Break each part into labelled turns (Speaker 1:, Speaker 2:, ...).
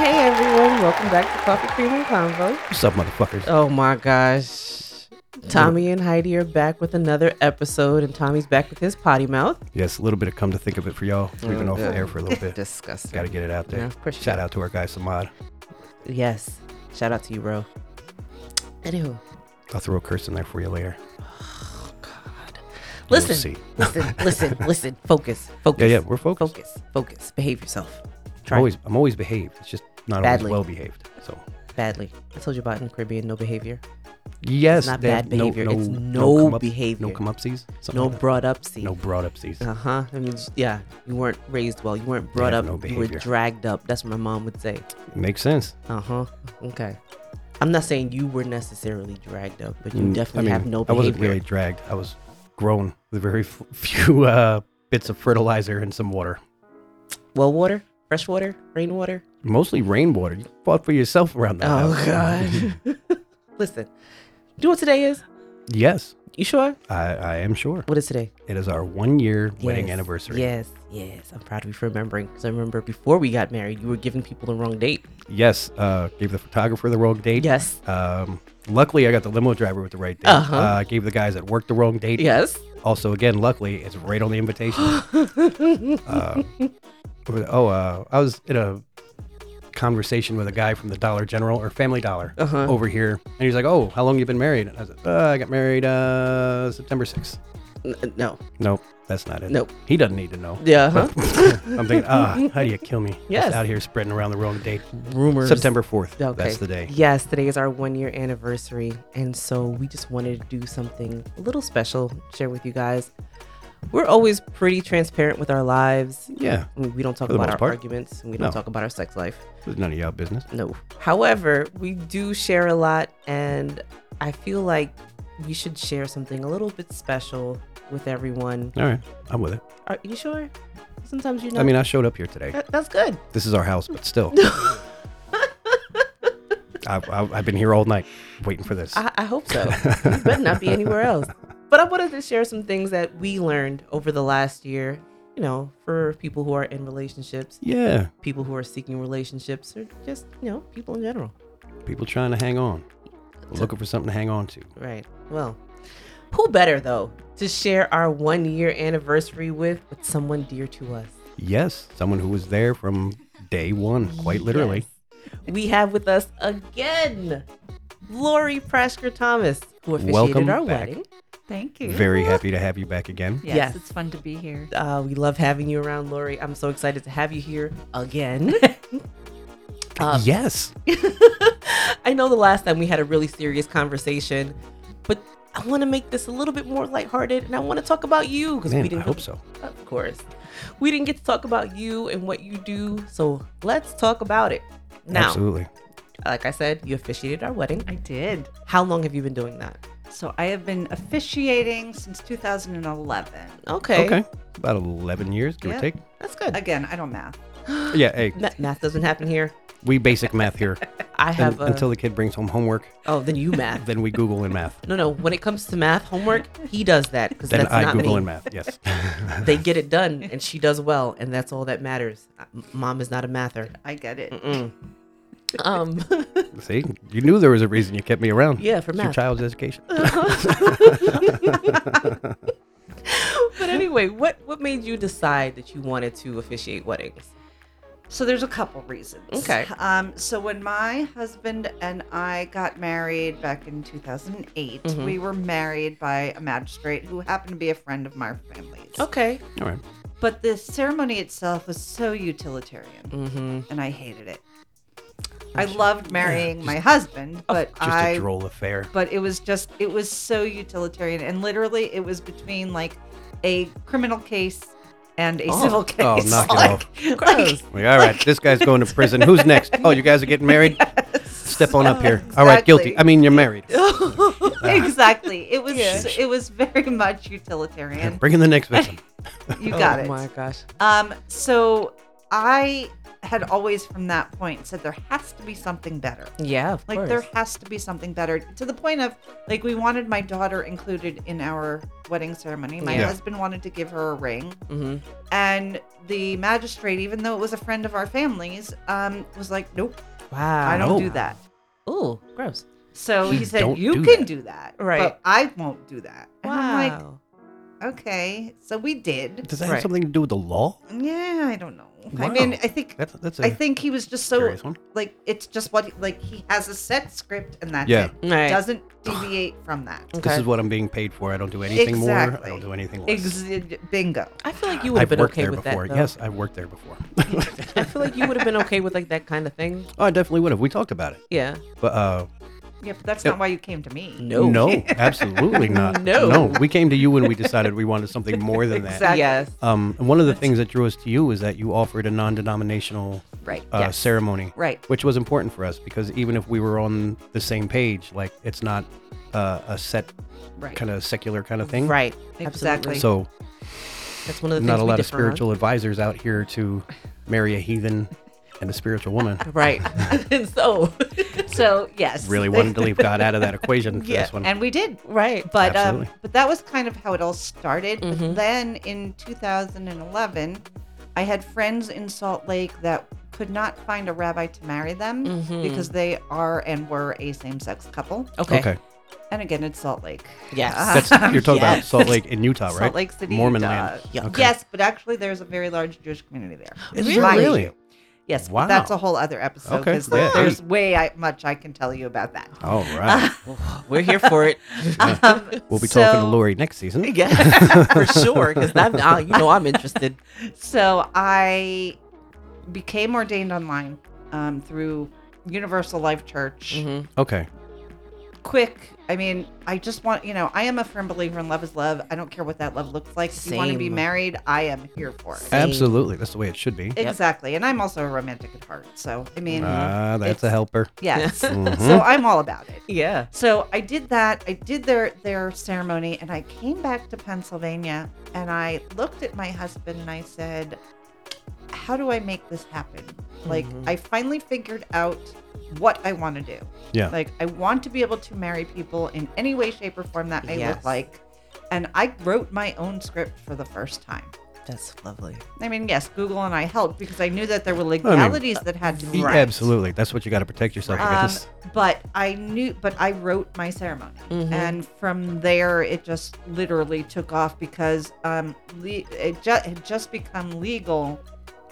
Speaker 1: Hey everyone, welcome back to Coffee Cream and Convo.
Speaker 2: What's up, motherfuckers?
Speaker 1: Oh my gosh. Tommy and Heidi are back with another episode, and Tommy's back with his potty mouth.
Speaker 2: Yes, a little bit of come to think of it for y'all. We've been
Speaker 1: Oh,
Speaker 2: off
Speaker 1: good.
Speaker 2: the air for a little bit.
Speaker 1: Disgusting.
Speaker 2: Got to get it out there.
Speaker 1: Yeah, of course you
Speaker 2: Shout
Speaker 1: do.
Speaker 2: out to our guy Samad.
Speaker 1: Yes. Shout out to you, bro. Anywho,
Speaker 2: I'll throw a curse in there for you later.
Speaker 1: God.
Speaker 2: We'll
Speaker 1: Listen,
Speaker 2: see.
Speaker 1: listen, listen, listen. Focus, focus.
Speaker 2: Yeah, yeah, we're focused.
Speaker 1: Focus, focus. Behave yourself.
Speaker 2: I'm always, I'm always behaved. It's just not
Speaker 1: Badly.
Speaker 2: always well behaved. So
Speaker 1: Badly. I told you about in the Caribbean, no behavior.
Speaker 2: yes,
Speaker 1: not
Speaker 2: they have
Speaker 1: bad behavior, it's no
Speaker 2: come up-
Speaker 1: behavior.
Speaker 2: no come upsies,
Speaker 1: No brought up seat.
Speaker 2: no brought upsies.
Speaker 1: Uh huh. I mean, yeah, you weren't raised well. You weren't brought up.
Speaker 2: have no
Speaker 1: you were
Speaker 2: behavior.
Speaker 1: dragged up. That's what my mom would say.
Speaker 2: Makes sense.
Speaker 1: Uh huh. Okay. I'm not saying you were necessarily dragged up, but you
Speaker 2: Mm,
Speaker 1: definitely
Speaker 2: I mean,
Speaker 1: have no
Speaker 2: I
Speaker 1: behavior.
Speaker 2: wasn't really dragged. I was grown with very f- few uh, bits of fertilizer and some water.
Speaker 1: Well, water, fresh water, rainwater.
Speaker 2: Mostly rainwater. You fought for yourself around that
Speaker 1: Oh
Speaker 2: house.
Speaker 1: God. Listen, you know what today is?
Speaker 2: yes,
Speaker 1: You sure?
Speaker 2: I, I am sure.
Speaker 1: What is today?
Speaker 2: It is our one year wedding
Speaker 1: Yes,
Speaker 2: anniversary.
Speaker 1: Yes, yes. I'm proud of you for remembering. Because I remember before we got married, you were giving people the wrong date.
Speaker 2: Yes, uh, gave the photographer the wrong date.
Speaker 1: Yes,
Speaker 2: Um, luckily, I got the limo driver with the right date.
Speaker 1: Uh-huh.
Speaker 2: Uh, gave the guys at work the wrong date.
Speaker 1: yes.
Speaker 2: Also, again, luckily, it's right on the invitation. uh, oh, uh, I was in a conversation with a guy from the Dollar General or Family Dollar
Speaker 1: Uh-huh.
Speaker 2: over here, and he's like, "Oh, how long you been married?" And I was like, uh, "I got married uh, September 6th.
Speaker 1: N- no.
Speaker 2: Nope, that's not it.
Speaker 1: Nope.
Speaker 2: He doesn't need to know.
Speaker 1: Yeah. Uh-huh.
Speaker 2: I'm thinking, ah, how do you kill me? Just
Speaker 1: Yes.
Speaker 2: out here spreading around the wrong date.
Speaker 1: Rumors.
Speaker 2: September 4th.
Speaker 1: Okay.
Speaker 2: That's the day.
Speaker 1: Yes, today is our one year anniversary. And so we just wanted to do something a little special, share with you guys. We're always pretty transparent with our lives.
Speaker 2: Yeah.
Speaker 1: I mean, we don't talk
Speaker 2: For the
Speaker 1: about
Speaker 2: most
Speaker 1: our
Speaker 2: part.
Speaker 1: arguments and we don't
Speaker 2: No.
Speaker 1: talk about our sex life.
Speaker 2: It's none of y'all business.
Speaker 1: No. However, we do share a lot. And I feel like we should share something a little bit special with everyone.
Speaker 2: All right. I'm with it.
Speaker 1: Are you sure? Sometimes you know.
Speaker 2: I mean, I showed up here today.
Speaker 1: that's good.
Speaker 2: This is our house, but still. I, I, I've been here all night waiting for this.
Speaker 1: I, I hope so. you better not be anywhere else. But I wanted to share some things that we learned over the last year, you know, for people who are in relationships,
Speaker 2: yeah.
Speaker 1: people who are seeking relationships, or just, you know, people in general.
Speaker 2: People trying to hang on, looking for something to hang on to.
Speaker 1: Right. Well, who better, though, to share our one year anniversary with, but someone dear to us?
Speaker 2: Yes. Someone who was there from day one, quite literally.
Speaker 1: Yes. We have with us again Lori Prasker Thomas, who officiated
Speaker 2: Welcome
Speaker 1: our
Speaker 2: back.
Speaker 1: wedding.
Speaker 3: Thank you.
Speaker 2: Very happy to have you back again.
Speaker 3: Yes,
Speaker 1: Yes.
Speaker 3: it's fun to be here.
Speaker 1: Uh, we love having you around, Lori. I'm so excited to have you here again. Um,
Speaker 2: yes.
Speaker 1: I know the last time we had a really serious conversation, but I want to make this a little bit more lighthearted, and I want to talk about you because we
Speaker 2: Man, I
Speaker 1: didn't.
Speaker 2: hope so.
Speaker 1: Of course, we didn't get to talk about you and what you do, so let's talk about it now.
Speaker 2: Absolutely.
Speaker 1: Like I said, you officiated our wedding.
Speaker 3: I did.
Speaker 1: How long have you been doing that?
Speaker 3: So I have been officiating since 2011.
Speaker 1: Okay,
Speaker 2: Okay. About 11 years, give
Speaker 3: Yeah.
Speaker 2: or take.
Speaker 1: that's good.
Speaker 3: Again, I don't math.
Speaker 2: Yeah. Hey,
Speaker 1: Ma- math doesn't happen here.
Speaker 2: we basic math here.
Speaker 1: I
Speaker 2: And-
Speaker 1: have a,
Speaker 2: until the kid brings home homework,
Speaker 1: oh, then you math.
Speaker 2: then we Google in math.
Speaker 1: No, no. When it comes to math homework, he does that because
Speaker 2: Then
Speaker 1: that's
Speaker 2: I
Speaker 1: not
Speaker 2: Google
Speaker 1: me.
Speaker 2: in math. Yes.
Speaker 1: They get it done, and she does well, and that's all that matters. Uh, m- Mom is not a mather.
Speaker 3: I get it.
Speaker 1: Mm. Um,
Speaker 2: See, you knew there was a reason you kept me around.
Speaker 1: yeah, for
Speaker 2: It's your
Speaker 1: math. Uh,
Speaker 2: child's education.
Speaker 1: But anyway, what what made you decide that you wanted to officiate weddings?
Speaker 3: So there's a couple reasons.
Speaker 1: Okay.
Speaker 3: Um, so when my husband and I got married back in 2008,
Speaker 1: Mhm.
Speaker 3: we were married by a magistrate who happened to be a friend of my family's.
Speaker 1: Okay.
Speaker 2: All right.
Speaker 3: But the ceremony itself was so utilitarian,
Speaker 1: Mm-hmm.
Speaker 3: and I hated it. I loved marrying my husband,
Speaker 1: Oh.
Speaker 3: but
Speaker 2: Just
Speaker 3: I
Speaker 2: a droll affair.
Speaker 3: but it was just it was so utilitarian and literally it was between like a criminal case and a
Speaker 1: Oh.
Speaker 3: civil case
Speaker 2: Oh, knock it
Speaker 3: like,
Speaker 1: Gross.
Speaker 2: Like, all right, this guy's going to prison. Who's next? Oh, you guys are getting married? Step on up here. All right, guilty. I mean, you're married.
Speaker 1: Oh,
Speaker 3: exactly it was
Speaker 2: Yeah.
Speaker 3: it was very much utilitarian
Speaker 2: Bring in the next victim.
Speaker 3: you got
Speaker 1: oh
Speaker 3: it
Speaker 1: my gosh.
Speaker 3: um so I had always from that point said there has to be something better.
Speaker 1: Yeah, of
Speaker 3: Like
Speaker 1: course.
Speaker 3: there has to be something better to the point of like we wanted my daughter included in our wedding ceremony. My
Speaker 2: Yeah.
Speaker 3: husband wanted to give her a ring,
Speaker 1: hmm
Speaker 3: and the magistrate, even though it was a friend of our family's, um, was like, "Nope,
Speaker 1: Wow.
Speaker 3: I don't
Speaker 2: no.
Speaker 3: do that."
Speaker 1: Ooh, gross.
Speaker 3: So he
Speaker 2: You
Speaker 3: said,
Speaker 2: don't
Speaker 3: "You
Speaker 2: do
Speaker 3: can
Speaker 2: that."
Speaker 3: do that,
Speaker 1: Right.
Speaker 3: But I won't do that." And I'm like,
Speaker 1: Wow.
Speaker 3: "Okay." So we did.
Speaker 2: Does that
Speaker 1: Right.
Speaker 2: have something to do with the law?
Speaker 3: Yeah, I don't know. I
Speaker 2: Wow.
Speaker 3: mean, I think
Speaker 2: That's that's a
Speaker 3: I think he was just so
Speaker 2: curious one.
Speaker 3: like it's just what like he has a set script and that's
Speaker 2: Yeah.
Speaker 3: it.
Speaker 1: All right.
Speaker 3: Doesn't deviate from that.
Speaker 1: okay.
Speaker 2: This is what I'm being paid for. I don't do anything more. I
Speaker 3: Exactly.
Speaker 2: don't do anything less.
Speaker 3: Ex- bingo.
Speaker 1: I feel like you would have
Speaker 2: I've
Speaker 1: been
Speaker 2: worked
Speaker 1: okay
Speaker 2: there
Speaker 1: with
Speaker 2: before.
Speaker 1: that. though.
Speaker 2: yes, I've worked there before.
Speaker 1: I feel like you would have been okay with like that kind of thing.
Speaker 2: oh, I definitely would have. We talked about it,
Speaker 1: Yeah.
Speaker 2: but uh,
Speaker 3: Yeah, but that's
Speaker 2: Yeah.
Speaker 3: not why you came to me.
Speaker 1: No.
Speaker 2: no, absolutely not.
Speaker 1: No.
Speaker 2: no. We came to you when we decided we wanted something more than that.
Speaker 3: Exactly.
Speaker 1: Yes.
Speaker 2: Um, and one of the things that drew us to you is that you offered a non-denominational
Speaker 3: Right.
Speaker 2: uh,
Speaker 1: Yes.
Speaker 2: ceremony,
Speaker 3: Right.
Speaker 2: which was important for us because even if we were on the same page, like it's not uh, a set
Speaker 3: Right.
Speaker 2: kind of secular kind of thing.
Speaker 1: Right.
Speaker 3: Exactly.
Speaker 1: Absolutely.
Speaker 2: So
Speaker 1: That's one of the
Speaker 2: Um, not
Speaker 1: things
Speaker 2: a
Speaker 1: we
Speaker 2: lot of
Speaker 1: differ on.
Speaker 2: spiritual advisors out here to marry a heathen and a spiritual woman.
Speaker 1: Right. and so.
Speaker 3: So yes.
Speaker 2: Really wanted to leave God out of that equation for
Speaker 1: Yeah,
Speaker 2: this one.
Speaker 3: And we did.
Speaker 1: Right.
Speaker 3: But um,
Speaker 2: Absolutely.
Speaker 3: but that was kind of how it all started. But
Speaker 1: Mhm.
Speaker 3: Then in 2011, I had friends in Salt Lake that could not find a rabbi to marry them
Speaker 1: Mhm.
Speaker 3: because they are and were a same-sex couple.
Speaker 1: Okay.
Speaker 2: okay,
Speaker 3: And again, it's Salt Lake.
Speaker 1: Oh. Yes.
Speaker 3: Uh,
Speaker 2: that's you're talking about
Speaker 1: Yes.
Speaker 2: Salt Lake in Utah, right?
Speaker 3: Salt Lake City,
Speaker 2: Mormon
Speaker 3: Utah.
Speaker 2: land.
Speaker 1: Yeah.
Speaker 2: Okay.
Speaker 3: Yes, but actually, there's a very large Jewish community there.
Speaker 2: Is
Speaker 1: Really?
Speaker 2: there
Speaker 3: Mind
Speaker 2: really?
Speaker 3: you. Yes, but
Speaker 2: Wow.
Speaker 3: that's a whole other episode
Speaker 2: Okay,
Speaker 3: because
Speaker 2: yeah,
Speaker 3: there's way I, much I can tell you about that.
Speaker 2: All right.
Speaker 1: We're here for it.
Speaker 3: Um,
Speaker 2: We'll be
Speaker 3: so,
Speaker 2: talking to Lori next season.
Speaker 1: yeah. For sure. Because uh, you know I'm interested.
Speaker 3: So I became ordained online um, through Universal Life Church.
Speaker 1: Mhm.
Speaker 2: Okay.
Speaker 3: Quick. I mean, I just want you know, I am a firm believer in love is love. I don't care what that love looks like. If you want to be
Speaker 1: Same.
Speaker 3: married, I am here for it.
Speaker 1: Same.
Speaker 2: Absolutely. That's the way it should be.
Speaker 3: Mm-hmm. Exactly, and I'm also a romantic at heart. So I mean,
Speaker 2: Ah, that's a
Speaker 3: It's-
Speaker 2: helper.
Speaker 3: yes.
Speaker 2: Mhm.
Speaker 3: So I'm all about it.
Speaker 1: Yeah.
Speaker 3: So I did that. I did their their ceremony, and I came back to Pennsylvania, and I looked at my husband, and I said, "How do I make this happen?" Like
Speaker 2: Mm-hmm.
Speaker 1: Mhm.
Speaker 3: I finally figured out what I want to do.
Speaker 2: Yeah.
Speaker 3: Like I want to be able to marry people in any way, shape, or form that may
Speaker 1: Yes.
Speaker 3: look like. And I wrote my own script for the first time.
Speaker 1: That's lovely.
Speaker 3: I mean, yes, Google and I helped because I knew that there were
Speaker 2: mean,
Speaker 3: legalities that had to be
Speaker 2: Y-
Speaker 3: right.
Speaker 2: Absolutely. That's what you got to protect yourself
Speaker 3: Um,
Speaker 2: against.
Speaker 3: but I knew, but I wrote my ceremony,
Speaker 1: Mhm.
Speaker 3: and from there it just literally took off because um, le- it ju- had just become legal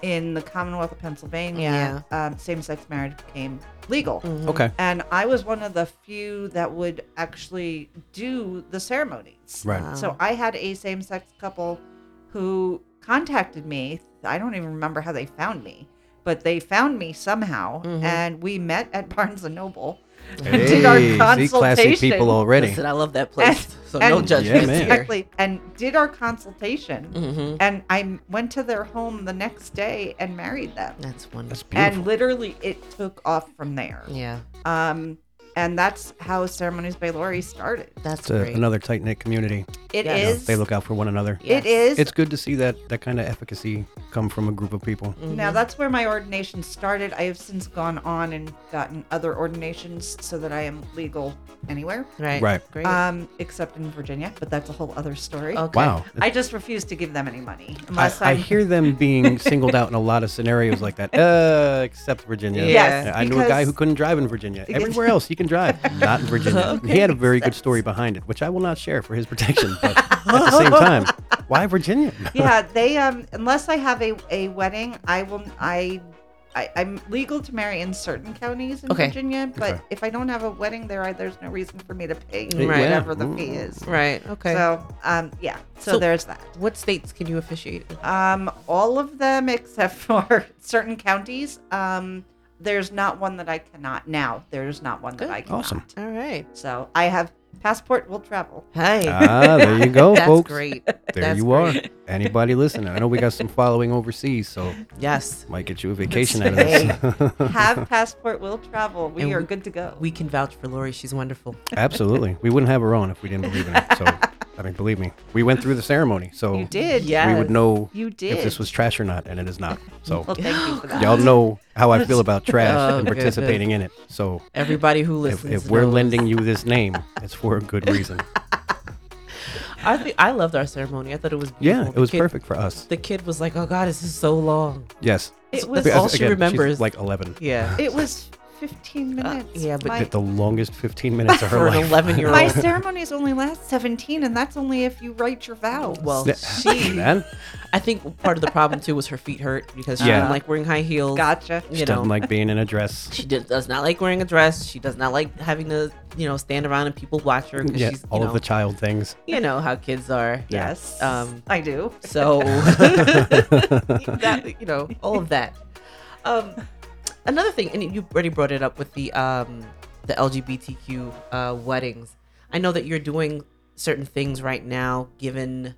Speaker 3: in the Commonwealth of Pennsylvania. Um, same-sex marriage became legal,
Speaker 1: Mhm.
Speaker 2: Okay.
Speaker 3: and I was one of the few that would actually do the ceremonies.
Speaker 2: Right.
Speaker 1: Wow.
Speaker 3: So I had a same sex couple who contacted me. I don't even remember how they found me, but they found me somehow.
Speaker 1: Mhm.
Speaker 3: And we met at Barnes and Noble.
Speaker 1: Hey,
Speaker 3: did our
Speaker 2: see classy
Speaker 3: consultation.
Speaker 2: people already.
Speaker 1: Listen, I love that place. so no
Speaker 3: and-
Speaker 1: judgments
Speaker 2: Yeah, man.
Speaker 1: here.
Speaker 3: Exactly. And did our consultation.
Speaker 1: hmm
Speaker 3: And I went to their home the next day and married them.
Speaker 1: That's
Speaker 2: That's
Speaker 1: wonderful.
Speaker 2: beautiful.
Speaker 3: And literally, it took off from there.
Speaker 1: yeah.
Speaker 3: Um, and that's how Ceremonies by Lori started.
Speaker 1: That's
Speaker 2: it's a,
Speaker 1: great.
Speaker 2: another tight knit community.
Speaker 3: It is.
Speaker 1: Yeah. Yes.
Speaker 2: They look out for one another.
Speaker 1: Yes.
Speaker 3: It is.
Speaker 2: It's good to see that that kind of efficacy come from a group of people.
Speaker 1: Mhm.
Speaker 3: Now that's where my ordination started. I have since gone on and gotten other ordinations so that I am legal anywhere,
Speaker 1: right.
Speaker 2: Right.
Speaker 1: Great.
Speaker 3: um, except in Virginia. But that's a whole other story.
Speaker 1: okay.
Speaker 2: Wow.
Speaker 3: I just refuse to give them any money
Speaker 2: I,
Speaker 3: unless
Speaker 2: I
Speaker 3: I'm-
Speaker 2: hear them being singled out in a lot of scenarios like that, uh, except Virginia.
Speaker 1: Yes,
Speaker 2: I knew a guy who
Speaker 3: because-
Speaker 2: couldn't drive in Virginia.
Speaker 3: Yes.
Speaker 2: Everywhere else he can drive, not in Virginia. And he had a very good
Speaker 3: Sense.
Speaker 2: story behind it, which I will not share for his protection. But at the same time, why Virginia?
Speaker 3: yeah, they um, unless I have a, a wedding, I will I, I I'm legal to marry in certain counties in
Speaker 1: Okay.
Speaker 3: Virginia. But
Speaker 2: Okay.
Speaker 3: if I don't have a wedding there, I, there's no reason for me to pay
Speaker 1: Right.
Speaker 3: whatever the
Speaker 2: Mm.
Speaker 3: fee is.
Speaker 1: Right. Okay.
Speaker 3: So um, yeah,
Speaker 1: So-
Speaker 3: so there's that.
Speaker 1: what states can you officiate? in?
Speaker 3: Um, all of them except for certain counties. Um, there's not one that I cannot now. There's not one
Speaker 1: Good.
Speaker 3: that I cannot.
Speaker 2: Awesome.
Speaker 1: All right.
Speaker 3: So I have passport will travel.
Speaker 1: Hey.
Speaker 2: ah, there you go,
Speaker 1: that's
Speaker 2: folks.
Speaker 1: great.
Speaker 2: There
Speaker 1: That's
Speaker 2: you
Speaker 1: great.
Speaker 2: are. Anybody listening? I know we got some following overseas, so
Speaker 1: Yes.
Speaker 2: might get you a vacation out of this.
Speaker 3: Have passport will travel. We
Speaker 1: And
Speaker 3: are
Speaker 1: we-
Speaker 3: good to go.
Speaker 1: We can vouch for Lori. She's wonderful.
Speaker 2: Absolutely. We wouldn't have her on if we didn't believe in her. So I mean, believe me, we went through the ceremony, so
Speaker 3: You did.
Speaker 1: Yeah.
Speaker 2: we would know
Speaker 3: You did.
Speaker 2: if this was trash or not, and it is not. So
Speaker 3: Well, thank you for that.
Speaker 2: y'all know how I feel about trash
Speaker 1: Oh,
Speaker 2: and participating in it. So
Speaker 1: Everybody who
Speaker 2: if,
Speaker 1: listens,
Speaker 2: if we're
Speaker 1: knows.
Speaker 2: lending you this name, it's for a good reason.
Speaker 1: I think I loved our ceremony. I thought it was beautiful.
Speaker 2: Yeah, it
Speaker 1: The
Speaker 2: was
Speaker 1: kid-
Speaker 2: perfect for us.
Speaker 1: The kid was like, "Oh God, this is so long."
Speaker 2: Yes,
Speaker 3: It
Speaker 1: That's
Speaker 3: was.
Speaker 1: all she
Speaker 2: she's
Speaker 1: remembers.
Speaker 2: like eleven.
Speaker 1: Yeah, Uh,
Speaker 3: It was 15 minutes.
Speaker 1: yeah, but
Speaker 3: my,
Speaker 2: Like, the longest 15 minutes of her
Speaker 1: for an
Speaker 2: life.
Speaker 1: eleven-year-old.
Speaker 3: my ceremonies only last 17, and that's only if you write your vows.
Speaker 1: Well,
Speaker 2: Yeah,
Speaker 1: she.
Speaker 2: man,
Speaker 1: I think part of the problem too was her feet hurt because she
Speaker 2: Yeah.
Speaker 1: didn't like wearing high heels.
Speaker 3: gotcha.
Speaker 1: you
Speaker 2: she
Speaker 1: know,
Speaker 2: doesn't like being in a dress.
Speaker 1: she did, does not like wearing a dress. She does not like having to, you know, stand around and people watch her. 'cause
Speaker 2: Yeah,
Speaker 1: she's, you
Speaker 2: all
Speaker 1: know,
Speaker 2: of the child things.
Speaker 1: you know how kids are.
Speaker 2: Yeah.
Speaker 3: Yes.
Speaker 1: Um,
Speaker 3: I do.
Speaker 1: So that you know all of that. Um, another thing, and you already brought it up with the um, the LGBTQ uh, weddings. I know that you're doing certain things right now, given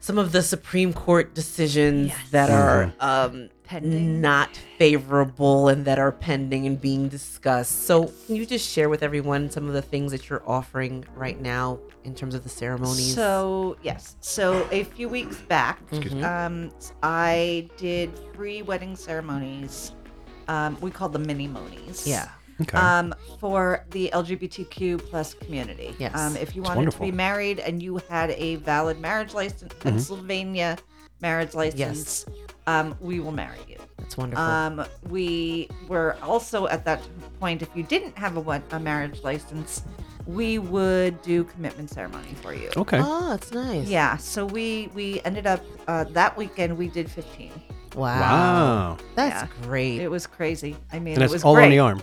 Speaker 1: some of the Supreme Court decisions
Speaker 3: Yes.
Speaker 1: that are
Speaker 2: Mhm.
Speaker 1: um,
Speaker 3: Pending.
Speaker 1: not favorable and that are pending and being discussed. So, can you just share with everyone some of the things that you're offering right now in terms of the ceremonies?
Speaker 3: So yes, so a few weeks back, um, I did three wedding ceremonies. Um, we called them mini monies.
Speaker 1: yeah.
Speaker 2: Okay.
Speaker 1: Uh,
Speaker 3: Um, for the LGBTQ plus community.
Speaker 1: Yes.
Speaker 3: Um, if you
Speaker 2: It's
Speaker 3: wanted
Speaker 2: wonderful. Mm-hmm.
Speaker 3: to be married and you had a valid marriage license, Pennsylvania marriage license, um, we will marry you.
Speaker 1: That's wonderful.
Speaker 3: Um, we were also at that point, if you didn't have a, wed- a marriage license, we would do commitment ceremony for you.
Speaker 2: okay.
Speaker 1: Oh, that's nice.
Speaker 3: Yeah, so we we ended up uh, that weekend we did 15.
Speaker 1: Wow.
Speaker 2: wow.
Speaker 1: That's great.
Speaker 3: It was crazy. I mean,
Speaker 2: And
Speaker 3: it
Speaker 2: it's
Speaker 3: was
Speaker 2: all
Speaker 3: great. Uh-huh.
Speaker 2: on the arm.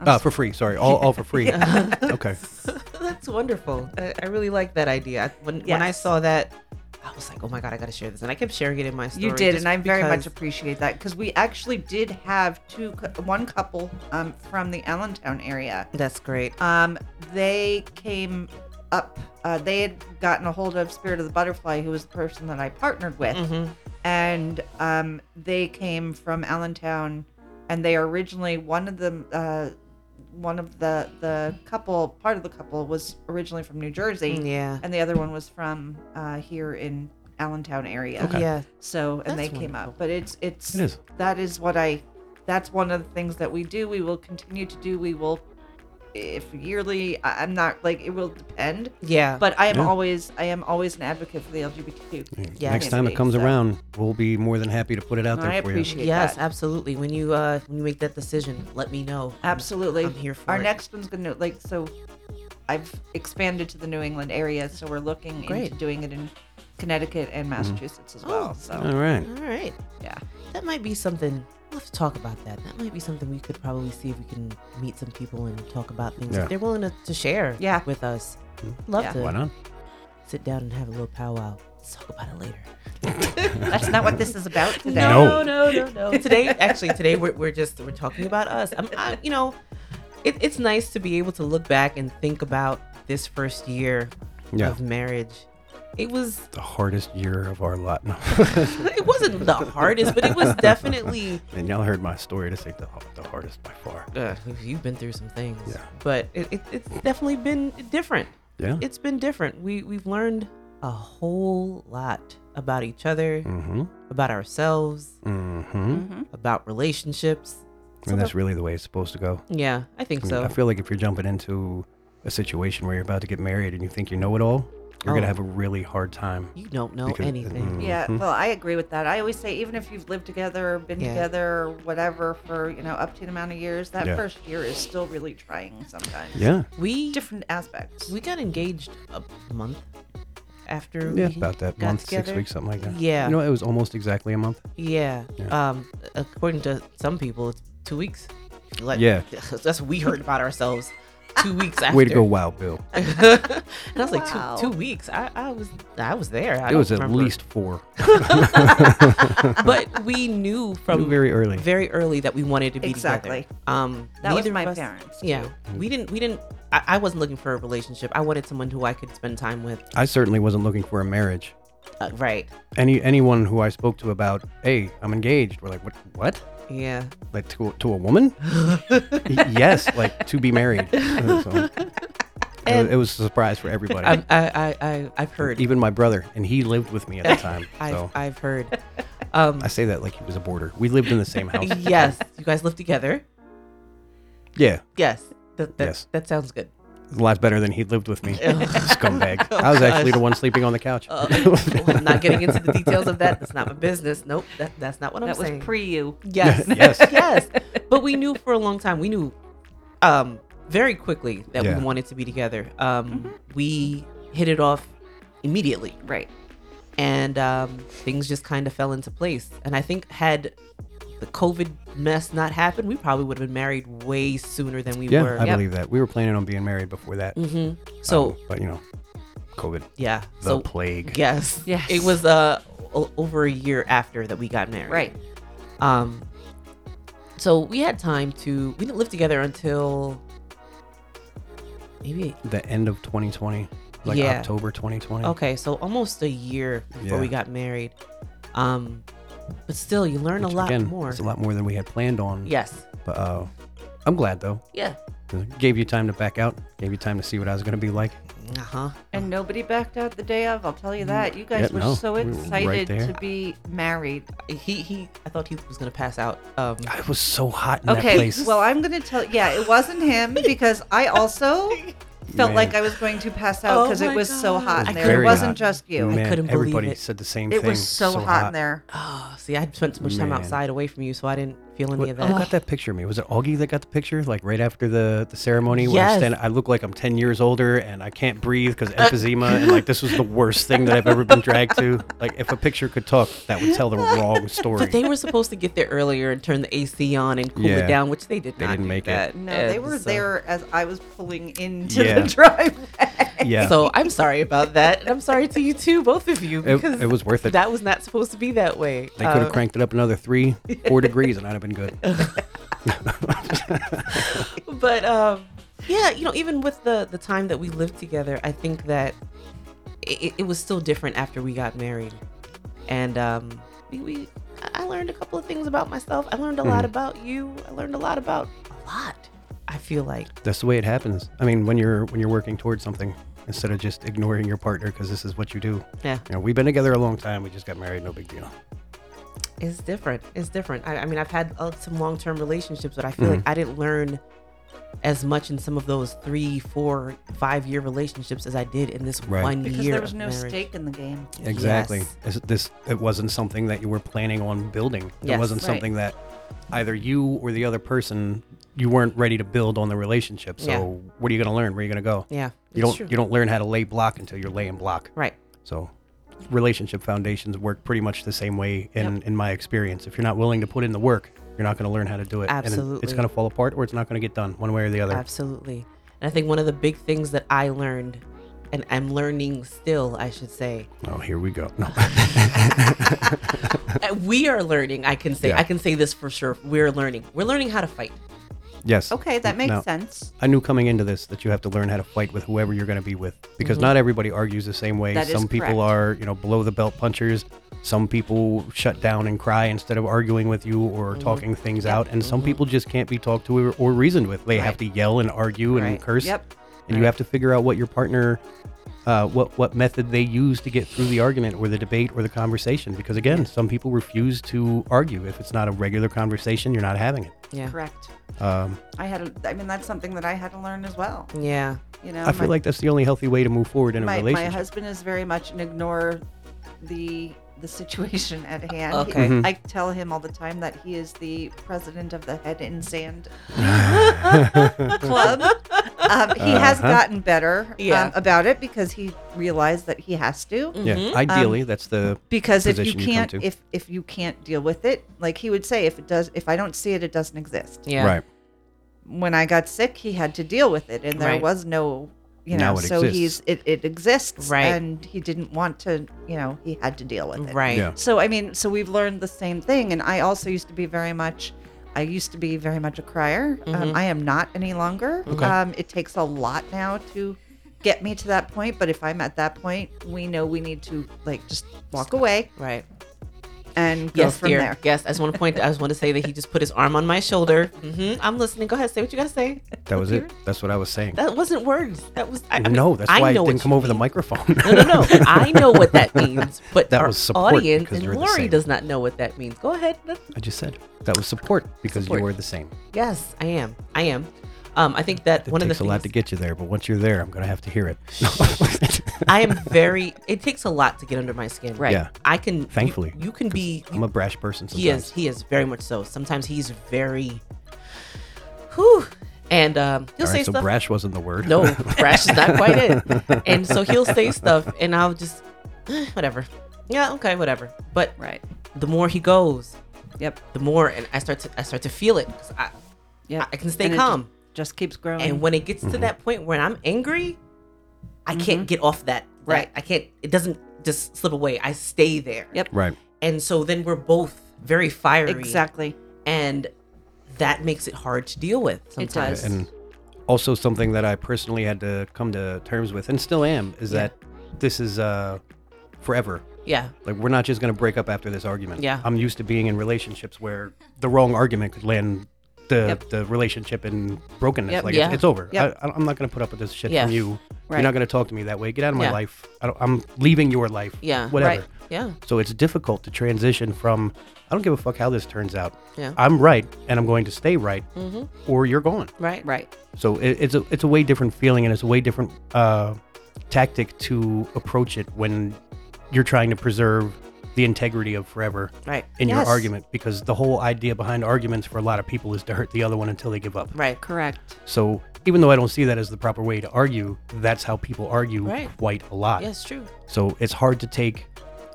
Speaker 3: I'm
Speaker 2: Uh,
Speaker 3: s-
Speaker 2: for free. Sorry. All, all for free. Okay.
Speaker 1: that's wonderful. I, I really like that idea. I, when when I
Speaker 3: Yes.
Speaker 1: saw that, I was like, oh my god, I got to share this, and I kept sharing it in my story.
Speaker 3: you did,
Speaker 1: just
Speaker 3: and I very much
Speaker 1: because-
Speaker 3: appreciate that because we actually did have two, cou- one couple um, from the Allentown area.
Speaker 1: That's great.
Speaker 3: Um, they came up. Uh, they had gotten a hold of Spirit of the Butterfly, who was the person that I partnered
Speaker 2: Mm-hmm.
Speaker 3: with,
Speaker 1: Mhm.
Speaker 3: and um, they came from Allentown, and they originally one of the uh, one of the the couple part of the couple was originally from New Jersey,
Speaker 1: Mm, Yeah.
Speaker 3: and the other one was from uh, here in Allentown area.
Speaker 2: Okay.
Speaker 1: Yeah.
Speaker 3: So and
Speaker 1: That's
Speaker 3: they came
Speaker 1: wonderful.
Speaker 3: up, but it's it's
Speaker 2: It is.
Speaker 3: that is what I that's one of the things that we do. We will continue to do. We will if yearly. I, I'm not like it will depend,
Speaker 1: Yeah.
Speaker 3: but I am
Speaker 2: Yeah.
Speaker 3: always I am always an advocate for the LGBTQ.
Speaker 1: Yeah.
Speaker 2: Next time it comes
Speaker 3: So-
Speaker 2: around, we'll be more than happy to put it out there
Speaker 3: I
Speaker 2: for
Speaker 3: appreciate
Speaker 1: yes,
Speaker 3: that.
Speaker 1: absolutely. When you uh when you make that decision, let me know. I'm-
Speaker 3: Absolutely.
Speaker 1: I'm here for
Speaker 3: Our
Speaker 1: it.
Speaker 3: next one's gonna like so. I've expanded to the New England area, so we're looking into
Speaker 1: Great. Mm-hmm.
Speaker 3: doing it in Connecticut and Massachusetts as well.
Speaker 1: Oh.
Speaker 3: So
Speaker 2: you. All right.
Speaker 1: All right.
Speaker 3: yeah,
Speaker 1: That might be something. We'll have to talk about that. That might be something we could probably see if we can meet some people and talk about things
Speaker 2: Yeah. Hmm.
Speaker 1: if they're willing to, to share
Speaker 3: Yeah.
Speaker 1: with us. Love
Speaker 3: Yeah.
Speaker 1: to
Speaker 2: Why not?
Speaker 1: sit down and have a little powwow. Let's talk about it later.
Speaker 3: that's not what this is about today.
Speaker 1: No,
Speaker 2: No.
Speaker 1: no, no, no. Today, actually, today we're, we're just we're talking about us. I'm, I, you know, it, it's nice to be able to look back and think about this first year
Speaker 2: Yeah.
Speaker 1: of marriage. It was
Speaker 2: The hardest year of our lot. No.
Speaker 1: it wasn't the hardest, but it was definitely.
Speaker 2: and y'all heard my story. This ain't the, har- the hardest by far.
Speaker 1: Uh, you've been through some things,
Speaker 2: Yeah.
Speaker 1: but it, it, it's definitely been different.
Speaker 2: Yeah.
Speaker 1: It's been different. We we've learned a whole lot about each other,
Speaker 2: Mm-hmm.
Speaker 1: about ourselves,
Speaker 2: Mm-hmm.
Speaker 1: about relationships.
Speaker 2: And that's really the way it's supposed to go.
Speaker 1: Yeah, I think
Speaker 2: I mean,
Speaker 1: so.
Speaker 2: I feel like if you're jumping into a situation where you're about to get married and you think you know it all, you're
Speaker 1: Oh.
Speaker 2: gonna have a really hard time.
Speaker 1: you don't know
Speaker 2: Because-
Speaker 1: anything.
Speaker 2: mm.
Speaker 3: Yeah,
Speaker 2: Mhm.
Speaker 3: well, I agree with that. I always say, even if you've lived together, been
Speaker 1: Mm-hmm. Yeah.
Speaker 3: together, or whatever, for you know up to an amount of years, that
Speaker 2: Yeah.
Speaker 3: first year is still really trying sometimes.
Speaker 2: Yeah.
Speaker 1: We
Speaker 3: different aspects.
Speaker 1: we got engaged a month after
Speaker 2: Yeah.
Speaker 1: we
Speaker 2: About that
Speaker 1: got
Speaker 2: month,
Speaker 1: together.
Speaker 2: six weeks, something like that.
Speaker 1: Yeah.
Speaker 2: You know, it was almost exactly a month.
Speaker 1: Yeah.
Speaker 2: Yeah.
Speaker 1: Um, according to some people, it's two weeks. Like,
Speaker 2: Yeah.
Speaker 1: That's what we heard about ourselves. Two weeks after.
Speaker 2: Way to go, Wild Bill.
Speaker 1: and I was like,
Speaker 3: Wow.
Speaker 1: two, two weeks. I, I was I was there. I
Speaker 2: It was
Speaker 1: don't
Speaker 2: at
Speaker 1: remember.
Speaker 2: least four.
Speaker 1: But we knew from
Speaker 2: very early.
Speaker 1: very early that we wanted to be
Speaker 3: Exactly.
Speaker 1: together. Um,
Speaker 3: that was
Speaker 1: neither of
Speaker 3: my
Speaker 1: us-
Speaker 3: parents.
Speaker 1: Yeah.
Speaker 3: too.
Speaker 1: We didn't. We didn't. I, I wasn't looking for a relationship. I wanted someone who I could spend time with.
Speaker 2: I certainly wasn't looking for a marriage.
Speaker 1: Uh, right.
Speaker 2: Any anyone who I spoke to about, hey, I'm engaged, were like, what? What?
Speaker 1: Yeah.
Speaker 2: Like to to a woman? Y- yes, like to be married. So,
Speaker 1: And-
Speaker 2: it, was a surprise for everybody,
Speaker 1: I, I, I, I, I've heard.
Speaker 2: even my brother, and he lived with me at the time.
Speaker 1: I've,
Speaker 2: so
Speaker 1: I've heard. Um,
Speaker 2: I say that like he was a boarder. We lived in the same house.
Speaker 1: yes, you guys live together.
Speaker 2: yeah,
Speaker 1: Yes, that, that,
Speaker 2: Yes.
Speaker 1: that sounds good.
Speaker 2: a lot better than he lived with me.
Speaker 1: Ugh.
Speaker 2: Scumbag.
Speaker 1: Oh,
Speaker 2: I was actually
Speaker 1: gosh.
Speaker 2: the one sleeping on the couch.
Speaker 3: Um,
Speaker 1: Uh, I'm not getting into the details of that. That's not my business. Nope, that, that's not what I'm
Speaker 3: that was
Speaker 1: saying.
Speaker 3: pre you.
Speaker 1: yes,
Speaker 2: Yes.
Speaker 1: yes. But we knew for a long time. We knew um, very quickly that
Speaker 2: Yeah.
Speaker 1: we wanted to be together. Um,
Speaker 3: Mm-hmm.
Speaker 1: We hit it off immediately,
Speaker 3: Right.
Speaker 1: and um, things just kind of fell into place. And I think had the COVID mess not happened, we probably would have been married way sooner than we
Speaker 2: yeah,
Speaker 1: were.
Speaker 2: I
Speaker 3: Yep.
Speaker 2: believe that. We were planning on being married before that.
Speaker 1: hmm So
Speaker 2: Um, but you know, COVID,
Speaker 1: yeah,
Speaker 2: the
Speaker 1: so
Speaker 2: plague.
Speaker 1: yes,
Speaker 3: Yes.
Speaker 1: it was uh, o- over a year after that we got married.
Speaker 3: Right.
Speaker 1: Um, so we had time to. We didn't live together until maybe
Speaker 2: The end of 2020, like
Speaker 1: Yeah.
Speaker 2: October 2020.
Speaker 1: okay, so almost a year before
Speaker 2: Yeah.
Speaker 1: we got married. Um, but still, you learn
Speaker 2: Which,
Speaker 1: a lot
Speaker 2: again,
Speaker 1: more.
Speaker 2: It's a lot more than we had planned on.
Speaker 1: Yes.
Speaker 2: But uh, I'm glad though.
Speaker 1: Yeah.
Speaker 2: Gave you time to back out. Gave you time to see what I was going to be like.
Speaker 1: Uh huh.
Speaker 3: And nobody backed out the day of. I'll tell
Speaker 1: Mm.
Speaker 3: you that. You guys
Speaker 2: Yeah,
Speaker 3: were
Speaker 2: no,
Speaker 3: so
Speaker 2: we were right
Speaker 3: excited
Speaker 2: there.
Speaker 3: to be married.
Speaker 1: He he. I thought he was gonna pass out. Um.
Speaker 2: I was so hot in that
Speaker 3: Okay.
Speaker 2: place.
Speaker 3: Well, I'm gonna tell. Yeah, it wasn't him because I also felt
Speaker 2: Man.
Speaker 3: like I was going to pass out
Speaker 1: Oh
Speaker 3: because
Speaker 1: my
Speaker 3: it was so
Speaker 1: God.
Speaker 3: hot
Speaker 1: It was
Speaker 3: in there. It
Speaker 1: very
Speaker 3: wasn't
Speaker 2: hot.
Speaker 3: just you.
Speaker 2: Man,
Speaker 1: couldn't believe
Speaker 2: everybody
Speaker 1: it.
Speaker 2: said the same
Speaker 3: It
Speaker 2: thing.
Speaker 3: was so, hot, in there.
Speaker 1: Oh, see, I had spent so much time
Speaker 2: Ah. Man.
Speaker 1: outside away from you, so I didn't feel any
Speaker 2: What-
Speaker 1: of
Speaker 2: who
Speaker 1: that.
Speaker 2: got that picture of me? Was it Augie that got the picture? Like right after the, the ceremony, where
Speaker 1: Yes.
Speaker 2: I'm standing, I look like I'm 10 years older and I can't breathe because emphysema. and like, this was the worst thing that I've ever been dragged to. Like, if a picture could talk, that would tell the wrong story.
Speaker 1: But they were supposed to get there earlier and turn the AC on and cool it
Speaker 2: Yeah.
Speaker 1: down, which they did
Speaker 2: They
Speaker 1: not
Speaker 2: didn't
Speaker 1: do
Speaker 2: make it.
Speaker 1: that.
Speaker 3: No, they
Speaker 1: And
Speaker 3: were
Speaker 1: so-
Speaker 3: there as I was pulling into
Speaker 2: Yeah.
Speaker 3: the driveway.
Speaker 2: yeah.
Speaker 1: So I'm sorry about that, and I'm sorry to you too, both of you,
Speaker 2: it,
Speaker 1: because
Speaker 2: it was worth it.
Speaker 1: that was not supposed to be that way.
Speaker 2: they could
Speaker 1: Uh,
Speaker 2: have cranked it up another three, four degrees and I'd have been good.
Speaker 1: but um, yeah, you know, even with the the time that we lived together, I think that it, it was still different after we got married, and um, we, we I learned a couple of things about myself. I
Speaker 2: Hmm.
Speaker 1: learned a lot about you. I learned a lot about a lot. I feel like
Speaker 2: That's the way it happens. I mean, when you're when you're working towards something, instead of just ignoring your partner because this is what you do.
Speaker 1: yeah,
Speaker 2: You know, we've been together a long time. We just got married. No big deal.
Speaker 1: it's different. It's different. I, I mean, I've had uh, some long term relationships, but I feel
Speaker 2: Mm-hmm.
Speaker 1: like I didn't learn as much in some of those three, four, five year relationships as I did in this
Speaker 2: Right.
Speaker 1: one
Speaker 3: Because
Speaker 1: year.
Speaker 3: there was
Speaker 1: of
Speaker 3: no
Speaker 1: marriage.
Speaker 3: stake in the game.
Speaker 2: Exactly.
Speaker 1: Yes.
Speaker 2: This, this it wasn't something that you were planning on building.
Speaker 1: Yes.
Speaker 2: It wasn't
Speaker 3: Right.
Speaker 2: something that either you or the other person you weren't ready to build on the relationship. So
Speaker 1: Yeah.
Speaker 2: what are you going to learn? Where are you going to go?
Speaker 1: Yeah, it's
Speaker 2: You don't
Speaker 1: true.
Speaker 2: you don't learn how to lay block until you're laying block.
Speaker 1: right.
Speaker 2: So relationship foundations work pretty much the same way in in my experience. If you're not willing to put in the work, you're not going to learn how to do it. And
Speaker 1: Absolutely.
Speaker 2: it's going to fall apart or it's not going to get done one way or the other.
Speaker 1: Absolutely. And I think one of the big things that I learned, and I'm learning still, I should say,
Speaker 2: Oh, here we go. No.
Speaker 1: uh, we are learning. I can say,
Speaker 2: Yeah.
Speaker 1: I can say this for sure. We're learning. We're learning how to fight.
Speaker 2: yes.
Speaker 3: Okay, that makes
Speaker 2: No.
Speaker 3: sense.
Speaker 2: I knew coming into this that you have to learn how to fight with whoever you're going to be with because not everybody argues the same way.
Speaker 3: Mm-hmm. That is
Speaker 2: some people
Speaker 3: correct.
Speaker 2: are, you know, below the belt punchers. Some people shut down and cry instead of arguing with you or
Speaker 3: Mm-hmm.
Speaker 2: talking things out. And some people just can't be talked to or, or reasoned with. They have
Speaker 3: Right.
Speaker 2: to yell and argue
Speaker 1: Right.
Speaker 2: and curse.
Speaker 3: Yep.
Speaker 2: And you have to figure out what your partner, uh, what what method they use to get through the argument or the debate or the conversation. Because again, some people refuse to argue if it's not a regular conversation. You're not having it.
Speaker 1: Yeah.
Speaker 3: Correct.
Speaker 2: Um,
Speaker 3: I had. A, I mean, that's something that I had to learn as well.
Speaker 1: Yeah.
Speaker 3: You know,
Speaker 2: I feel like that's the only healthy way to move forward in a
Speaker 3: my, my
Speaker 2: relationship.
Speaker 3: husband is very much an ignore the the situation at hand.
Speaker 1: Okay.
Speaker 2: Mm-hmm.
Speaker 3: I tell him all the time that he is the president of the Head in Sand Club. Um, he has
Speaker 2: Uh-huh.
Speaker 3: gotten better
Speaker 1: Yeah. Mm.
Speaker 3: um, about it because he realized that he has to.
Speaker 2: Yeah,
Speaker 1: Mm-hmm.
Speaker 2: ideally,
Speaker 1: Um,
Speaker 2: that's the
Speaker 3: Because if you
Speaker 2: Position you come
Speaker 3: can't,
Speaker 2: to.
Speaker 3: if if you can't deal with it, like he would say, if it does, if I don't see it, it doesn't exist.
Speaker 1: Yeah.
Speaker 2: right.
Speaker 3: when I got sick, he had to deal with it, and there
Speaker 1: Right.
Speaker 3: was no, you know,
Speaker 2: Now it
Speaker 3: so
Speaker 2: exists.
Speaker 3: he's it, it exists,
Speaker 1: Right.
Speaker 3: And he didn't want to, you know, he had to deal with it,
Speaker 1: Right.
Speaker 2: Yeah.
Speaker 3: So I mean, so we've learned the same thing, and I also used to be very much. I used to be very much a crier. Um,
Speaker 1: Mm-hmm.
Speaker 3: I am not any longer. Um, it takes a lot now to get me to that point, but if I'm at that point, we know we need to like just walk away
Speaker 1: Right.
Speaker 3: and go
Speaker 1: yes,
Speaker 3: from
Speaker 1: dear.
Speaker 3: there.
Speaker 1: Yes, I just want to point. I just want to say that he just put his arm on my shoulder. hmm
Speaker 3: Mm-hmm.
Speaker 1: I'm listening. Go ahead, say what you gotta say.
Speaker 2: That was it. That's what I was saying.
Speaker 1: That wasn't words. That was I, I mean,
Speaker 2: no, that's
Speaker 1: I
Speaker 2: why it
Speaker 1: know
Speaker 2: didn't
Speaker 1: what
Speaker 2: come
Speaker 1: you
Speaker 2: over the
Speaker 1: mean.
Speaker 2: microphone.
Speaker 1: No, no, no. I know what that means, but
Speaker 2: That
Speaker 1: our
Speaker 2: was support
Speaker 1: audience
Speaker 2: because
Speaker 1: and
Speaker 2: we're the
Speaker 1: Lori
Speaker 2: same.
Speaker 1: does not know what that means. Go ahead. Let's-
Speaker 2: I just said that was support because
Speaker 1: Support.
Speaker 2: you were the same.
Speaker 1: Yes, I am. I am. Um, I think that
Speaker 2: It
Speaker 1: one of the
Speaker 2: takes a
Speaker 1: things
Speaker 2: lot to get you there, but once you're there, I'm gonna have to hear it.
Speaker 1: I am very. It takes a lot to get under my skin.
Speaker 4: Right.
Speaker 2: Yeah.
Speaker 1: I can. you-
Speaker 2: Thankfully,
Speaker 1: you, can
Speaker 2: 'cause
Speaker 1: be.
Speaker 2: I'm a brash person. Sometimes.
Speaker 1: he is. He is very much so. Sometimes he's very. Whew. And um, he'll
Speaker 2: All
Speaker 1: say
Speaker 2: right, so
Speaker 1: stuff.
Speaker 2: brash wasn't the word.
Speaker 1: No, brash is not quite it. And so he'll say stuff, and I'll just "Eh, whatever. Yeah, okay, whatever. But
Speaker 4: Right.
Speaker 1: the more he goes,
Speaker 4: Yep.
Speaker 1: the more, and I start to I start to feel it. 'cause I,
Speaker 4: Yep.
Speaker 1: I can stay
Speaker 4: And it
Speaker 1: calm.
Speaker 4: Just keeps growing.
Speaker 1: and when it gets
Speaker 4: Mm-hmm.
Speaker 1: to that point where I'm angry, I can't get off that.
Speaker 4: Right.
Speaker 1: I can't. It doesn't just slip away. I stay there.
Speaker 4: Yep.
Speaker 2: Right.
Speaker 1: And so then we're both very fiery.
Speaker 3: Exactly.
Speaker 1: And that makes it hard to deal with.
Speaker 4: It
Speaker 1: Sometimes.
Speaker 4: does.
Speaker 2: And also something that I personally had to come to terms with, and still am, is
Speaker 1: Yeah.
Speaker 2: that this is uh, forever.
Speaker 1: Yeah.
Speaker 2: Like we're not just gonna break up after this argument.
Speaker 1: Yeah.
Speaker 2: I'm used to being in relationships where the wrong argument could land the
Speaker 4: Yep.
Speaker 2: the relationship in brokenness.
Speaker 4: Yep.
Speaker 2: Like
Speaker 1: Yeah.
Speaker 2: it's, it's over.
Speaker 4: Yep.
Speaker 2: I, I'm not gonna put up with this shit
Speaker 1: Yeah.
Speaker 2: from you.
Speaker 4: right.
Speaker 2: You're not gonna talk to me that way. Get out of my
Speaker 1: Yeah.
Speaker 2: life. I don't, I'm leaving your life.
Speaker 1: Yeah.
Speaker 2: Whatever.
Speaker 4: Right.
Speaker 1: Yeah.
Speaker 2: So it's difficult to transition from I don't give a fuck how this turns out.
Speaker 1: Yeah.
Speaker 2: I'm right and I'm going to stay right,
Speaker 1: Mm-hmm.
Speaker 2: or you're gone.
Speaker 1: Right.
Speaker 4: right.
Speaker 2: So it, it's a it's a way different feeling and it's a way different uh, tactic to approach it when you're trying to preserve the integrity of forever
Speaker 1: Right.
Speaker 2: in your
Speaker 4: Yes.
Speaker 2: argument because the whole idea behind arguments for a lot of people is to hurt the other one until they give up.
Speaker 1: Right.
Speaker 4: Correct.
Speaker 2: So even though I don't see that as the proper way to argue, that's how people argue
Speaker 1: Right.
Speaker 2: quite a lot.
Speaker 1: Yes. True.
Speaker 2: So it's hard to take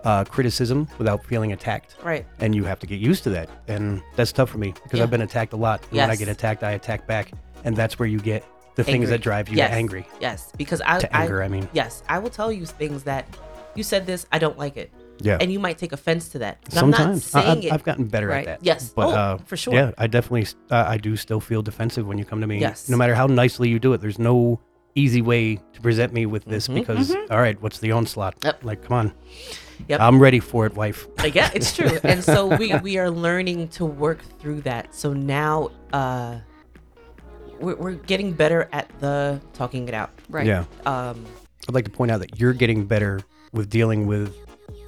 Speaker 2: uh, criticism without feeling attacked.
Speaker 1: Right.
Speaker 2: And you have to get used to that. And that's tough for me because
Speaker 1: Yeah.
Speaker 2: I've been attacked a lot. And when I
Speaker 1: Yes.
Speaker 2: get attacked, I attack back. And that's where you get the
Speaker 1: Angry.
Speaker 2: things that drive you
Speaker 1: Yes.
Speaker 2: to angry.
Speaker 1: Yes. Because I.
Speaker 2: To
Speaker 1: I
Speaker 2: anger, I mean.
Speaker 1: yes. I will tell you things that you said this. I don't like it.
Speaker 2: Yeah.
Speaker 1: And you might take offense to that. And I'm not
Speaker 2: Sometimes I,
Speaker 1: saying
Speaker 2: I've,
Speaker 1: it.
Speaker 2: I've gotten better
Speaker 4: Right.
Speaker 2: at that.
Speaker 1: Yes.
Speaker 2: But
Speaker 1: Oh,
Speaker 2: uh,
Speaker 1: for sure.
Speaker 2: Yeah, I definitely, uh, I do still feel defensive when you come to me.
Speaker 1: Yes.
Speaker 2: No matter how nicely you do it, there's no easy way to present me with this
Speaker 1: Mhm.
Speaker 2: because, all right, what's the onslaught?
Speaker 1: Yep.
Speaker 2: Like, come on.
Speaker 1: Yep.
Speaker 2: I'm ready for it, wife.
Speaker 1: Like, yeah, it's true. And so we we are learning to work through that. So now uh, we're we're getting better at the talking it out.
Speaker 4: Right.
Speaker 2: Yeah.
Speaker 1: Um,
Speaker 2: I'd like to point out that you're getting better with dealing with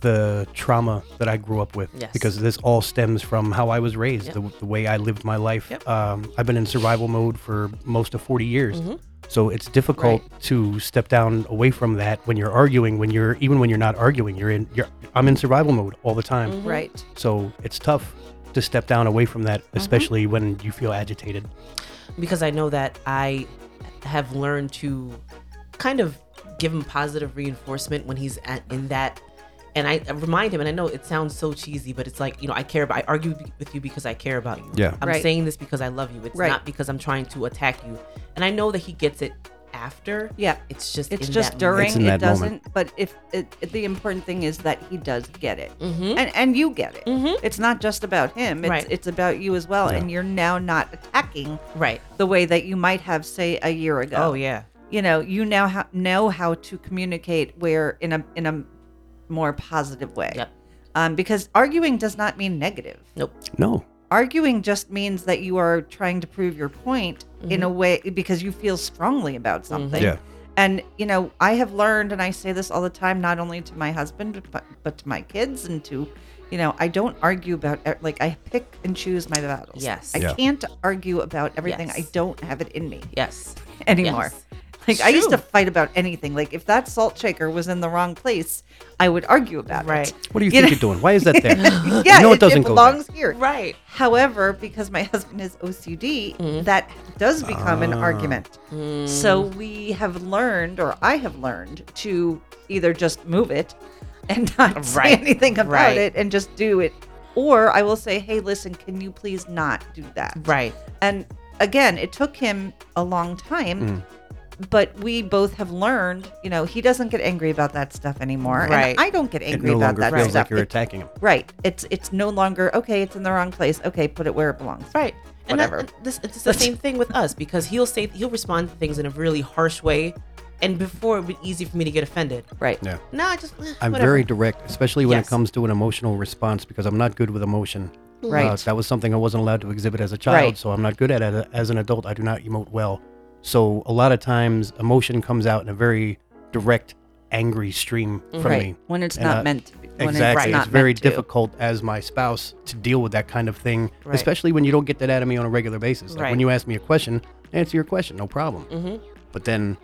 Speaker 2: the trauma that I grew up with
Speaker 1: Yes.
Speaker 2: because this all stems from how I was raised,
Speaker 1: Yep.
Speaker 2: the, the way I lived my life.
Speaker 1: Yep.
Speaker 2: Um, I've been in survival mode for most of 40 years.
Speaker 1: Mhm.
Speaker 2: So it's difficult to step down away from that when you're arguing, when you're even when you're not arguing, you're in you're I'm in survival mode all the time.
Speaker 3: Mm-hmm.
Speaker 1: Mhm.
Speaker 4: Right.
Speaker 2: So it's tough to step down away from that, especially when you feel agitated.
Speaker 1: because I know that I have learned to kind of give him positive reinforcement when he's at, in that. And I I remind him, and I know it sounds so cheesy, but it's like you know I care about. I argue be- with you because I care about you.
Speaker 2: Yeah.
Speaker 1: I'm
Speaker 4: Right.
Speaker 1: saying this because I love you. It's
Speaker 4: Right.
Speaker 1: not because I'm trying to attack you. And I know that he gets it after.
Speaker 3: Yeah.
Speaker 1: It's just
Speaker 3: It's
Speaker 1: in
Speaker 3: just
Speaker 1: that
Speaker 3: during.
Speaker 2: It's in
Speaker 3: it
Speaker 2: that
Speaker 3: doesn't.
Speaker 2: moment.
Speaker 3: But if it, it- the important thing is that he does get it,
Speaker 1: Mm-hmm.
Speaker 3: and and you get it.
Speaker 1: Mhm.
Speaker 3: It's not just about him. It's
Speaker 1: Right.
Speaker 3: it's about you as well.
Speaker 2: Yeah.
Speaker 3: And you're now not attacking
Speaker 1: Right.
Speaker 3: the way that you might have, say, a year ago.
Speaker 1: Oh yeah.
Speaker 3: you know you now ha- know how to communicate where in a in a more positive way
Speaker 1: Yep.
Speaker 3: um, because arguing does not mean negative
Speaker 1: Nope.
Speaker 2: No.
Speaker 3: arguing just means that you are trying to prove your point in a
Speaker 1: Mm-hmm.
Speaker 3: way because you feel strongly about something
Speaker 2: Yeah.
Speaker 3: and you know i have learned and i say this all the time not only to my husband but, but to my kids and to you know i don't argue about e- like i pick and choose my battles
Speaker 1: Yes.
Speaker 3: i
Speaker 2: Yeah.
Speaker 3: can't argue about everything
Speaker 1: Yes.
Speaker 3: i don't have it in me
Speaker 1: Yes.
Speaker 3: anymore
Speaker 1: Yes.
Speaker 3: like I used to
Speaker 1: True.
Speaker 3: fight about anything. Like if that salt shaker was in the wrong place, I would argue about
Speaker 1: Right.
Speaker 2: What do you
Speaker 3: You
Speaker 2: think
Speaker 3: know-
Speaker 2: you're doing? Why is that there?
Speaker 3: it. Yeah,
Speaker 2: You know it
Speaker 3: it,
Speaker 2: doesn't
Speaker 3: it
Speaker 2: go there.
Speaker 3: belongs here.
Speaker 1: Right.
Speaker 3: However, because my husband is OCD,
Speaker 1: Mhm.
Speaker 3: that does become an
Speaker 2: Ah.
Speaker 3: argument.
Speaker 1: Mm.
Speaker 3: So we have learned, or I have learned, to either just move it and not say
Speaker 1: Right.
Speaker 3: anything about
Speaker 1: Right.
Speaker 3: it and just do it, or I will say, "Hey, listen, can you please not do that?"
Speaker 1: Right.
Speaker 3: And again, it took him a long time,
Speaker 2: Mm.
Speaker 3: but we both have learned, you know, he doesn't get angry about that stuff anymore. and
Speaker 1: Right.
Speaker 3: I don't get
Speaker 2: it
Speaker 3: angry
Speaker 2: no
Speaker 3: about
Speaker 2: longer
Speaker 3: that
Speaker 2: feels
Speaker 3: stuff.
Speaker 2: like you're
Speaker 3: It-
Speaker 2: attacking him.
Speaker 3: right. It's it's no longer okay, it's in the wrong place. Okay, put it where it belongs.
Speaker 1: Right. And that-
Speaker 3: Whatever.
Speaker 1: and this, it's the same thing with us because he'll say he'll respond to things in a really harsh way, and before it would be easy for me to get offended.
Speaker 4: Right.
Speaker 2: Yeah.
Speaker 1: Now I just eh,
Speaker 2: I'm
Speaker 1: whatever.
Speaker 2: very direct, especially when
Speaker 1: Yes.
Speaker 2: it comes to an emotional response because I'm not good with emotion.
Speaker 3: Right.
Speaker 2: Uh, that was something I wasn't allowed to exhibit as a child,
Speaker 4: Right.
Speaker 2: so I'm not good at it as an adult. I do not emote well. So a lot of times emotion comes out in a very direct, angry stream from
Speaker 4: right.
Speaker 2: me.
Speaker 4: When it's
Speaker 2: And,
Speaker 4: not
Speaker 2: uh,
Speaker 4: meant to be. When
Speaker 2: Exactly.
Speaker 4: It's, not
Speaker 2: It's very
Speaker 4: meant to.
Speaker 2: difficult as my spouse to deal with that kind of thing,
Speaker 1: Right.
Speaker 2: especially when you don't get that out of me on a regular basis. Like
Speaker 1: Right.
Speaker 2: when you ask me a question, I answer your question, no problem.
Speaker 1: Mhm.
Speaker 2: But then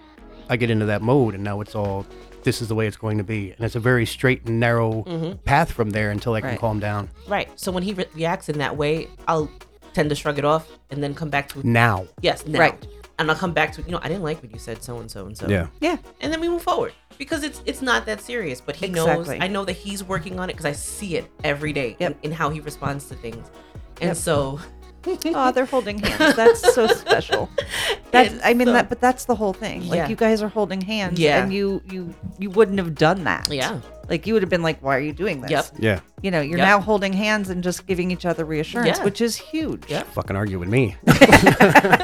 Speaker 2: I get into that mode, and now it's all this is the way it's going to be, and it's a very straight and narrow path from there until I can
Speaker 4: Right.
Speaker 2: calm down.
Speaker 1: Right. So when he re- reacts in that way, I'll tend to shrug it off and then come back to
Speaker 2: Now,
Speaker 1: yes, now.
Speaker 4: Right.
Speaker 1: And I'll come back to you know I didn't like what you said, so and so and so.
Speaker 2: yeah,
Speaker 4: Yeah.
Speaker 1: And then we move forward because it's it's not that serious. But he
Speaker 3: Exactly.
Speaker 1: knows I know that he's working on it because I see it every day
Speaker 3: Yep.
Speaker 1: in, in how he responds to things. And
Speaker 3: Yep.
Speaker 1: so
Speaker 3: oh, they're holding hands. That's so special. That's
Speaker 1: And
Speaker 3: I mean
Speaker 1: so-
Speaker 3: that but that's the whole thing. Like
Speaker 1: Yeah.
Speaker 3: you guys are holding hands
Speaker 1: Yeah.
Speaker 3: and you you you wouldn't have done that.
Speaker 1: Yeah.
Speaker 3: Like you would have been like why are you doing this?
Speaker 1: Yep.
Speaker 2: yeah.
Speaker 3: You know, you're
Speaker 1: Yep.
Speaker 3: now holding hands and just giving each other reassurance,
Speaker 1: Yeah.
Speaker 3: which is huge.
Speaker 1: Yep.
Speaker 2: Fucking argue with me.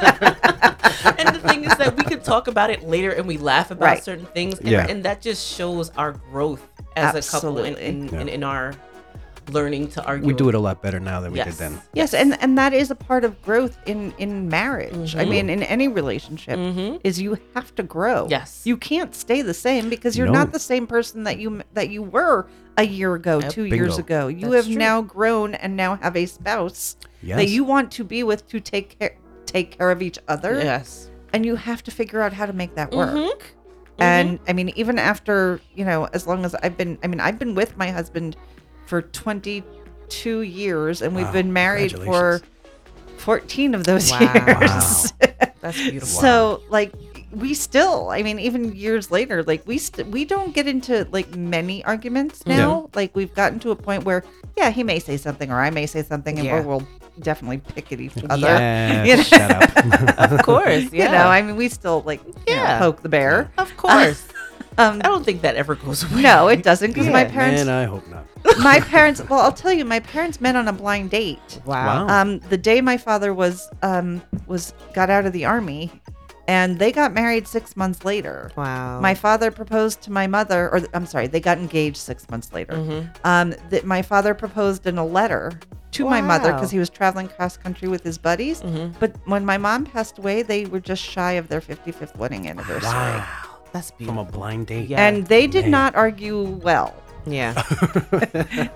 Speaker 1: and the thing is that we could talk about it later and we laugh about
Speaker 3: Right.
Speaker 1: certain things and,
Speaker 2: Yeah.
Speaker 1: and that just shows our growth as a couple
Speaker 3: Absolutely.
Speaker 1: and in,
Speaker 2: Yeah.
Speaker 1: in, in our learning to argue
Speaker 2: we do it a lot better now than we
Speaker 1: yes.
Speaker 2: did then.
Speaker 3: Yes, and and that is a part of growth in in marriage.
Speaker 4: Mm-hmm.
Speaker 3: I
Speaker 1: Mhm.
Speaker 3: mean, in any relationship,
Speaker 1: Mhm.
Speaker 3: is you have to grow.
Speaker 1: Yes.
Speaker 3: you can't stay the same because you're
Speaker 2: No.
Speaker 3: not the same person that you that you were a year ago,
Speaker 1: Yep.
Speaker 3: two
Speaker 2: Bingo.
Speaker 3: years ago. You
Speaker 1: That's
Speaker 3: have
Speaker 1: true.
Speaker 3: now grown and now have a spouse
Speaker 2: Yes.
Speaker 3: that you want to be with to take care take care of each other,
Speaker 1: yes
Speaker 3: and you have to figure out how to make that work.
Speaker 1: Mhm.
Speaker 3: And I mean, even after you know, as long as I've been, I mean, I've been with my husband for 22 years, and we've
Speaker 2: Wow,
Speaker 3: been married for
Speaker 2: congratulations.
Speaker 3: 14 of those
Speaker 1: Wow.
Speaker 3: years.
Speaker 1: that's beautiful
Speaker 3: so, like, we still, I mean, even years later, like we st- we don't get into like many arguments
Speaker 1: Yeah.
Speaker 3: now. Like we've gotten to a point where, yeah, he may say something or I may say something, and
Speaker 1: Yeah.
Speaker 3: we'll, we'll definitely pick at each other.
Speaker 2: Yeah,
Speaker 3: You know?
Speaker 2: shut up.
Speaker 1: of course yeah
Speaker 3: You know, I mean, we still like yeah.
Speaker 1: Yeah.
Speaker 3: poke the bear.
Speaker 1: of course
Speaker 3: Um,
Speaker 1: i don't think that ever goes away
Speaker 3: no, it doesn't because my
Speaker 1: Yeah. uh,
Speaker 3: parents
Speaker 2: Man, I hope not.
Speaker 3: my parents well i'll tell you my parents met on a blind date
Speaker 1: wow,
Speaker 2: Wow.
Speaker 3: um the day my father was um was got out of the army and they got married six months later
Speaker 1: wow.
Speaker 3: my father proposed to my mother or i'm sorry they got engaged six months later
Speaker 1: Mhm.
Speaker 3: um that my father proposed in a letter to my mother
Speaker 1: Wow.
Speaker 3: because he was traveling cross country with his buddies
Speaker 1: Mhm.
Speaker 3: but when my mom passed away they were just shy of their 55th wedding anniversary
Speaker 2: Wow.
Speaker 1: that's
Speaker 2: From a
Speaker 1: beautiful
Speaker 2: blind date.
Speaker 1: Yeah.
Speaker 3: and they did
Speaker 2: Man.
Speaker 3: not argue well
Speaker 1: yeah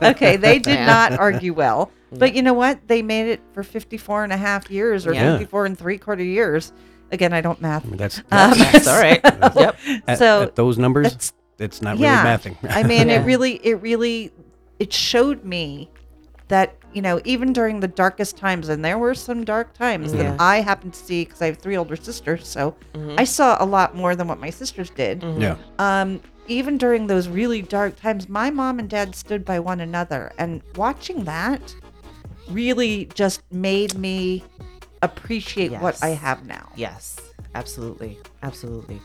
Speaker 3: okay they did
Speaker 1: Yeah.
Speaker 3: not argue well but you know what they made it for 54 and a half years or
Speaker 1: Yeah.
Speaker 3: 54 and three quarter years again i don't math
Speaker 2: I mean, that's
Speaker 3: Um,
Speaker 1: that's all right yep
Speaker 2: at,
Speaker 3: so
Speaker 2: at those numbers,
Speaker 3: that's-
Speaker 2: it's not
Speaker 3: yeah.
Speaker 2: really mathing.
Speaker 3: i mean
Speaker 1: Yeah.
Speaker 3: it really it really it showed me that you know even during the darkest times and there were some dark times
Speaker 1: Yeah.
Speaker 3: that i happened to see because i have three older sisters so
Speaker 1: Mhm.
Speaker 3: i saw a lot more than what my sisters did
Speaker 1: Mhm.
Speaker 2: yeah.
Speaker 3: um, even during those really dark times, my mom and dad stood by one another. And watching that really just made me appreciate what
Speaker 1: Yes.
Speaker 3: I have now.
Speaker 1: yes absolutely absolutely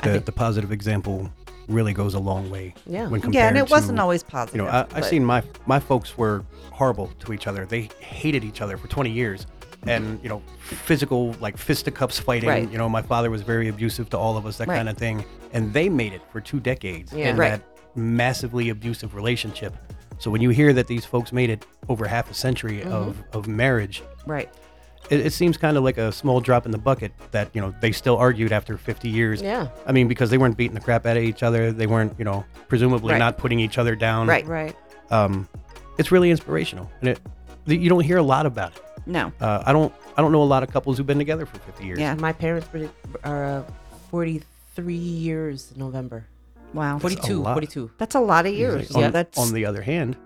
Speaker 1: I
Speaker 2: The,
Speaker 1: think-
Speaker 2: the positive example really goes a long way.
Speaker 1: Yeah.
Speaker 2: When compared
Speaker 3: Yeah, and it
Speaker 2: to,
Speaker 3: wasn't always positive.
Speaker 2: You know, I, I've
Speaker 3: but-
Speaker 2: seen my my folks were horrible to each other. They hated each other for 20 years, and you know, physical like fisticuffs fighting.
Speaker 3: Right.
Speaker 2: You know, my father was very abusive to all of us, that
Speaker 3: Right.
Speaker 2: kind of thing. And they made it for two decades
Speaker 1: Yeah.
Speaker 2: in
Speaker 3: Right.
Speaker 2: that massively abusive relationship. So when you hear that these folks made it over half a century
Speaker 3: Mm-hmm.
Speaker 2: of, of marriage,
Speaker 3: right.
Speaker 2: it, it seems kind of like a small drop in the bucket that you know they still argued after 50 years
Speaker 1: Yeah.
Speaker 2: i mean because they weren't beating the crap out of each other they weren't you know presumably
Speaker 3: Right.
Speaker 2: not putting each other down
Speaker 3: Right.
Speaker 1: right
Speaker 2: um it's really inspirational and it th- you don't hear a lot about it
Speaker 3: No.
Speaker 2: uh, i don't i don't know a lot of couples who've been together for 50 years
Speaker 3: Yeah.
Speaker 1: my parents were- are uh, 43 years in november
Speaker 3: Wow.
Speaker 1: 42
Speaker 2: lot.
Speaker 1: 42
Speaker 3: That's a lot of
Speaker 2: Usually.
Speaker 3: years.
Speaker 2: on,
Speaker 3: yeah, that's
Speaker 2: on the other hand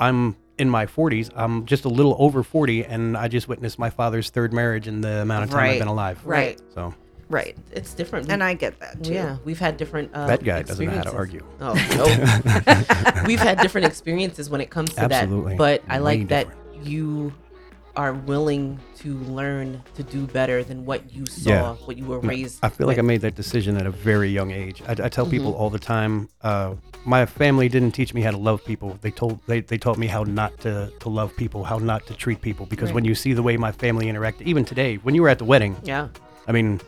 Speaker 2: i'm in my 40s i'm just a little over 40 and i just witnessed my father's third marriage in the amount of time
Speaker 1: Right.
Speaker 2: i've been alive
Speaker 3: Right.
Speaker 2: so
Speaker 3: right.
Speaker 1: it's different
Speaker 3: And I get that too.
Speaker 1: yeah we've had different uh,
Speaker 2: that guy doesn't know how to
Speaker 1: experiences.
Speaker 2: argue
Speaker 1: oh no we've had different experiences when it comes to
Speaker 2: Absolutely.
Speaker 1: that but i
Speaker 2: Way
Speaker 1: like that you are willing to learn to do better than what you saw
Speaker 2: Yeah.
Speaker 1: what you were
Speaker 2: No,
Speaker 1: raised
Speaker 2: I feel like I
Speaker 1: with. Mm-hmm.
Speaker 2: made that decision at a very young age. I, I tell people all the time, uh, my family didn't teach me how to love people. They told they, they taught me how not to, to love people, how not to treat people. Because when you see the way my family interact, even today, when you were at the wedding,
Speaker 1: yeah
Speaker 2: I mean,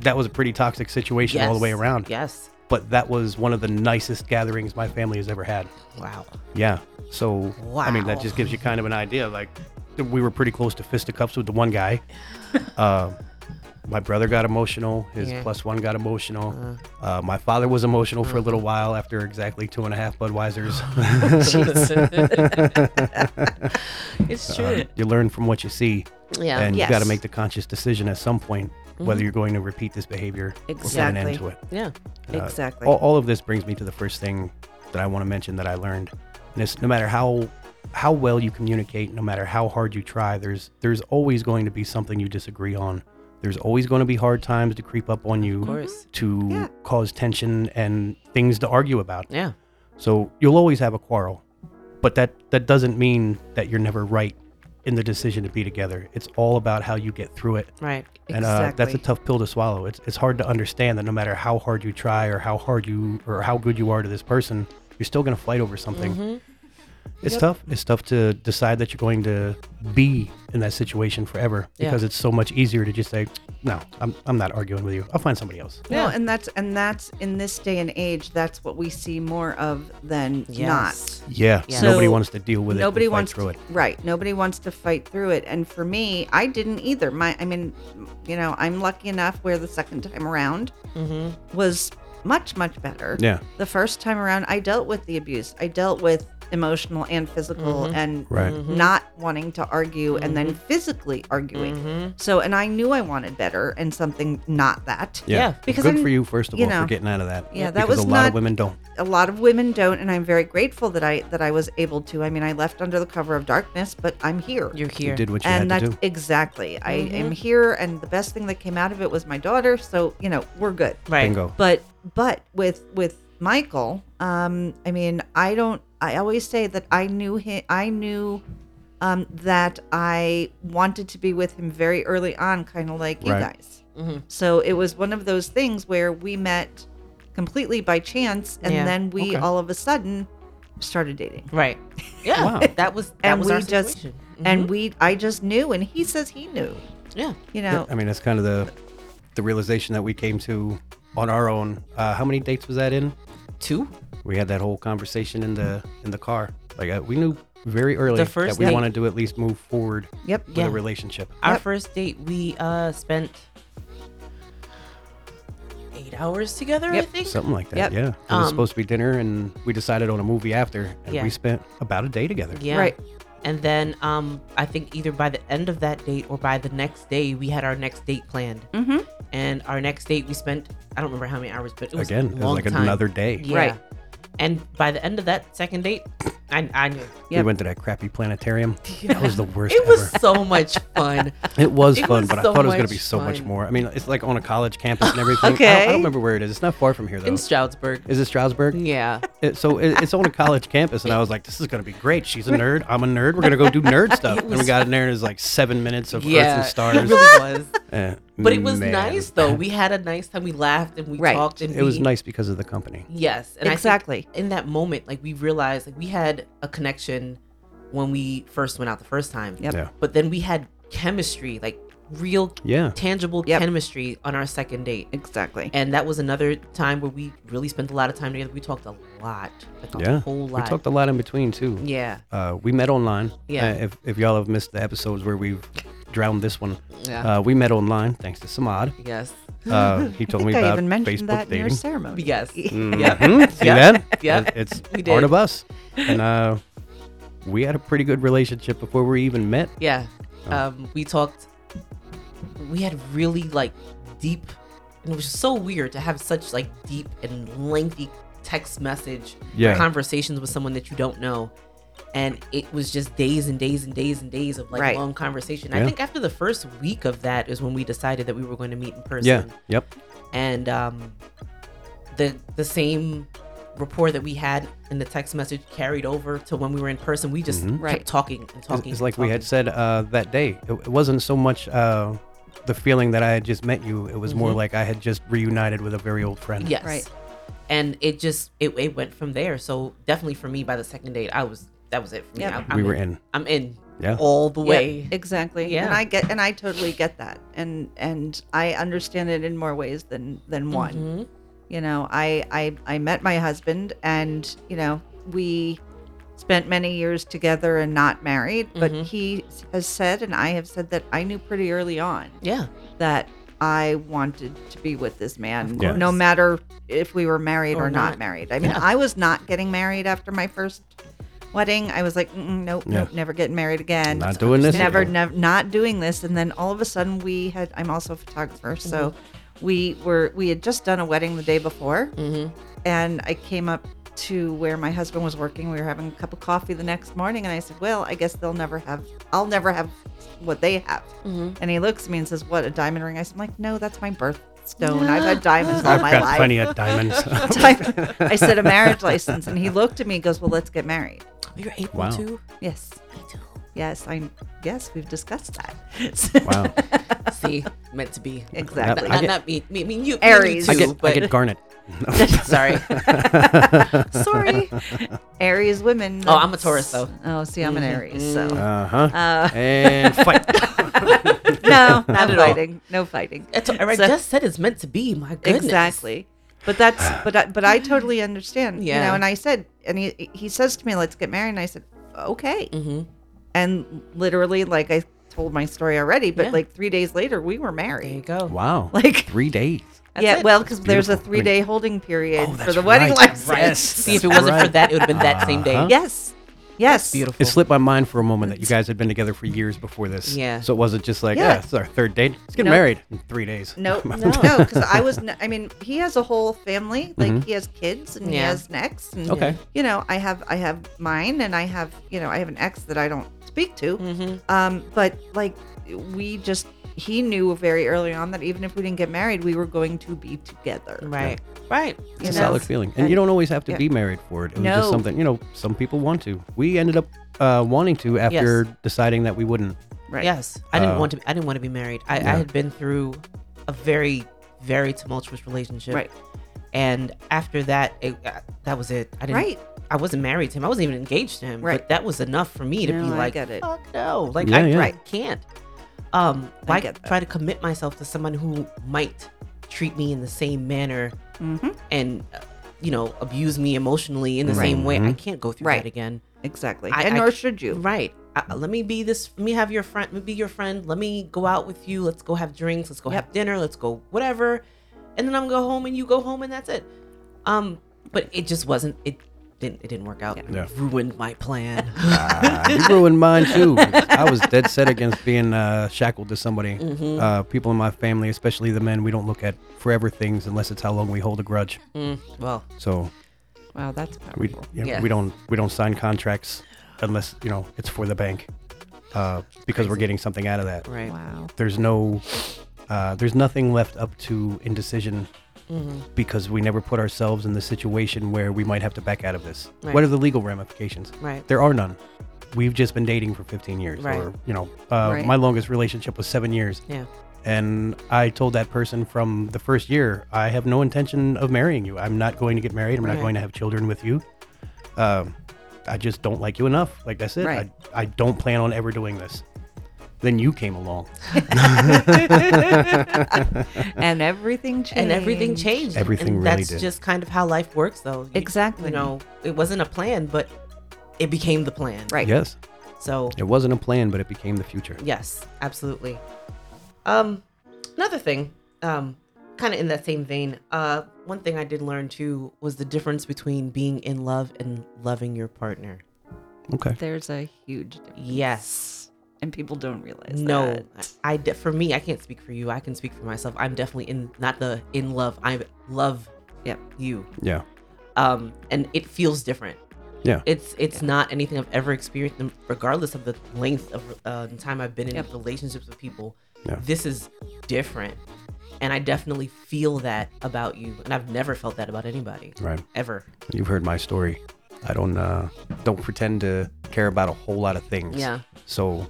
Speaker 2: that was a pretty toxic situation all the way
Speaker 1: Yes.
Speaker 2: around.
Speaker 1: Yes.
Speaker 2: But that was one of the nicest gatherings my family has ever had.
Speaker 1: Wow.
Speaker 2: Yeah. So I mean, that
Speaker 1: Wow.
Speaker 2: just gives you kind of an idea. Like, th- we were pretty close to fisticuffs with the one guy. uh, my brother got emotional. His
Speaker 1: Yeah. Uh-huh.
Speaker 2: plus one got emotional. Uh, my father was emotional for a little while after exactly two and a half Budweisers.
Speaker 1: it's true.
Speaker 2: Um, you learn from what you see,
Speaker 1: yeah. Mm-hmm.
Speaker 2: and you got to
Speaker 3: yes.
Speaker 2: make the conscious decision at some point whether you're going to repeat this behavior or put an
Speaker 3: Exactly.
Speaker 2: end to it.
Speaker 1: yeah.
Speaker 2: Uh,
Speaker 3: exactly.
Speaker 2: all, all of this brings me to the first thing that I want to mention that I learned. And it's no matter how how well you communicate, no matter how hard you try, there's there's always going to be something you disagree on. There's always going to be hard times to creep up on
Speaker 1: Of
Speaker 2: you
Speaker 1: course.
Speaker 2: to
Speaker 3: Yeah.
Speaker 2: cause tension and things to argue about.
Speaker 1: Yeah.
Speaker 2: So you'll always have a quarrel. But that that doesn't mean that you're never right in the decision to be together. It's all about how you get through it
Speaker 1: Right.
Speaker 2: and uh, that's a
Speaker 3: Exactly.
Speaker 2: tough pill to swallow. It's, it's hard to understand that no matter how hard you try or how hard you or how good you are to this person, you're still going to fight over something.
Speaker 3: Mm-hmm.
Speaker 2: It's tough. It's tough to decide that you're going to be in that situation forever
Speaker 1: Yeah.
Speaker 2: because it's so much easier to just say, no, I'm, I'm not arguing with you. I'll find somebody else.
Speaker 3: No,
Speaker 1: Yeah.
Speaker 3: and that's and that's in this day and age, that's what we see more of than
Speaker 1: Yes.
Speaker 3: not.
Speaker 2: Yeah.
Speaker 1: Yeah.
Speaker 2: Nobody
Speaker 3: So
Speaker 2: wants to deal with it. and
Speaker 3: nobody
Speaker 2: fight
Speaker 3: wants
Speaker 2: through
Speaker 3: to,
Speaker 2: it.
Speaker 3: right. Nobody wants to fight through it. And for me, I didn't either. My, I mean, you know, I'm lucky enough where the second time around was much much better.
Speaker 2: Yeah.
Speaker 3: The first time around, I dealt with the abuse. I dealt with emotional and physical and
Speaker 2: Right.
Speaker 3: not wanting to argue and then physically arguing. So, and I knew I wanted better and something not that.
Speaker 2: Yeah.
Speaker 1: Yeah.
Speaker 3: Because
Speaker 2: Good
Speaker 3: I'm-
Speaker 2: for you, first of
Speaker 3: you
Speaker 2: all,
Speaker 3: know.
Speaker 2: for getting out of that.
Speaker 3: Yeah, that
Speaker 2: because
Speaker 3: was
Speaker 2: a lot of
Speaker 3: not-
Speaker 2: women don't.
Speaker 3: a lot of women don't and i'm very grateful that i that i was able to i mean i left under the cover of darkness but i'm here
Speaker 1: You're here.
Speaker 2: You did what you
Speaker 3: and
Speaker 2: had
Speaker 3: that's
Speaker 2: to do.
Speaker 3: exactly i
Speaker 1: Mm-hmm.
Speaker 3: am here and the best thing that came out of it was my daughter so you know we're good
Speaker 1: Right.
Speaker 2: Bingo.
Speaker 3: but but with with michael um i mean i don't i always say that i knew him i knew um that i wanted to be with him very early on kind of like you
Speaker 2: Right.
Speaker 3: guys
Speaker 1: Mm-hmm.
Speaker 3: so it was one of those things where we met completely by chance and
Speaker 1: Yeah.
Speaker 3: then we
Speaker 2: Okay.
Speaker 3: all of a sudden started dating
Speaker 1: Right. Yeah.
Speaker 2: Wow.
Speaker 1: That was that
Speaker 3: and
Speaker 1: was
Speaker 3: we
Speaker 1: our
Speaker 3: just
Speaker 1: situation. Mm-hmm.
Speaker 3: and we i just knew and he says he knew
Speaker 1: yeah.
Speaker 3: you
Speaker 2: Yeah,
Speaker 3: know
Speaker 2: I mean, that's kind of the the realization that we came to on our own. Uh, how many dates was that in?
Speaker 1: Two.
Speaker 2: We had that whole conversation in the in the car. Like uh, we knew very early
Speaker 1: The first
Speaker 2: that we
Speaker 1: date.
Speaker 2: wanted to at least move forward
Speaker 3: yep
Speaker 2: with
Speaker 1: Yeah.
Speaker 2: a relationship.
Speaker 1: Our
Speaker 3: Yep.
Speaker 1: first date, we uh spent eight hours together. I
Speaker 3: Yep.
Speaker 1: think.
Speaker 2: Something like that.
Speaker 3: Yep.
Speaker 2: Yeah. It
Speaker 1: Um,
Speaker 2: was supposed to be dinner, and we decided on a movie after, and
Speaker 1: Yeah.
Speaker 2: we spent about a day together.
Speaker 1: yeah.
Speaker 3: right
Speaker 1: And then um I think either by the end of that date or by the next day we had our next date planned.
Speaker 3: mm-hmm
Speaker 1: And our next date we spent I don't remember how many hours, but it was
Speaker 2: Again,
Speaker 1: a
Speaker 2: it was
Speaker 1: long
Speaker 2: like
Speaker 1: time.
Speaker 2: another day.
Speaker 1: yeah.
Speaker 3: Right.
Speaker 1: And by the end of that second date, I I knew
Speaker 2: We
Speaker 3: Yep.
Speaker 2: went to that crappy planetarium. That was the worst
Speaker 1: it was
Speaker 2: ever.
Speaker 1: so much fun.
Speaker 2: It was
Speaker 1: It
Speaker 2: fun,
Speaker 1: was
Speaker 2: but I
Speaker 1: so
Speaker 2: thought it was going
Speaker 1: much
Speaker 2: to be so much
Speaker 1: fun.
Speaker 2: more. I mean, it's like on a college campus and everything. I, don't, I
Speaker 3: Okay.
Speaker 2: don't remember where it is. It's not far from here, though.
Speaker 1: In Stroudsburg.
Speaker 2: is it Strasbourg?
Speaker 1: Yeah.
Speaker 2: It, so it, it's on a college campus, and I was like, "This is gonna be great." She's a nerd. I'm a nerd. We're gonna go do nerd stuff. and we
Speaker 1: was-
Speaker 2: got in there, and it was like seven minutes of Earth
Speaker 1: yeah.
Speaker 2: and stars.
Speaker 1: It really was.
Speaker 2: Eh,
Speaker 1: But it was
Speaker 2: man.
Speaker 1: nice though. We had a nice time. We laughed and we
Speaker 3: Right.
Speaker 1: talked and
Speaker 2: It was
Speaker 1: we-
Speaker 2: nice because of the company.
Speaker 1: Yes, and I think
Speaker 3: Exactly.
Speaker 1: in that moment, like we realized, like we had a connection when we first went out the first time.
Speaker 3: Yep.
Speaker 2: Yeah,
Speaker 1: But then we had chemistry, like real,
Speaker 2: yeah.
Speaker 1: tangible
Speaker 3: Yep.
Speaker 1: chemistry on our second date,
Speaker 3: exactly
Speaker 1: and that was another time where we really spent a lot of time together. We talked a lot, like a
Speaker 2: Yeah.
Speaker 1: whole
Speaker 2: We
Speaker 1: lot.
Speaker 2: talked a lot in between too.
Speaker 1: yeah,
Speaker 2: Uh, we met online.
Speaker 1: Yeah.
Speaker 2: Uh, if, if y'all have missed the episodes where we've drowned this one,
Speaker 1: Yeah.
Speaker 2: uh, we met online thanks to Samad.
Speaker 1: yes,
Speaker 2: Uh, he
Speaker 3: i
Speaker 2: told
Speaker 3: think
Speaker 2: me
Speaker 3: i
Speaker 2: about
Speaker 3: even mentioned
Speaker 2: Facebook
Speaker 3: that in your
Speaker 2: dating. Mm.
Speaker 3: ceremony
Speaker 1: yes,
Speaker 2: Yeah,
Speaker 1: yeah,
Speaker 2: Mm-hmm. See that?
Speaker 1: Yep.
Speaker 2: It- It's
Speaker 1: We
Speaker 2: part
Speaker 1: did.
Speaker 2: of us. And uh, we had a pretty good relationship before we even met.
Speaker 1: yeah.
Speaker 2: Oh.
Speaker 1: Um, we talked. We had really like deep, and it was so weird to have such like deep and lengthy text message
Speaker 2: Yeah.
Speaker 1: conversations with someone that you don't know and it was just days and days and days and days of like
Speaker 3: Right.
Speaker 1: long conversation i
Speaker 2: Yeah.
Speaker 1: think after the first week of that is when we decided that we were going to meet in person
Speaker 2: Yeah. Yep.
Speaker 1: and um the the same rapport that we had in the text message carried over to when we were in person we just
Speaker 2: Mhm.
Speaker 1: kept
Speaker 3: Right.
Speaker 1: talking and
Speaker 2: It's-
Speaker 1: talking
Speaker 2: It's
Speaker 1: and
Speaker 2: like we had
Speaker 1: talking.
Speaker 2: said uh, that day. It, it wasn't so much uh, the feeling that I had just met you. It was more like I had just reunited with a very old friend.
Speaker 1: yes
Speaker 3: Right.
Speaker 1: and it just it, it went from there so definitely for me by the second date i was that was it for me
Speaker 3: Yep.
Speaker 1: I, I'm
Speaker 2: we
Speaker 1: in.
Speaker 2: were in.
Speaker 1: i'm in
Speaker 2: Yeah.
Speaker 1: all the
Speaker 3: Yep,
Speaker 1: way.
Speaker 3: exactly
Speaker 1: Yeah.
Speaker 3: and i get and i totally get that and and i understand it in more ways than than one
Speaker 1: Mhm.
Speaker 3: you know I, I i met my husband and you know we spent many years together and not married but
Speaker 1: Mhm.
Speaker 3: he has said and i have said that i knew pretty early on
Speaker 1: Yeah.
Speaker 3: that i wanted to be with this man
Speaker 1: Of
Speaker 2: Yeah.
Speaker 3: no
Speaker 1: course.
Speaker 3: matter if we were married or,
Speaker 1: Or
Speaker 3: not.
Speaker 1: not.
Speaker 3: married i mean
Speaker 1: Yeah.
Speaker 3: i was not getting married after my first wedding i was like "Mm-mm, nope
Speaker 2: Yeah.
Speaker 3: nope never getting married again
Speaker 2: not doing this.
Speaker 3: never,
Speaker 2: again.
Speaker 3: never not doing this and then all of a sudden we had i'm also a photographer so we were we had just done a wedding the day before
Speaker 1: hmm
Speaker 3: and i came up to where my husband was working we were having a cup of coffee the next morning and i said well i guess they'll never have i'll never have what they have
Speaker 1: hmm
Speaker 3: and he looks at me and says what a diamond ring i said am like no that's my birthstone i've had diamonds all
Speaker 2: I've
Speaker 3: my
Speaker 2: got
Speaker 3: life
Speaker 2: plenty of diamonds.
Speaker 3: Diamond- i said a marriage license and he looked at me and goes well let's get married
Speaker 1: You're April
Speaker 2: Wow.
Speaker 1: too.
Speaker 3: yes
Speaker 1: Me too.
Speaker 3: yes i'm yes we've discussed that
Speaker 2: wow.
Speaker 1: See, meant to be.
Speaker 3: Exactly.
Speaker 1: Not, not,
Speaker 2: I get-
Speaker 1: not me. Me. I mean, you. Aries.
Speaker 3: Aries.
Speaker 2: I
Speaker 1: Me, you
Speaker 2: get,
Speaker 1: too,
Speaker 2: I
Speaker 1: but
Speaker 2: get garnet.
Speaker 1: sorry.
Speaker 3: Sorry. Aries women.
Speaker 1: Oh, I'm a Taurus, though.
Speaker 3: Oh, see, I'm an
Speaker 1: Mhm.
Speaker 3: Aries, so.
Speaker 2: Uh huh.
Speaker 3: Uh,
Speaker 2: And fight.
Speaker 3: no, not
Speaker 1: Not at all.
Speaker 3: fighting. No fighting.
Speaker 1: That's what- I
Speaker 3: So-
Speaker 1: just said it's meant to be. My goodness.
Speaker 3: Exactly. But that's but I, but I totally understand. You
Speaker 1: Yeah.
Speaker 3: know, and I said and he he says to me, "Let's get married." And I said, "Okay."
Speaker 1: hmm
Speaker 3: And literally like I told my story already, but
Speaker 1: Yeah.
Speaker 3: like 3 days later we were
Speaker 1: There you
Speaker 3: married.
Speaker 1: go.
Speaker 2: Wow.
Speaker 3: Like
Speaker 2: Three days.
Speaker 1: That's
Speaker 3: yeah,
Speaker 1: it.
Speaker 3: well, because there's a
Speaker 2: beautiful. I mean-
Speaker 3: three day holding period
Speaker 2: Oh,
Speaker 3: for
Speaker 2: that's
Speaker 3: the wedding
Speaker 2: right.
Speaker 3: license.
Speaker 1: Right. See, if it wasn't for
Speaker 2: Right.
Speaker 1: that, it would have been that same day.
Speaker 2: Uh-huh.
Speaker 3: Yes. Yes.
Speaker 1: Beautiful.
Speaker 2: It slipped my mind for a moment that you guys had been together for years before this.
Speaker 1: Yeah.
Speaker 2: So it wasn't just like,
Speaker 3: Yeah.
Speaker 2: yeah, it's our third date. Let's get
Speaker 3: Nope.
Speaker 2: married in three days.
Speaker 3: No, no, no, because I was. n- I mean, he has a whole family. Like
Speaker 2: Mhm.
Speaker 3: he has kids, and he
Speaker 1: Mm-hmm. Yeah.
Speaker 3: has an ex. And,
Speaker 2: Okay.
Speaker 3: You know, I have I have mine, and I have you know I have an ex that I don't speak to.
Speaker 1: Mm-hmm.
Speaker 3: Um, but like we just he knew very early on that even if we didn't get married, we were going to be together.
Speaker 1: Right. Right.
Speaker 3: You
Speaker 2: It's a
Speaker 3: know?
Speaker 2: solid feeling. And,
Speaker 3: And-
Speaker 2: you don't always have to
Speaker 3: yeah.
Speaker 2: be married for it. It was
Speaker 3: No.
Speaker 2: just something, you know, some people want to. We ended up uh, wanting to after deciding that we wouldn't.
Speaker 3: Right.
Speaker 1: Yes, I didn't
Speaker 2: Uh,
Speaker 1: want to. I didn't want to be married. I,
Speaker 2: Yeah.
Speaker 1: I had been through a very, very tumultuous relationship,
Speaker 3: Right.
Speaker 1: and after that, it, uh, that was it. I didn't.
Speaker 3: Right.
Speaker 1: I wasn't married to him. I wasn't even engaged to him.
Speaker 3: Right.
Speaker 1: But that was enough for me to
Speaker 3: No,
Speaker 1: be
Speaker 3: I
Speaker 1: like,
Speaker 3: get it.
Speaker 1: fuck no, like
Speaker 2: Yeah,
Speaker 1: I,
Speaker 2: yeah.
Speaker 1: I can't. Um,
Speaker 3: I
Speaker 1: why
Speaker 3: get that.
Speaker 1: try to commit myself to someone who might treat me in the same manner
Speaker 3: hmm
Speaker 1: and, uh, you know, abuse me emotionally in the
Speaker 3: Right.
Speaker 1: same way? I
Speaker 2: Mhm.
Speaker 1: can't go through
Speaker 3: Right.
Speaker 1: that again.
Speaker 3: Exactly.
Speaker 1: I-
Speaker 3: and
Speaker 1: I-
Speaker 3: nor should you.
Speaker 1: Right. Uh, let me be this. Let me have your friend. Let me be your friend. Let me go out with you. Let's go have drinks. Let's go have dinner. Let's go whatever, and then I'm gonna go home and you go home and that's it. Um, but it just wasn't. It didn't. It didn't work out.
Speaker 2: Yeah.
Speaker 1: It ruined my plan.
Speaker 2: Ah, you ruined mine too. I was dead set against being uh, shackled to somebody.
Speaker 3: Mm-hmm.
Speaker 1: Mhm.
Speaker 2: Uh, people in my family, especially the men, we don't look at forever things unless it's how long we hold a grudge.
Speaker 3: Mm-hmm.
Speaker 1: Mm, well,
Speaker 2: So
Speaker 3: Wow, that's
Speaker 2: we
Speaker 3: powerful.
Speaker 2: you know,
Speaker 1: Yeah.
Speaker 2: we don't we don't sign contracts unless you know it's for the bank uh, because we're getting something out of that.
Speaker 1: right.
Speaker 3: Wow.
Speaker 2: There's no uh, there's nothing left up to indecision
Speaker 1: Mhm.
Speaker 2: because we never put ourselves in the situation where we might have to back out of this.
Speaker 1: Right.
Speaker 2: What are the legal ramifications?
Speaker 1: Right.
Speaker 2: There are none. We've just been dating for 15 years,
Speaker 1: Right.
Speaker 2: or you know, uh,
Speaker 3: Right.
Speaker 2: my longest relationship was seven years.
Speaker 1: Yeah.
Speaker 2: And I told that person from the first year, I have no intention of marrying you. I'm not going to get married. I'm
Speaker 1: Right.
Speaker 2: not going to have children with you. Um, I just don't like you enough. Like that's it.
Speaker 3: Right.
Speaker 2: I, I don't plan on ever doing this. Then you came along.
Speaker 3: And everything changed.
Speaker 1: And everything changed.
Speaker 2: Everything
Speaker 1: and
Speaker 2: really
Speaker 1: that's
Speaker 2: did.
Speaker 1: just kind of how life works, though. You-
Speaker 3: Exactly.
Speaker 1: You know, it wasn't a plan, but it became the plan.
Speaker 3: Right.
Speaker 2: Yes,
Speaker 1: So
Speaker 2: it wasn't a plan, but it became the future.
Speaker 1: Yes, absolutely. Um, another thing, um, kind of in that same vein, uh, one thing I did learn too was the difference between being in love and loving your partner.
Speaker 2: Okay.
Speaker 3: There's a huge difference.
Speaker 1: Yes.
Speaker 3: And people don't realize
Speaker 1: no,
Speaker 3: that.
Speaker 1: I I de- for me, I can't speak for you. I can speak for myself. I'm definitely in not the in love. I love
Speaker 3: Yep.
Speaker 1: you.
Speaker 2: Yeah.
Speaker 1: Um, and it feels different.
Speaker 2: Yeah.
Speaker 1: It's it's not anything I've ever experienced, and regardless of the length of uh, the time I've been in
Speaker 3: Yep.
Speaker 1: relationships with people.
Speaker 2: Yeah.
Speaker 1: This is different, and I definitely feel that about you, and I've never felt that about anybody
Speaker 2: Right.
Speaker 1: ever.
Speaker 2: You've heard my story. I don't uh, don't pretend to care about a whole lot of things.
Speaker 1: Yeah.
Speaker 2: So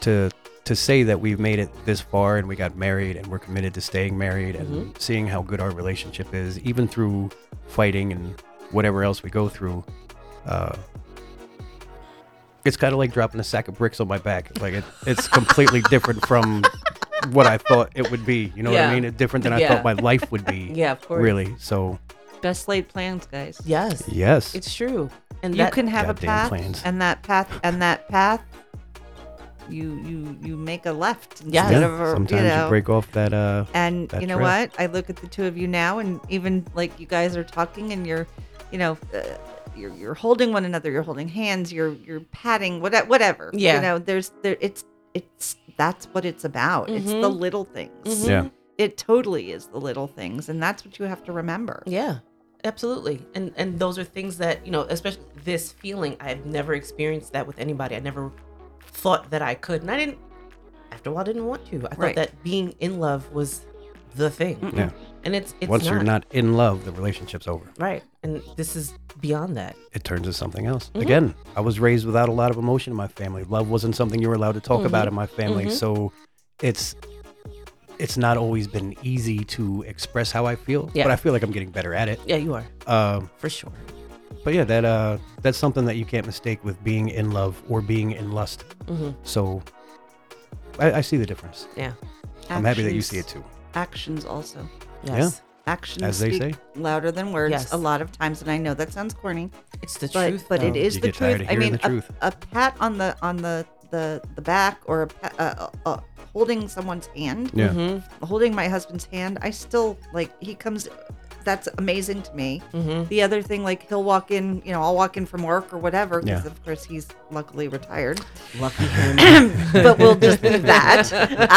Speaker 2: to to say that we've made it this far and we got married and we're committed to staying married
Speaker 1: Mm-hmm.
Speaker 2: and seeing how good our relationship is, even through fighting and whatever else we go through, uh, It's kind of like dropping a sack of bricks on my back. Like it, it's completely different from what I thought it would be. You know what
Speaker 1: Yeah.
Speaker 2: I mean? It's different than I
Speaker 1: Yeah.
Speaker 2: thought my life would be.
Speaker 1: Yeah, of course.
Speaker 2: Really. So
Speaker 4: Best laid plans, guys.
Speaker 1: Yes,
Speaker 2: yes.
Speaker 1: it's true. And
Speaker 3: you
Speaker 1: that,
Speaker 3: can have a
Speaker 2: Goddamn
Speaker 3: path
Speaker 2: planes.
Speaker 3: and that path and that path you you you make a left
Speaker 1: Yeah.
Speaker 3: instead of a
Speaker 2: Sometimes
Speaker 3: you
Speaker 2: you,
Speaker 3: know
Speaker 2: break off that. Uh,
Speaker 3: and
Speaker 2: that
Speaker 3: you know what i look at the two of you now and even like you guys are talking and you're you know uh, you're, you're holding one another you're holding hands you're you're patting whatever whatever
Speaker 1: Yeah.
Speaker 3: you know there's there it's it's that's what it's about it's the
Speaker 1: Mhm.
Speaker 3: little things
Speaker 1: Mhm.
Speaker 2: yeah.
Speaker 3: it totally is the little things and that's what you have to remember
Speaker 1: Yeah, absolutely. And and those are things that you know, especially this feeling. I've never experienced that with anybody. I never thought that I could, and I didn't. After a while, I didn't want to. I
Speaker 3: Right.
Speaker 1: thought that being in love was the thing.
Speaker 2: Yeah.
Speaker 1: And it's it's
Speaker 2: Once you're not in love, the relationship's over.
Speaker 1: right. And this is beyond that.
Speaker 2: it turns into something else.
Speaker 3: Mm-hmm.
Speaker 2: Again, I was raised without a lot of emotion in my family. Love wasn't something you were allowed to talk
Speaker 3: Mm-hmm.
Speaker 2: about in my family, so it's it's not always been easy to express how I feel.
Speaker 1: Yeah.
Speaker 2: But I feel like I'm getting better at it.
Speaker 1: Yeah, you are
Speaker 2: Um,
Speaker 1: for sure.
Speaker 2: but yeah, that uh, that's something that you can't mistake with being in love or being in lust.
Speaker 1: Mhm.
Speaker 2: So I, I see the difference.
Speaker 1: Yeah.
Speaker 2: I'm happy that you see it
Speaker 3: Actions-
Speaker 2: too.
Speaker 3: actions also
Speaker 1: Yes.
Speaker 3: actions
Speaker 2: As they
Speaker 3: speak
Speaker 2: say.
Speaker 3: louder than words
Speaker 1: Yes.
Speaker 3: a lot of times and i know that sounds corny
Speaker 1: It's the
Speaker 3: but
Speaker 1: truth.
Speaker 3: but it
Speaker 1: though.
Speaker 3: is
Speaker 2: You
Speaker 3: the
Speaker 2: get tired
Speaker 3: truth
Speaker 2: of
Speaker 3: i
Speaker 2: hearing
Speaker 3: mean
Speaker 2: the truth.
Speaker 3: A, a pat on the on the the, the back or a, pa- uh, uh, uh, holding someone's hand
Speaker 2: Yeah.
Speaker 1: Mhm.
Speaker 3: holding my husband's hand i still like he comes that's amazing to me
Speaker 1: Mhm.
Speaker 3: the other thing like he'll walk in you know i'll walk in from work or whatever because
Speaker 2: Yeah.
Speaker 3: of course he's luckily retired
Speaker 1: Lucky him.
Speaker 3: but we'll just leave that.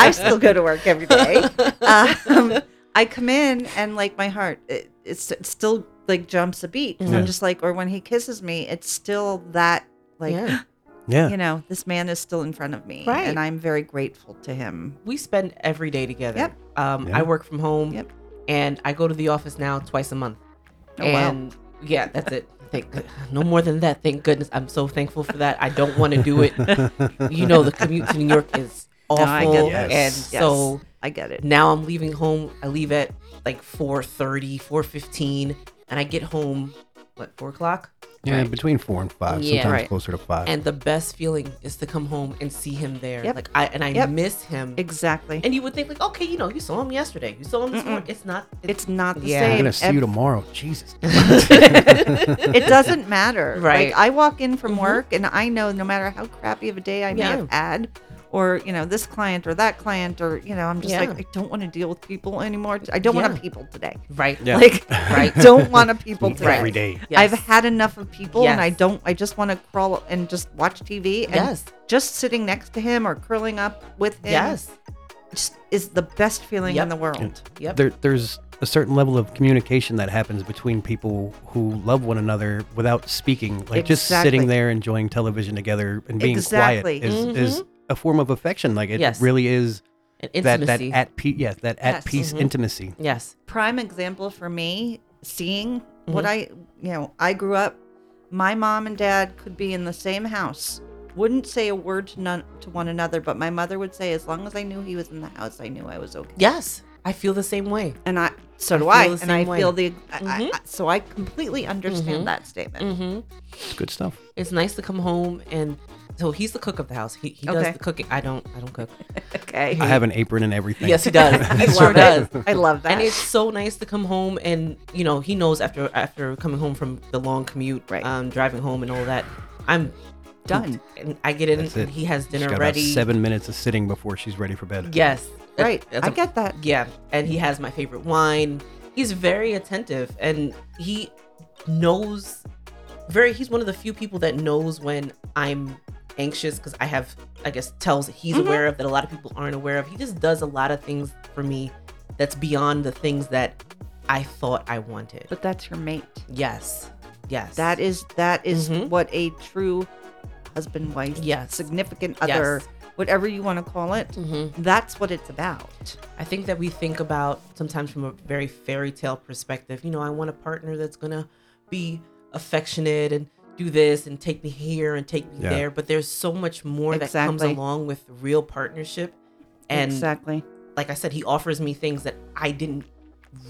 Speaker 3: I still go to work every day. Um, I come in and like my heart, it, it's, it still like jumps a beat. 'cause
Speaker 2: Mm-hmm. Yeah.
Speaker 3: I'm just like, or when he kisses me, it's still that like,
Speaker 1: Yeah.
Speaker 2: Yeah.
Speaker 3: you know, this man is still in front of me,
Speaker 1: Right.
Speaker 3: and I'm very grateful to him.
Speaker 1: we spend every day together.
Speaker 3: Yep.
Speaker 1: Um,
Speaker 2: Yeah.
Speaker 1: I work from home,
Speaker 3: Yep.
Speaker 1: and I go to the office now twice a month.
Speaker 3: Oh, wow.
Speaker 1: and yeah, that's it. Thank no more than that. Thank goodness. I'm so thankful for that. I don't want to do it. You know, the commute to New York is awful,
Speaker 3: I get
Speaker 2: that.
Speaker 1: and
Speaker 2: Yes.
Speaker 1: so
Speaker 3: I get it.
Speaker 1: now I'm leaving home. I leave at like 4:30, 4:15, and I get home what four o'clock.
Speaker 2: yeah,
Speaker 1: Right.
Speaker 2: between four and five,
Speaker 1: Yeah.
Speaker 2: sometimes
Speaker 1: Right.
Speaker 2: closer to five.
Speaker 1: And the best feeling is to come home and see him there.
Speaker 3: Yep.
Speaker 1: Like I and I
Speaker 3: Yep.
Speaker 1: miss him.
Speaker 3: Exactly.
Speaker 1: And you would think like, okay, you know, you saw him yesterday. You saw him this
Speaker 3: Mm-mm.
Speaker 1: morning. It's not.
Speaker 3: it's not the
Speaker 1: Yeah.
Speaker 2: I'm
Speaker 1: I'm
Speaker 3: same.
Speaker 2: gonna see you tomorrow. Jesus.
Speaker 3: it doesn't matter.
Speaker 1: Right.
Speaker 3: Like I walk in from
Speaker 1: Mhm.
Speaker 3: work and I know no matter how crappy of a day I may
Speaker 1: Yeah.
Speaker 3: have had, or you know this client or that client, or you know I'm just
Speaker 1: Yeah.
Speaker 3: like I don't want to deal with people anymore. I don't want
Speaker 1: Yeah.
Speaker 3: to people today.
Speaker 1: right.
Speaker 2: Yeah.
Speaker 3: Like
Speaker 1: Right.
Speaker 3: I don't want to people today.
Speaker 2: Every day.
Speaker 1: Yes.
Speaker 3: I've had enough of people, and I
Speaker 1: Yes.
Speaker 3: don't. I just want to crawl and just watch TV. And
Speaker 1: yes.
Speaker 3: Just sitting next to him or curling up with him
Speaker 1: Yes.
Speaker 3: just is the best feeling
Speaker 1: Yep.
Speaker 3: in the world.
Speaker 1: Yep.
Speaker 2: there, there's a certain level of communication that happens between people who love one another without speaking like just
Speaker 3: Exactly.
Speaker 2: sitting there enjoying television together and being
Speaker 3: Exactly.
Speaker 2: quiet is, is a form of affection like it
Speaker 1: Mm-hmm. Yes.
Speaker 2: really is
Speaker 1: And
Speaker 2: that
Speaker 1: intimacy.
Speaker 2: that at peace yes that at
Speaker 3: Yes.
Speaker 2: peace
Speaker 1: Mhm.
Speaker 2: intimacy
Speaker 1: yes.
Speaker 3: prime example for me seeing
Speaker 1: Mm-hmm.
Speaker 3: what I, you know, I grew up, my mom and dad could be in the same house, wouldn't say a word to none to one another, but my mother would say, as long as I knew he was in the house, I knew I was okay.
Speaker 1: Yes. I feel the same way.
Speaker 3: And I, so
Speaker 1: I
Speaker 3: do
Speaker 1: feel
Speaker 3: I,
Speaker 1: the
Speaker 3: and I
Speaker 1: same way.
Speaker 3: feel the, I, I-
Speaker 1: Mhm.
Speaker 3: I- so I completely understand
Speaker 1: Mhm.
Speaker 3: that statement.
Speaker 1: Mm-hmm.
Speaker 2: it's good stuff
Speaker 1: It's nice to come home and so he's the cook of the house. He, he does
Speaker 3: Okay.
Speaker 1: the cooking. I don't I don't cook.
Speaker 3: Okay,
Speaker 2: i have an apron and everything
Speaker 1: Yes, he does. He sure
Speaker 3: love it.
Speaker 1: does.
Speaker 3: I love that.
Speaker 1: And it's so nice to come home and you know he knows after after coming home from the long commute,
Speaker 3: Right.
Speaker 1: um, driving home and all that. I'm
Speaker 3: Done.
Speaker 1: and I get in
Speaker 2: That's
Speaker 1: and
Speaker 2: it.
Speaker 1: he has
Speaker 2: she's
Speaker 1: dinner
Speaker 2: got
Speaker 1: ready.
Speaker 2: about seven minutes of sitting before she's ready for bed
Speaker 1: Yes,
Speaker 3: right.
Speaker 1: I
Speaker 3: I get that.
Speaker 1: Yeah, and he has my favorite wine. He's very attentive and he knows very he's one of the few people that knows when I'm anxious cuz I have I guess tells he's
Speaker 3: Mhm.
Speaker 1: aware of that a lot of people aren't aware of. He just does a lot of things for me that's beyond the things that I thought I wanted.
Speaker 3: But that's your mate.
Speaker 1: yes. Yes.
Speaker 3: That is, that is
Speaker 1: Mhm.
Speaker 3: what a true husband, wife,
Speaker 1: Yes.
Speaker 3: significant
Speaker 1: Yes.
Speaker 3: other, whatever you want to call it.
Speaker 1: Mhm.
Speaker 3: That's what it's about.
Speaker 1: I think that we think about sometimes from a very fairy tale perspective. You know, I want a partner that's gonna be affectionate and do this and take me here and take me
Speaker 2: Yeah.
Speaker 1: there. But there's so much more that comes
Speaker 3: Exactly.
Speaker 1: along with real partnership. And
Speaker 3: exactly.
Speaker 1: like I said, he offers me things that I didn't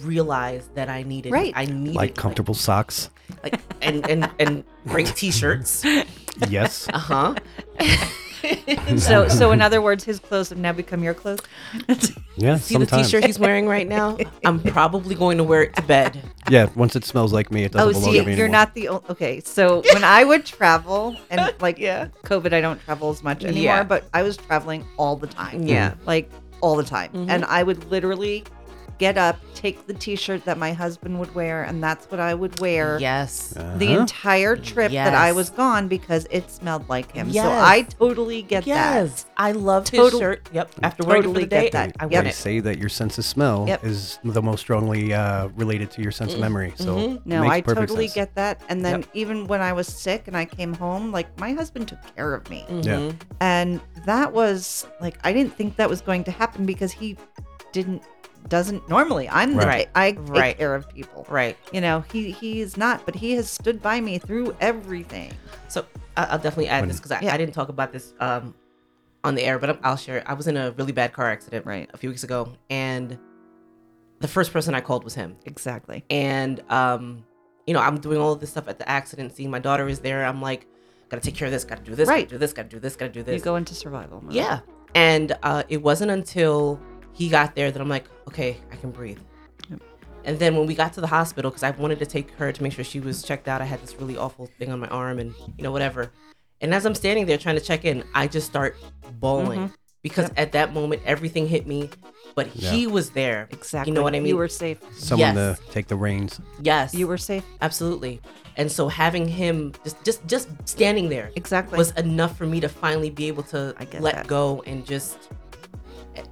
Speaker 1: realize that I needed.
Speaker 3: Right.
Speaker 1: I needed
Speaker 2: like comfortable socks.
Speaker 1: like and and and great t-shirts. Uh-huh.
Speaker 2: Yes.
Speaker 1: Uh huh.
Speaker 4: So, so
Speaker 2: another.
Speaker 4: in other words,
Speaker 3: His clothes have now become your clothes.
Speaker 2: Yeah,
Speaker 1: See the
Speaker 2: sometimes.
Speaker 1: t-shirt he's wearing right now. I'm probably going to wear it to bed.
Speaker 2: Yeah, once it smells like me, it doesn't
Speaker 3: Oh,
Speaker 2: belong
Speaker 3: see,
Speaker 2: to me
Speaker 3: you're
Speaker 2: anymore.
Speaker 3: not the only. Okay, so when I would travel, and like
Speaker 1: Yeah.
Speaker 3: COVID, I don't travel as much anymore,
Speaker 1: Yeah.
Speaker 3: but I was traveling all the time.
Speaker 1: Yeah.
Speaker 3: Like all the time.
Speaker 1: Mhm.
Speaker 3: And I would literally get up, take the t shirt that my husband would wear, and that's what I would wear.
Speaker 1: Yes.
Speaker 3: The
Speaker 2: Uh-huh.
Speaker 3: entire trip that I
Speaker 1: Yes.
Speaker 3: was gone because it smelled like him. So
Speaker 1: Yes.
Speaker 3: I totally get that.
Speaker 1: yes. I love
Speaker 3: Total-
Speaker 1: t-shirt. Yep. After wearing it for
Speaker 3: Totally
Speaker 1: the day,
Speaker 3: get that.
Speaker 1: I, I
Speaker 2: They
Speaker 1: want it.
Speaker 2: say that your sense of smell
Speaker 3: Yep. Mm-hmm.
Speaker 2: is the most strongly uh, related to your sense of memory. So
Speaker 1: Mhm.
Speaker 2: it
Speaker 3: No,
Speaker 2: makes
Speaker 3: I
Speaker 2: perfect
Speaker 3: totally
Speaker 2: sense.
Speaker 3: get that. And then even when I was sick and I came home, like my husband took care of me.
Speaker 1: Mhm.
Speaker 3: and that was like I didn't think that was going to happen because he didn't doesn't normally. I'm the
Speaker 1: Right.
Speaker 3: I, I take
Speaker 1: Right.
Speaker 3: care of people.
Speaker 1: Right.
Speaker 3: You know, he he's not, but he has stood by me through everything.
Speaker 1: So I- I'll definitely add
Speaker 2: When-
Speaker 1: this because I,
Speaker 3: Yeah.
Speaker 1: I didn't talk about this um, on the air, but I'm- I'll share. it. I was in a really bad car accident
Speaker 3: Right.
Speaker 1: a few weeks ago, and the first person I called was him.
Speaker 3: Exactly.
Speaker 1: And um, you know, I'm doing all of this stuff at the accident scene. My daughter is there. I'm like, gotta take care of this. Gotta do this.
Speaker 3: Right.
Speaker 1: Gotta do this. Gotta do this. Gotta do
Speaker 3: You
Speaker 1: this.
Speaker 3: go into survival mode.
Speaker 1: yeah. And uh, it wasn't until he got there that I'm like, okay, I can breathe.
Speaker 3: Yep.
Speaker 1: And then when we got to the hospital, because I wanted to take her to make sure she was checked out, I had this really awful thing on my arm and, you know, whatever. And as I'm standing there trying to check in, I just start bawling
Speaker 3: Mm-hmm.
Speaker 1: because at that moment, everything hit me, but
Speaker 2: Yeah.
Speaker 1: he was there.
Speaker 3: Exactly.
Speaker 1: You know what I mean?
Speaker 3: You were safe.
Speaker 2: someone
Speaker 1: Yes.
Speaker 2: to take the reins.
Speaker 1: Yes.
Speaker 3: You were safe.
Speaker 1: absolutely. And so having him just just just standing there
Speaker 3: Exactly.
Speaker 1: was enough for me to finally be able to
Speaker 3: I get
Speaker 1: let
Speaker 3: that.
Speaker 1: go and just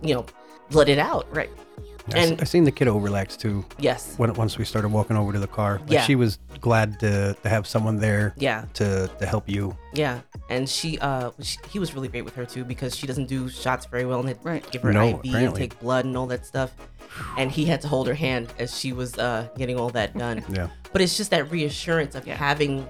Speaker 1: you know let it out
Speaker 3: right.
Speaker 2: I s-
Speaker 1: And-
Speaker 2: I seen the kiddo relax too
Speaker 1: yes
Speaker 2: when once we started walking over to the car. Like
Speaker 1: Yeah.
Speaker 2: she was glad to, to have someone there
Speaker 1: yeah
Speaker 2: to to help you.
Speaker 1: yeah and she uh she, he was really great with her too because she doesn't do shots very well and had
Speaker 3: Right.
Speaker 1: give her
Speaker 2: No,
Speaker 1: iv and
Speaker 2: apparently.
Speaker 1: take blood and all that stuff and he had to hold her hand as she was uh getting all that done
Speaker 2: Yeah.
Speaker 1: but it's just that reassurance of
Speaker 3: Yeah.
Speaker 1: having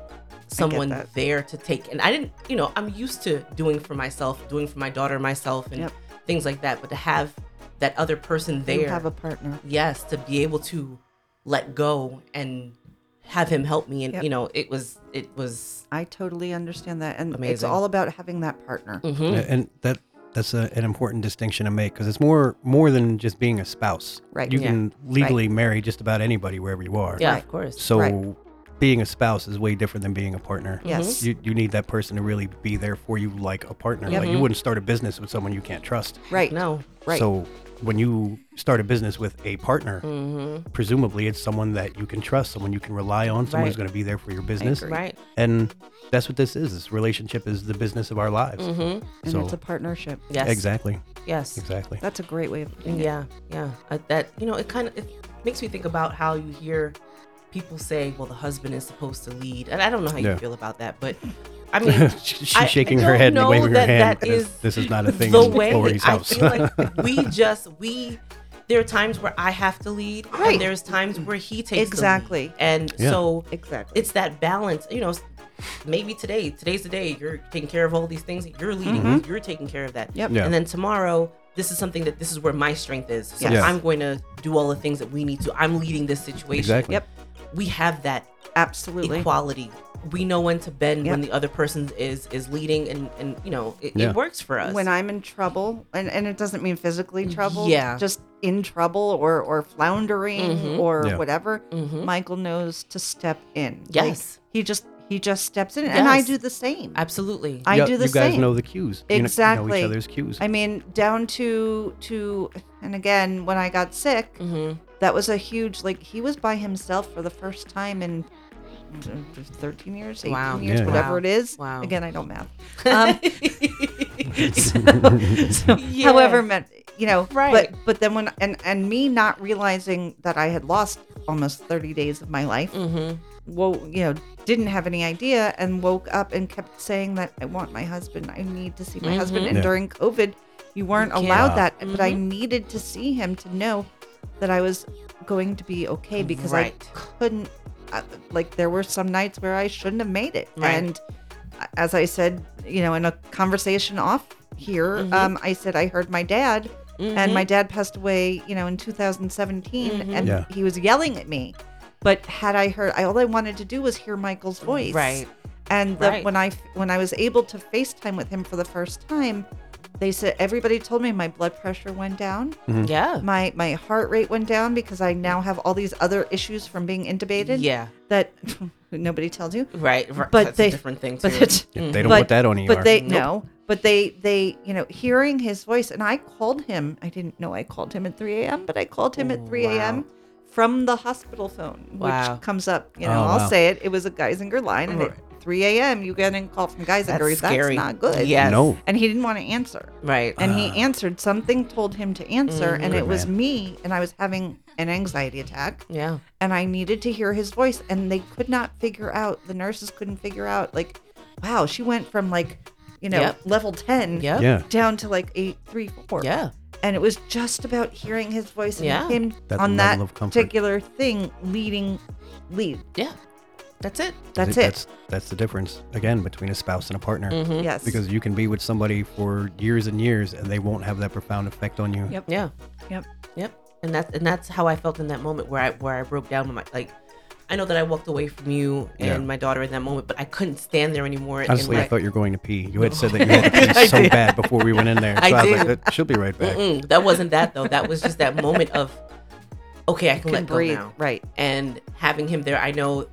Speaker 1: someone
Speaker 3: that.
Speaker 1: there to take and i didn't you know i'm used to doing for myself doing for my daughter myself and
Speaker 3: Yep.
Speaker 1: things like that but to have that other person
Speaker 3: You
Speaker 1: there
Speaker 3: have a partner.
Speaker 1: yes to be able to let go and have him help me and
Speaker 3: Yep.
Speaker 1: you know it was it was
Speaker 3: I totally understand that. And it's
Speaker 1: Amazing.
Speaker 3: all about having that partner.
Speaker 1: mhm.
Speaker 2: A- And that that's a, an important distinction to make because it's more more than just being a spouse.
Speaker 3: Right.
Speaker 2: You
Speaker 1: Yeah.
Speaker 2: can legally marry just about anybody wherever you are.
Speaker 1: yeah
Speaker 3: Right.
Speaker 1: of course
Speaker 2: So
Speaker 3: Right.
Speaker 2: being a spouse is way different than being a partner.
Speaker 1: Mm-hmm.
Speaker 3: Yes.
Speaker 2: You, you need that person to really be there for you like a partner.
Speaker 3: Yep.
Speaker 2: Like
Speaker 1: Mm-hmm.
Speaker 2: you wouldn't start a business with someone you can't trust.
Speaker 3: Right.
Speaker 1: no
Speaker 3: Right.
Speaker 2: So when you start a business with a partner,
Speaker 1: mm-hmm.
Speaker 2: presumably it's someone that you can trust, someone you can rely on, someone who's
Speaker 1: Right.
Speaker 2: going to be there for your business.
Speaker 3: agree.
Speaker 1: right
Speaker 2: And that's what this is. This relationship is the business of our lives.
Speaker 1: mm-hmm.
Speaker 3: and
Speaker 2: So
Speaker 3: it's a partnership.
Speaker 1: yes
Speaker 2: exactly,
Speaker 1: yes
Speaker 2: exactly.
Speaker 3: That's a great way of putting it.
Speaker 1: yeah yeah I, that you know it kind of it makes me think about how you hear people say well the husband is supposed to lead and i don't know how
Speaker 2: Yeah.
Speaker 1: you feel about that but i mean
Speaker 2: She's
Speaker 1: I
Speaker 2: shaking her
Speaker 1: don't
Speaker 2: head and
Speaker 1: know
Speaker 2: waving her
Speaker 1: that
Speaker 2: hand.
Speaker 1: that
Speaker 2: This-
Speaker 1: is
Speaker 2: this is not a thing
Speaker 1: the
Speaker 2: in
Speaker 1: way
Speaker 2: Lori's
Speaker 1: I
Speaker 2: house.
Speaker 1: feel like we just we there are times where I have to lead,
Speaker 3: Right.
Speaker 1: and there's times where he takes the lead.
Speaker 3: Exactly.
Speaker 1: And
Speaker 2: Yeah.
Speaker 1: so
Speaker 3: Exactly.
Speaker 1: it's that balance, you know. s- Maybe today, today's the day you're taking care of all these things. You're leading. You're taking care of that.
Speaker 3: Yep.
Speaker 2: Mm-hmm. Yeah.
Speaker 1: And then tomorrow, this is something that this is where my strength is. So
Speaker 2: Yes.
Speaker 1: I'm going to do all the things that we need to. I'm leading this situation.
Speaker 2: exactly.
Speaker 3: Yep.
Speaker 1: We have that
Speaker 3: Absolutely.
Speaker 1: equality. We know when to bend when
Speaker 3: Yep.
Speaker 1: the other person is is leading, and and you know it,
Speaker 2: Yeah.
Speaker 1: it works for us.
Speaker 3: when I'm in trouble, and, and it doesn't mean physically trouble,
Speaker 1: Yeah.
Speaker 3: just in trouble or or floundering
Speaker 1: Mhm.
Speaker 3: or
Speaker 2: Yeah.
Speaker 3: whatever,
Speaker 1: Mhm.
Speaker 3: Michael knows to step in. Like,
Speaker 1: Yes.
Speaker 3: he just he just steps in, and I
Speaker 1: Yes.
Speaker 3: do the same.
Speaker 1: Absolutely.
Speaker 3: I
Speaker 2: Yeah,
Speaker 3: do the
Speaker 2: You guys
Speaker 3: same.
Speaker 2: know the cues. You kn- You know
Speaker 3: Exactly.
Speaker 2: each other's cues.
Speaker 3: I mean, down to to, and again, when I got sick,
Speaker 1: Mhm.
Speaker 3: that was a huge like he was by himself for the first time in. 13 years, 18
Speaker 1: Wow.
Speaker 3: years,
Speaker 2: Yeah.
Speaker 3: whatever
Speaker 1: Wow.
Speaker 3: it is.
Speaker 1: Wow.
Speaker 3: Again, I don't math.
Speaker 1: Um,
Speaker 3: So,
Speaker 1: Yeah.
Speaker 3: however meant you know
Speaker 1: Right.
Speaker 3: but but then when and and me not realizing that i had lost almost 30 days of my life
Speaker 1: Mhm.
Speaker 3: well you know didn't have any idea and woke up and kept saying that i want my husband i need to see
Speaker 1: Mm-hmm.
Speaker 3: my husband and
Speaker 2: Yeah.
Speaker 3: during covid you weren't
Speaker 1: You can't.
Speaker 3: allowed
Speaker 2: Wow.
Speaker 3: that but i
Speaker 1: Mm-hmm.
Speaker 3: needed to see him to know that i was going to be okay because
Speaker 1: Right.
Speaker 3: i couldn't I, like there were some nights where i shouldn't have made it
Speaker 1: Right.
Speaker 3: and uh,
Speaker 1: Mm-hmm.
Speaker 3: as I said, you know, in a conversation off here, um, I said I heard my dad and my dad passed away you know in 2017
Speaker 1: Mm-hmm.
Speaker 3: and
Speaker 2: Yeah.
Speaker 3: he was yelling at me but had i heard I, all i wanted to do was hear michael's voice
Speaker 1: Mm-hmm. Right.
Speaker 3: and the,
Speaker 1: Right.
Speaker 3: when i when i was able to facetime with him for the first time they said everybody told me my blood pressure went down
Speaker 2: Mm-hmm.
Speaker 1: Yeah.
Speaker 3: my my heart rate went down because i now have all these other issues from being intubated
Speaker 1: Yeah.
Speaker 3: that nobody tells you
Speaker 1: Right. right.
Speaker 3: But
Speaker 1: That's
Speaker 3: they-
Speaker 1: a different thing too.
Speaker 3: but it's
Speaker 2: Yeah, They don't
Speaker 3: But-
Speaker 2: put that on E you.
Speaker 3: but they no but they they you know hearing his voice and i called him i didn't know i called him at 3 a.m but i called him at 3 a.m
Speaker 1: Oh, Wow.
Speaker 3: from the hospital phone
Speaker 1: Wow.
Speaker 3: which comes up you know
Speaker 2: Oh,
Speaker 3: i'll
Speaker 2: wow.
Speaker 3: say it it was a geisinger line and at 3 a.m you get a call from geisinger
Speaker 1: That's
Speaker 3: that's,
Speaker 1: scary.
Speaker 3: not good
Speaker 1: Yes.
Speaker 2: No.
Speaker 3: and he didn't want to answer
Speaker 1: Right.
Speaker 3: and he answered something told him to answer and
Speaker 2: Ah. Good
Speaker 1: Mm.
Speaker 3: it was
Speaker 2: man.
Speaker 3: me and i was having an anxiety attack
Speaker 1: yeah.
Speaker 3: and I needed to hear his voice. And they could not figure out, the nurses couldn't figure out, like, wow, she went from like, you know,
Speaker 1: Yep.
Speaker 3: level 10
Speaker 1: Yeah.
Speaker 2: Yeah.
Speaker 3: down to like eight, three, four.
Speaker 1: Yeah.
Speaker 3: And it was just about hearing his voice and
Speaker 1: Yeah.
Speaker 3: him
Speaker 2: That
Speaker 3: on that
Speaker 2: level of comfort.
Speaker 3: particular thing leading lead.
Speaker 1: Yeah. That's it.
Speaker 2: I
Speaker 3: That's
Speaker 2: think
Speaker 3: it. Mm-hmm.
Speaker 2: That's, that's the difference, again, between a spouse and a partner.
Speaker 1: Mm-hmm.
Speaker 3: yes.
Speaker 2: Because you can be with somebody for years and years and they won't have that profound effect on you.
Speaker 3: Yep.
Speaker 1: Yeah.
Speaker 3: Yep.
Speaker 1: Yep. And that's and that's how I felt in that moment where I where I broke down with my like I know that I walked away from you and
Speaker 2: Yeah.
Speaker 1: my daughter in that moment, but I couldn't stand there anymore.
Speaker 2: Honestly, I
Speaker 1: and like,
Speaker 2: thought you were going to pee. You had said that you had to pee so bad before we went in there. So
Speaker 1: I
Speaker 2: I, was
Speaker 1: did.
Speaker 2: like, that, she'll be right back.
Speaker 1: mm, that wasn't that though. That was just that moment of okay, I can,
Speaker 3: Can
Speaker 1: let
Speaker 3: breathe.
Speaker 1: go now.
Speaker 3: Right.
Speaker 1: And having him there, I know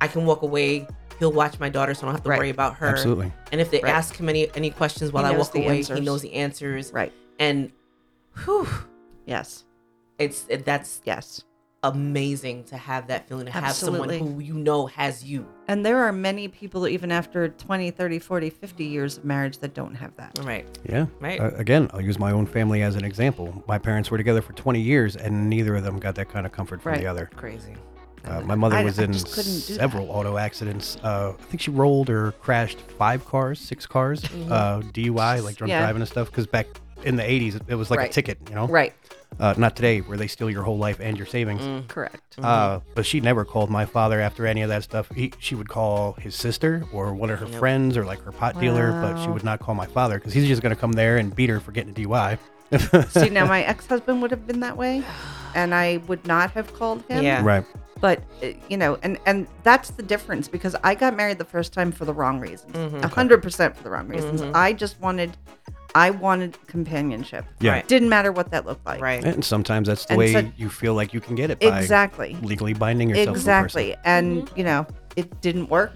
Speaker 1: I can walk away. He'll watch my daughter, so I don't have to
Speaker 3: Right.
Speaker 1: worry about her.
Speaker 2: Absolutely.
Speaker 1: And if they
Speaker 3: Right.
Speaker 1: ask him any any questions while
Speaker 3: He
Speaker 1: I
Speaker 3: knows
Speaker 1: walk
Speaker 3: the
Speaker 1: away,
Speaker 3: answers.
Speaker 1: he knows the answers.
Speaker 3: Right.
Speaker 1: And whew,
Speaker 3: Yes.
Speaker 1: it's it, that's
Speaker 3: Yes.
Speaker 1: amazing to have that feeling to have
Speaker 3: Absolutely.
Speaker 1: someone who you know has you.
Speaker 3: And there are many people, even after 20, 30, 40, 50 years of marriage, that don't have that.
Speaker 1: Right.
Speaker 2: Yeah.
Speaker 1: Right.
Speaker 2: Uh, again, I'll use my own family as an example. My parents were together for 20 years and neither of them got that kind of comfort from
Speaker 3: Right.
Speaker 2: the other.
Speaker 1: Crazy.
Speaker 2: Uh, my mother
Speaker 3: I-
Speaker 2: was
Speaker 3: I
Speaker 2: in
Speaker 3: just couldn't do that.
Speaker 2: several auto accidents. Uh, I think she rolled or crashed five cars, six cars, uh, DUI, like drunk
Speaker 3: Mm-hmm. Yeah.
Speaker 2: driving and stuff. Because back in the 80s, it, it was like
Speaker 1: Right.
Speaker 2: a ticket, you know?
Speaker 3: Right.
Speaker 2: Uh, not today, where they steal your whole life and your savings.
Speaker 3: Mm-hmm. Correct.
Speaker 2: Uh, but she never called my father after any of that stuff. He, she would call his sister or one of her friends or like her pot dealer, but she
Speaker 3: Wow.
Speaker 2: would not call my father because he's just going to come there and beat her for getting a DUI.
Speaker 3: See, now my ex husband would have been that way, and I would not have called him.
Speaker 1: Yeah.
Speaker 2: Right.
Speaker 3: But uh, you know, and and that's the difference because I got married the first time for the wrong reasons,
Speaker 1: Mm-hmm.
Speaker 3: a hundred percent for the wrong reasons. I just wanted, I wanted companionship.
Speaker 2: Yeah.
Speaker 1: Right.
Speaker 3: Didn't matter what that looked like.
Speaker 1: Right.
Speaker 2: And sometimes that's the
Speaker 3: And
Speaker 2: way
Speaker 3: so-
Speaker 2: you feel like you can get it by
Speaker 3: Exactly.
Speaker 2: legally binding yourself to a person.
Speaker 3: Exactly. And
Speaker 1: Mm-hmm.
Speaker 3: you know, it didn't work.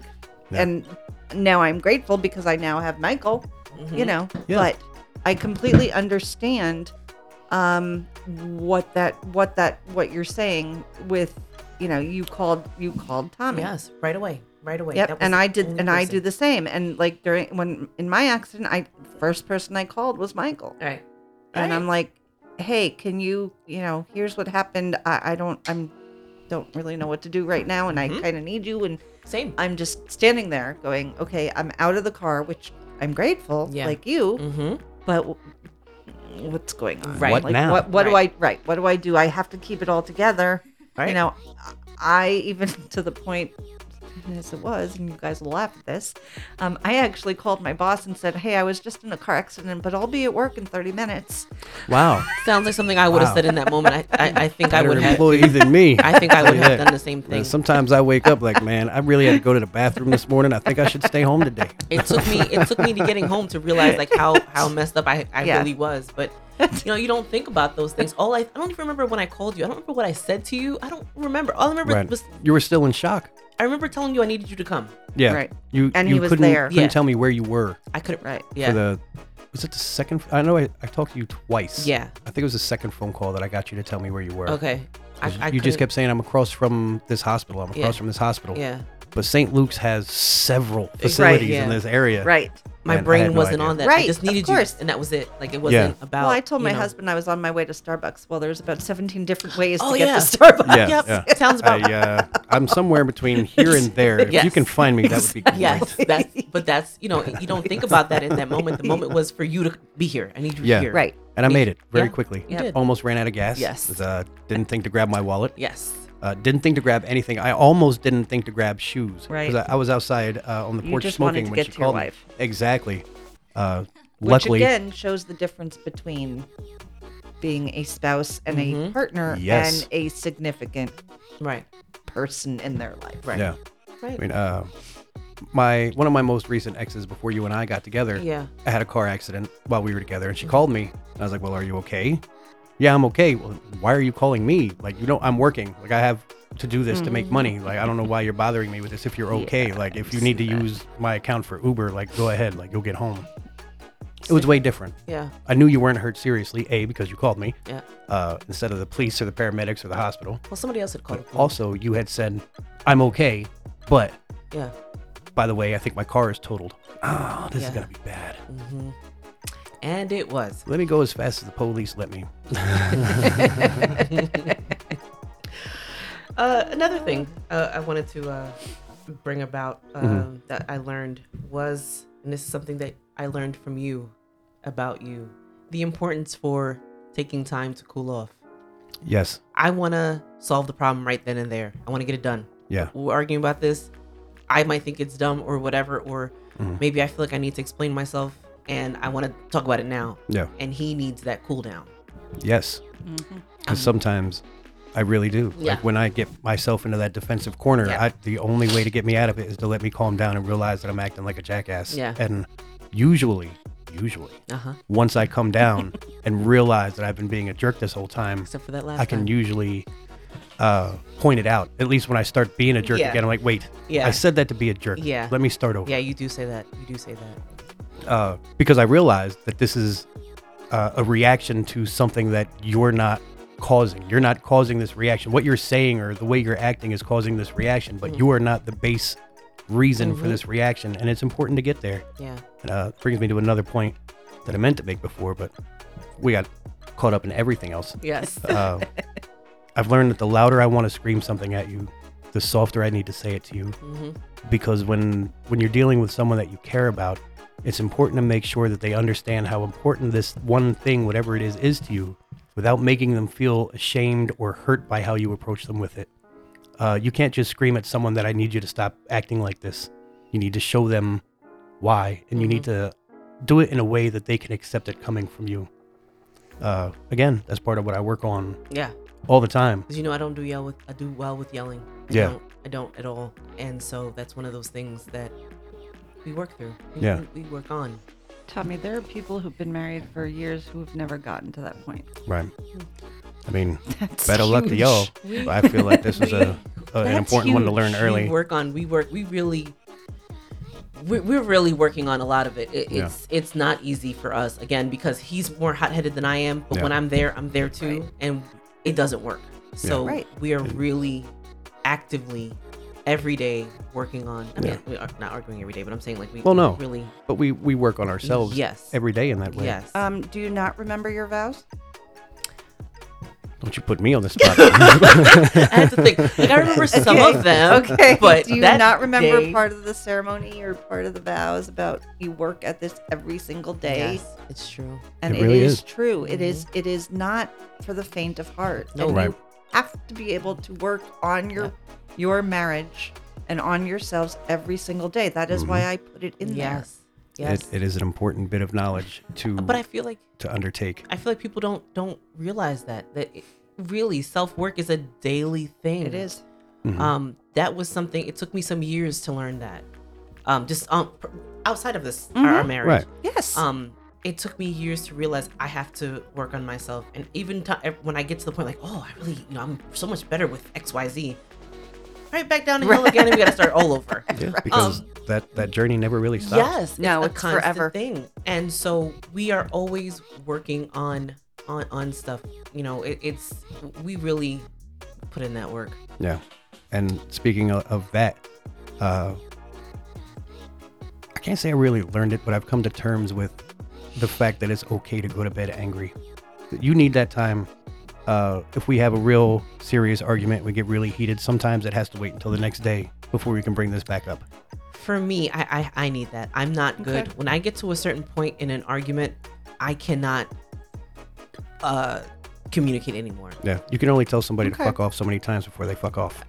Speaker 2: Yeah.
Speaker 3: And now I'm grateful because I now have Michael.
Speaker 1: mm-hmm.
Speaker 3: You know,
Speaker 2: Yeah.
Speaker 3: but I completely understand um what that what that what you're saying with you know you called you called Tommy.
Speaker 1: Yes. Right away. Right away.
Speaker 3: Yep,
Speaker 1: That was
Speaker 3: and
Speaker 1: the
Speaker 3: I did,
Speaker 1: only
Speaker 3: and I do
Speaker 1: person.
Speaker 3: the same. And like during when in my accident, I first person I called was Michael,
Speaker 1: Right.
Speaker 3: and I'm like, "Hey, can you, you know, here's what happened. I, I don't, I'm, don't really know what to do right now, and
Speaker 1: Mm-hmm.
Speaker 3: I kind of need you." And
Speaker 1: Same.
Speaker 3: I'm just standing there going, "Okay, I'm out of the car, which I'm grateful,
Speaker 1: Yeah.
Speaker 3: like you,
Speaker 1: Mm-hmm.
Speaker 3: but w- what's going on?
Speaker 1: Right. What
Speaker 3: Like,
Speaker 2: now?
Speaker 3: What, what
Speaker 1: Right.
Speaker 3: do I? Right. What do I do? I have to keep it all together.
Speaker 1: Right.
Speaker 3: You know, I even to the point as it was, and you guys will laugh at this. Um, I actually called my boss and said, "Hey, I was just in a car accident, but I'll be at work in 30 minutes."
Speaker 2: Wow.
Speaker 1: Sounds like something I would have
Speaker 2: Wow.
Speaker 1: said in that moment. I, I, I think I
Speaker 2: Better
Speaker 1: would have.
Speaker 2: employee than me.
Speaker 1: I think I would have
Speaker 2: Yeah.
Speaker 1: done the same
Speaker 2: Man,
Speaker 1: thing.
Speaker 2: sometimes I wake up like, man, I really had to go to the bathroom this morning. I think I should stay home today.
Speaker 1: It took me. It took me to getting home to realize like how how messed up I, I
Speaker 3: Yeah.
Speaker 1: really was. But you know, you don't think about those things. All I I don't even remember when I called you. I don't remember what I said to you. I don't remember. All I remember
Speaker 2: Right.
Speaker 1: was
Speaker 2: You were still in shock.
Speaker 1: I remember telling you I needed you to come.
Speaker 2: Yeah.
Speaker 3: Right.
Speaker 2: You
Speaker 3: And
Speaker 2: you
Speaker 3: he was
Speaker 2: couldn't,
Speaker 3: there.
Speaker 2: couldn't
Speaker 1: Yeah.
Speaker 2: tell me where you were
Speaker 1: I couldn't.
Speaker 3: Right.
Speaker 1: Yeah.
Speaker 2: for the was it the second I know I, I talked to you twice.
Speaker 1: Yeah.
Speaker 2: I think it was the second phone call that I got you to tell me where you were.
Speaker 1: okay. I, I
Speaker 2: you
Speaker 1: couldn't-
Speaker 2: just kept saying I'm across from this hospital. I'm across
Speaker 1: Yeah.
Speaker 2: from this hospital.
Speaker 1: Yeah.
Speaker 2: But St. Luke's has several facilities
Speaker 1: yeah.
Speaker 2: in this area.
Speaker 3: Right.
Speaker 1: My
Speaker 2: And I
Speaker 1: brain
Speaker 2: had no
Speaker 1: wasn't
Speaker 2: idea.
Speaker 1: on that. I
Speaker 3: Right,
Speaker 1: just
Speaker 3: of
Speaker 1: needed
Speaker 3: course.
Speaker 1: you, and that was it. Like it wasn't about.
Speaker 3: Well, I told
Speaker 1: you
Speaker 3: my
Speaker 1: know-
Speaker 3: husband I was on my way to Starbucks. Well, there's about 17 different ways
Speaker 1: Oh,
Speaker 3: to get
Speaker 1: yeah.
Speaker 3: to Starbucks.
Speaker 2: Yeah.
Speaker 1: Yep.
Speaker 2: yeah.
Speaker 1: Sounds
Speaker 2: I,
Speaker 1: about.
Speaker 2: uh, I'm somewhere between here and there. If you
Speaker 1: Yes.
Speaker 2: can find me, that would be great.
Speaker 1: Yes, that's, but that's you know you don't think about that in that moment. The moment was for you to be here. I need you
Speaker 2: Yeah.
Speaker 1: here.
Speaker 3: Right.
Speaker 2: And I made it very
Speaker 1: Yeah,
Speaker 2: quickly.
Speaker 1: you did.
Speaker 2: Almost ran out of gas.
Speaker 1: Yes.
Speaker 2: 'cause, Uh, didn't think to grab my wallet.
Speaker 1: Yes.
Speaker 2: Uh, didn't think to grab anything. I almost didn't think to grab shoes.
Speaker 3: Right.
Speaker 2: Because I, I was outside uh, on the
Speaker 3: You
Speaker 2: porch
Speaker 3: just wanted
Speaker 2: smoking
Speaker 3: to
Speaker 2: when
Speaker 3: get
Speaker 2: she
Speaker 3: to your
Speaker 2: called. me.
Speaker 3: wife.
Speaker 2: Exactly. Uh,
Speaker 3: Which
Speaker 2: luckily,
Speaker 3: again shows the difference between being a spouse and a
Speaker 1: Mhm.
Speaker 3: partner
Speaker 2: Mm-hmm. Yes.
Speaker 3: and a significant
Speaker 1: Right.
Speaker 3: person in their life.
Speaker 1: Right.
Speaker 2: Yeah.
Speaker 1: Right.
Speaker 2: I mean, uh, my one of my most recent exes before you and I got together,
Speaker 1: Yeah.
Speaker 2: I had a car accident while we were together, and she called me. I was like, "Well, are you okay?" Yeah, I'm okay. Well, why are you calling me? Like, you know, I'm working. Like, I have to do this to make
Speaker 1: Mm.
Speaker 2: money. Like, I don't know why you're bothering me with this. If you're okay, like, if you need to use my account for Uber, like, go ahead. Like, you'll get home. It was way different.
Speaker 1: Yeah.
Speaker 2: I knew you weren't hurt seriously, a because you called me
Speaker 1: Yeah.
Speaker 2: uh, instead of the police or the paramedics or the hospital.
Speaker 1: Well, somebody else had called.
Speaker 2: But
Speaker 1: the police.
Speaker 2: also, you had said, "I'm okay," but
Speaker 1: Yeah.
Speaker 2: by the way, I think my car is totaled. Oh, this is
Speaker 1: Yeah.
Speaker 2: gonna be bad.
Speaker 1: Mm-hmm. And it was.
Speaker 2: Let me go as fast as the police let me.
Speaker 1: Uh, another thing uh, I wanted to uh, bring about um,
Speaker 2: Mm-hmm.
Speaker 1: that I learned was, and this is something that I learned from you about you, the importance for taking time to cool off.
Speaker 2: Yes.
Speaker 1: I want to solve the problem right then and there. I want to get it done.
Speaker 2: Yeah.
Speaker 1: We're arguing about this. I might think it's dumb or whatever, or
Speaker 2: Mhm.
Speaker 1: maybe I feel like I need to explain myself and I want to talk about it now.
Speaker 2: Yeah.
Speaker 1: And he needs that cool down.
Speaker 2: Yes. Because sometimes I really do.
Speaker 1: Mm-hmm. Yeah.
Speaker 2: Like when I get myself into that defensive corner,
Speaker 1: Yeah.
Speaker 2: I, the only way to get me out of it is to let me calm down and realize that I'm acting like a jackass.
Speaker 1: Yeah.
Speaker 2: And usually, usually,
Speaker 1: Uh huh.
Speaker 2: once I come down and realize that I've been being a jerk this whole time,
Speaker 1: Except for that last
Speaker 2: I can
Speaker 1: time.
Speaker 2: usually uh, point it out. At least when I start being a jerk
Speaker 1: Yeah.
Speaker 2: again, I'm like, wait,
Speaker 1: Yeah.
Speaker 2: I said that to be a jerk.
Speaker 1: Yeah.
Speaker 2: Let me start over.
Speaker 1: yeah, you do say that. You do say that.
Speaker 2: uh, because I realized that this is uh, a reaction to something that you're not causing. You're not causing this reaction. What you're saying or the way you're acting is causing this reaction, but you are not the base reason for this reaction. And it's important to get there.
Speaker 1: Yeah.
Speaker 2: And uh, brings me to another point that I meant to make before, but we got caught up in everything else.
Speaker 1: Yes.
Speaker 2: Uh, I've learned that the louder I want to scream something at you, the softer I need to say it to you
Speaker 1: hmm
Speaker 2: because when when you're dealing with someone that you care about it's important to make sure that they understand how important this one thing whatever it is is to you without making them feel ashamed or hurt by how you approach them with it uh, you can't just scream at someone that i need you to stop acting like this you need to show them why and you need to do it in a way that they can accept it coming from you uh, again that's part of what i work on
Speaker 1: Yeah.
Speaker 2: all the time
Speaker 1: Because you know, I don't do yell with. I do well with yelling. I
Speaker 2: Yeah.
Speaker 1: Don't, I don't at all. And so that's one of those things that we work through. We,
Speaker 2: Yeah.
Speaker 1: We, we work on.
Speaker 4: Tommy, there are people who've been married for years who have never gotten to that point.
Speaker 2: right i mean
Speaker 4: That's
Speaker 2: better luck to
Speaker 4: huge.
Speaker 2: y'all i feel like this was a, a an
Speaker 1: That's
Speaker 2: important one to
Speaker 1: huge.
Speaker 2: learn early
Speaker 1: We work on. We work. We really. we- We're really working on a lot of it. it
Speaker 2: Yeah.
Speaker 1: it's it's not easy for us again because he's more hot headed than I am. But
Speaker 2: Yeah.
Speaker 1: when I'm there, I'm there too, and it doesn't work. So
Speaker 3: Right.
Speaker 1: we are really actively every day working on. I mean,
Speaker 2: Yeah.
Speaker 1: we are not arguing every day, but I'm saying like we
Speaker 2: Well, no.
Speaker 1: really
Speaker 2: but we we work on ourselves
Speaker 1: Yes.
Speaker 2: every day in that way
Speaker 1: yes.
Speaker 3: Um, do you not remember your vows?
Speaker 2: don't you put me on the spot
Speaker 1: I have to think. Like I remember some of them.
Speaker 3: Okay,
Speaker 1: but
Speaker 3: do you
Speaker 1: that
Speaker 3: not remember
Speaker 1: day-
Speaker 3: part of the ceremony or part of the vows about you work at this every single day?
Speaker 1: Yes, it's true.
Speaker 3: And
Speaker 2: It really
Speaker 3: it is,
Speaker 2: is.
Speaker 3: true. It is. It is not for the faint of heart.
Speaker 1: No.
Speaker 3: and
Speaker 2: Right.
Speaker 3: you have to be able to work on your your marriage and on yourselves every single day. That is why I put it in
Speaker 1: Yes.
Speaker 2: it,
Speaker 1: Yes. Uh,
Speaker 2: it is an important bit of knowledge to
Speaker 1: but I Um, feel like
Speaker 2: to undertake
Speaker 1: I feel like people don't don't realize that that it, really self work is a daily thing.
Speaker 3: there. It is.
Speaker 2: Mm-hmm.
Speaker 1: Um, that was something. It took me some years to learn that. Um, just um, pr- outside of this our- our marriage.
Speaker 2: Mm-hmm. right
Speaker 3: Yes.
Speaker 1: um it took me years to realize i have to work on myself and even t- when i get to the point like oh i really you know i'm so much better with xyz right back down the hill again and we gotta start all over
Speaker 2: yeah, because
Speaker 1: Um,
Speaker 2: that that journey never really stops
Speaker 1: yes
Speaker 3: No,
Speaker 1: a
Speaker 3: it's
Speaker 1: constant
Speaker 3: forever.
Speaker 1: thing and so we are always working on on on stuff you know it, it's we really put in that work
Speaker 2: yeah and speaking of, of that uh i can't say i really learned it but i've come to terms with the fact that it's okay to go to bed angry That you need that time uh, if we have a real serious argument, we get really heated. Sometimes it has to wait until the next day before we can bring this back up.
Speaker 1: for me i i, I need that i'm not good when i get to a certain point in an argument i cannot uh communicate anymore
Speaker 2: Yeah, you can only tell somebody
Speaker 3: Okay.
Speaker 2: to fuck off so many times before they fuck off.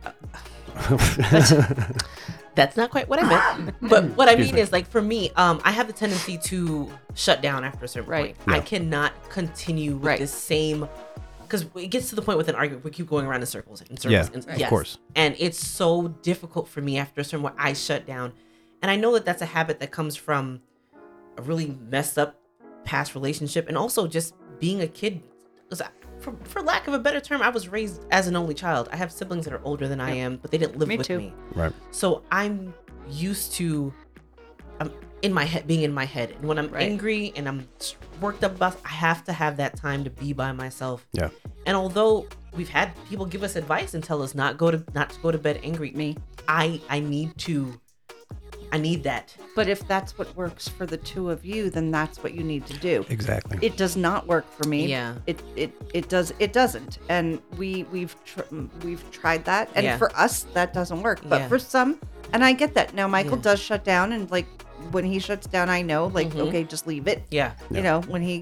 Speaker 1: That's not quite what I meant. but what I
Speaker 2: Excuse
Speaker 1: mean
Speaker 2: me.
Speaker 1: is, like, for me, um, I have the tendency to shut down after a certain
Speaker 3: Right.
Speaker 1: point. I
Speaker 2: Yeah.
Speaker 1: cannot continue with
Speaker 3: Right.
Speaker 1: the same. Because it gets to the point with an argument, we keep going around in circles and circles.
Speaker 2: Yeah,
Speaker 1: and,
Speaker 3: of
Speaker 1: yes.
Speaker 2: course.
Speaker 1: And it's so difficult for me after a certain point. I shut down. And I know that that's a habit that comes from a really messed up past relationship and also just being a kid 'Cause I- for, for lack of a better term i was raised as an only child i have siblings that are older than i
Speaker 3: Yep.
Speaker 1: am but they didn't live
Speaker 3: Me
Speaker 1: with
Speaker 3: too.
Speaker 1: me
Speaker 2: Right.
Speaker 1: so i'm used to i'm in my head being in my head and when i'm
Speaker 3: Right.
Speaker 1: angry and i'm s- worked up about i have to have that time to be by myself
Speaker 2: Yeah.
Speaker 1: and although we've had people give us advice and tell us not go to not to go to bed angry
Speaker 3: Me.
Speaker 1: i i need to i need that
Speaker 3: But if that's what works for the two of you, then that's what you need to do.
Speaker 2: Exactly.
Speaker 3: It does not work for me.
Speaker 1: Yeah.
Speaker 3: It it it does it doesn't. And we we've tr- we've tried that, and
Speaker 1: Yeah.
Speaker 3: for us that doesn't work. But
Speaker 1: Yeah.
Speaker 3: for some, and I get that. Now Michael
Speaker 1: Yeah.
Speaker 3: does shut down, and like when he shuts down, I know like
Speaker 1: Mhm.
Speaker 3: okay, just leave it.
Speaker 1: yeah
Speaker 2: Yeah.
Speaker 3: You know when he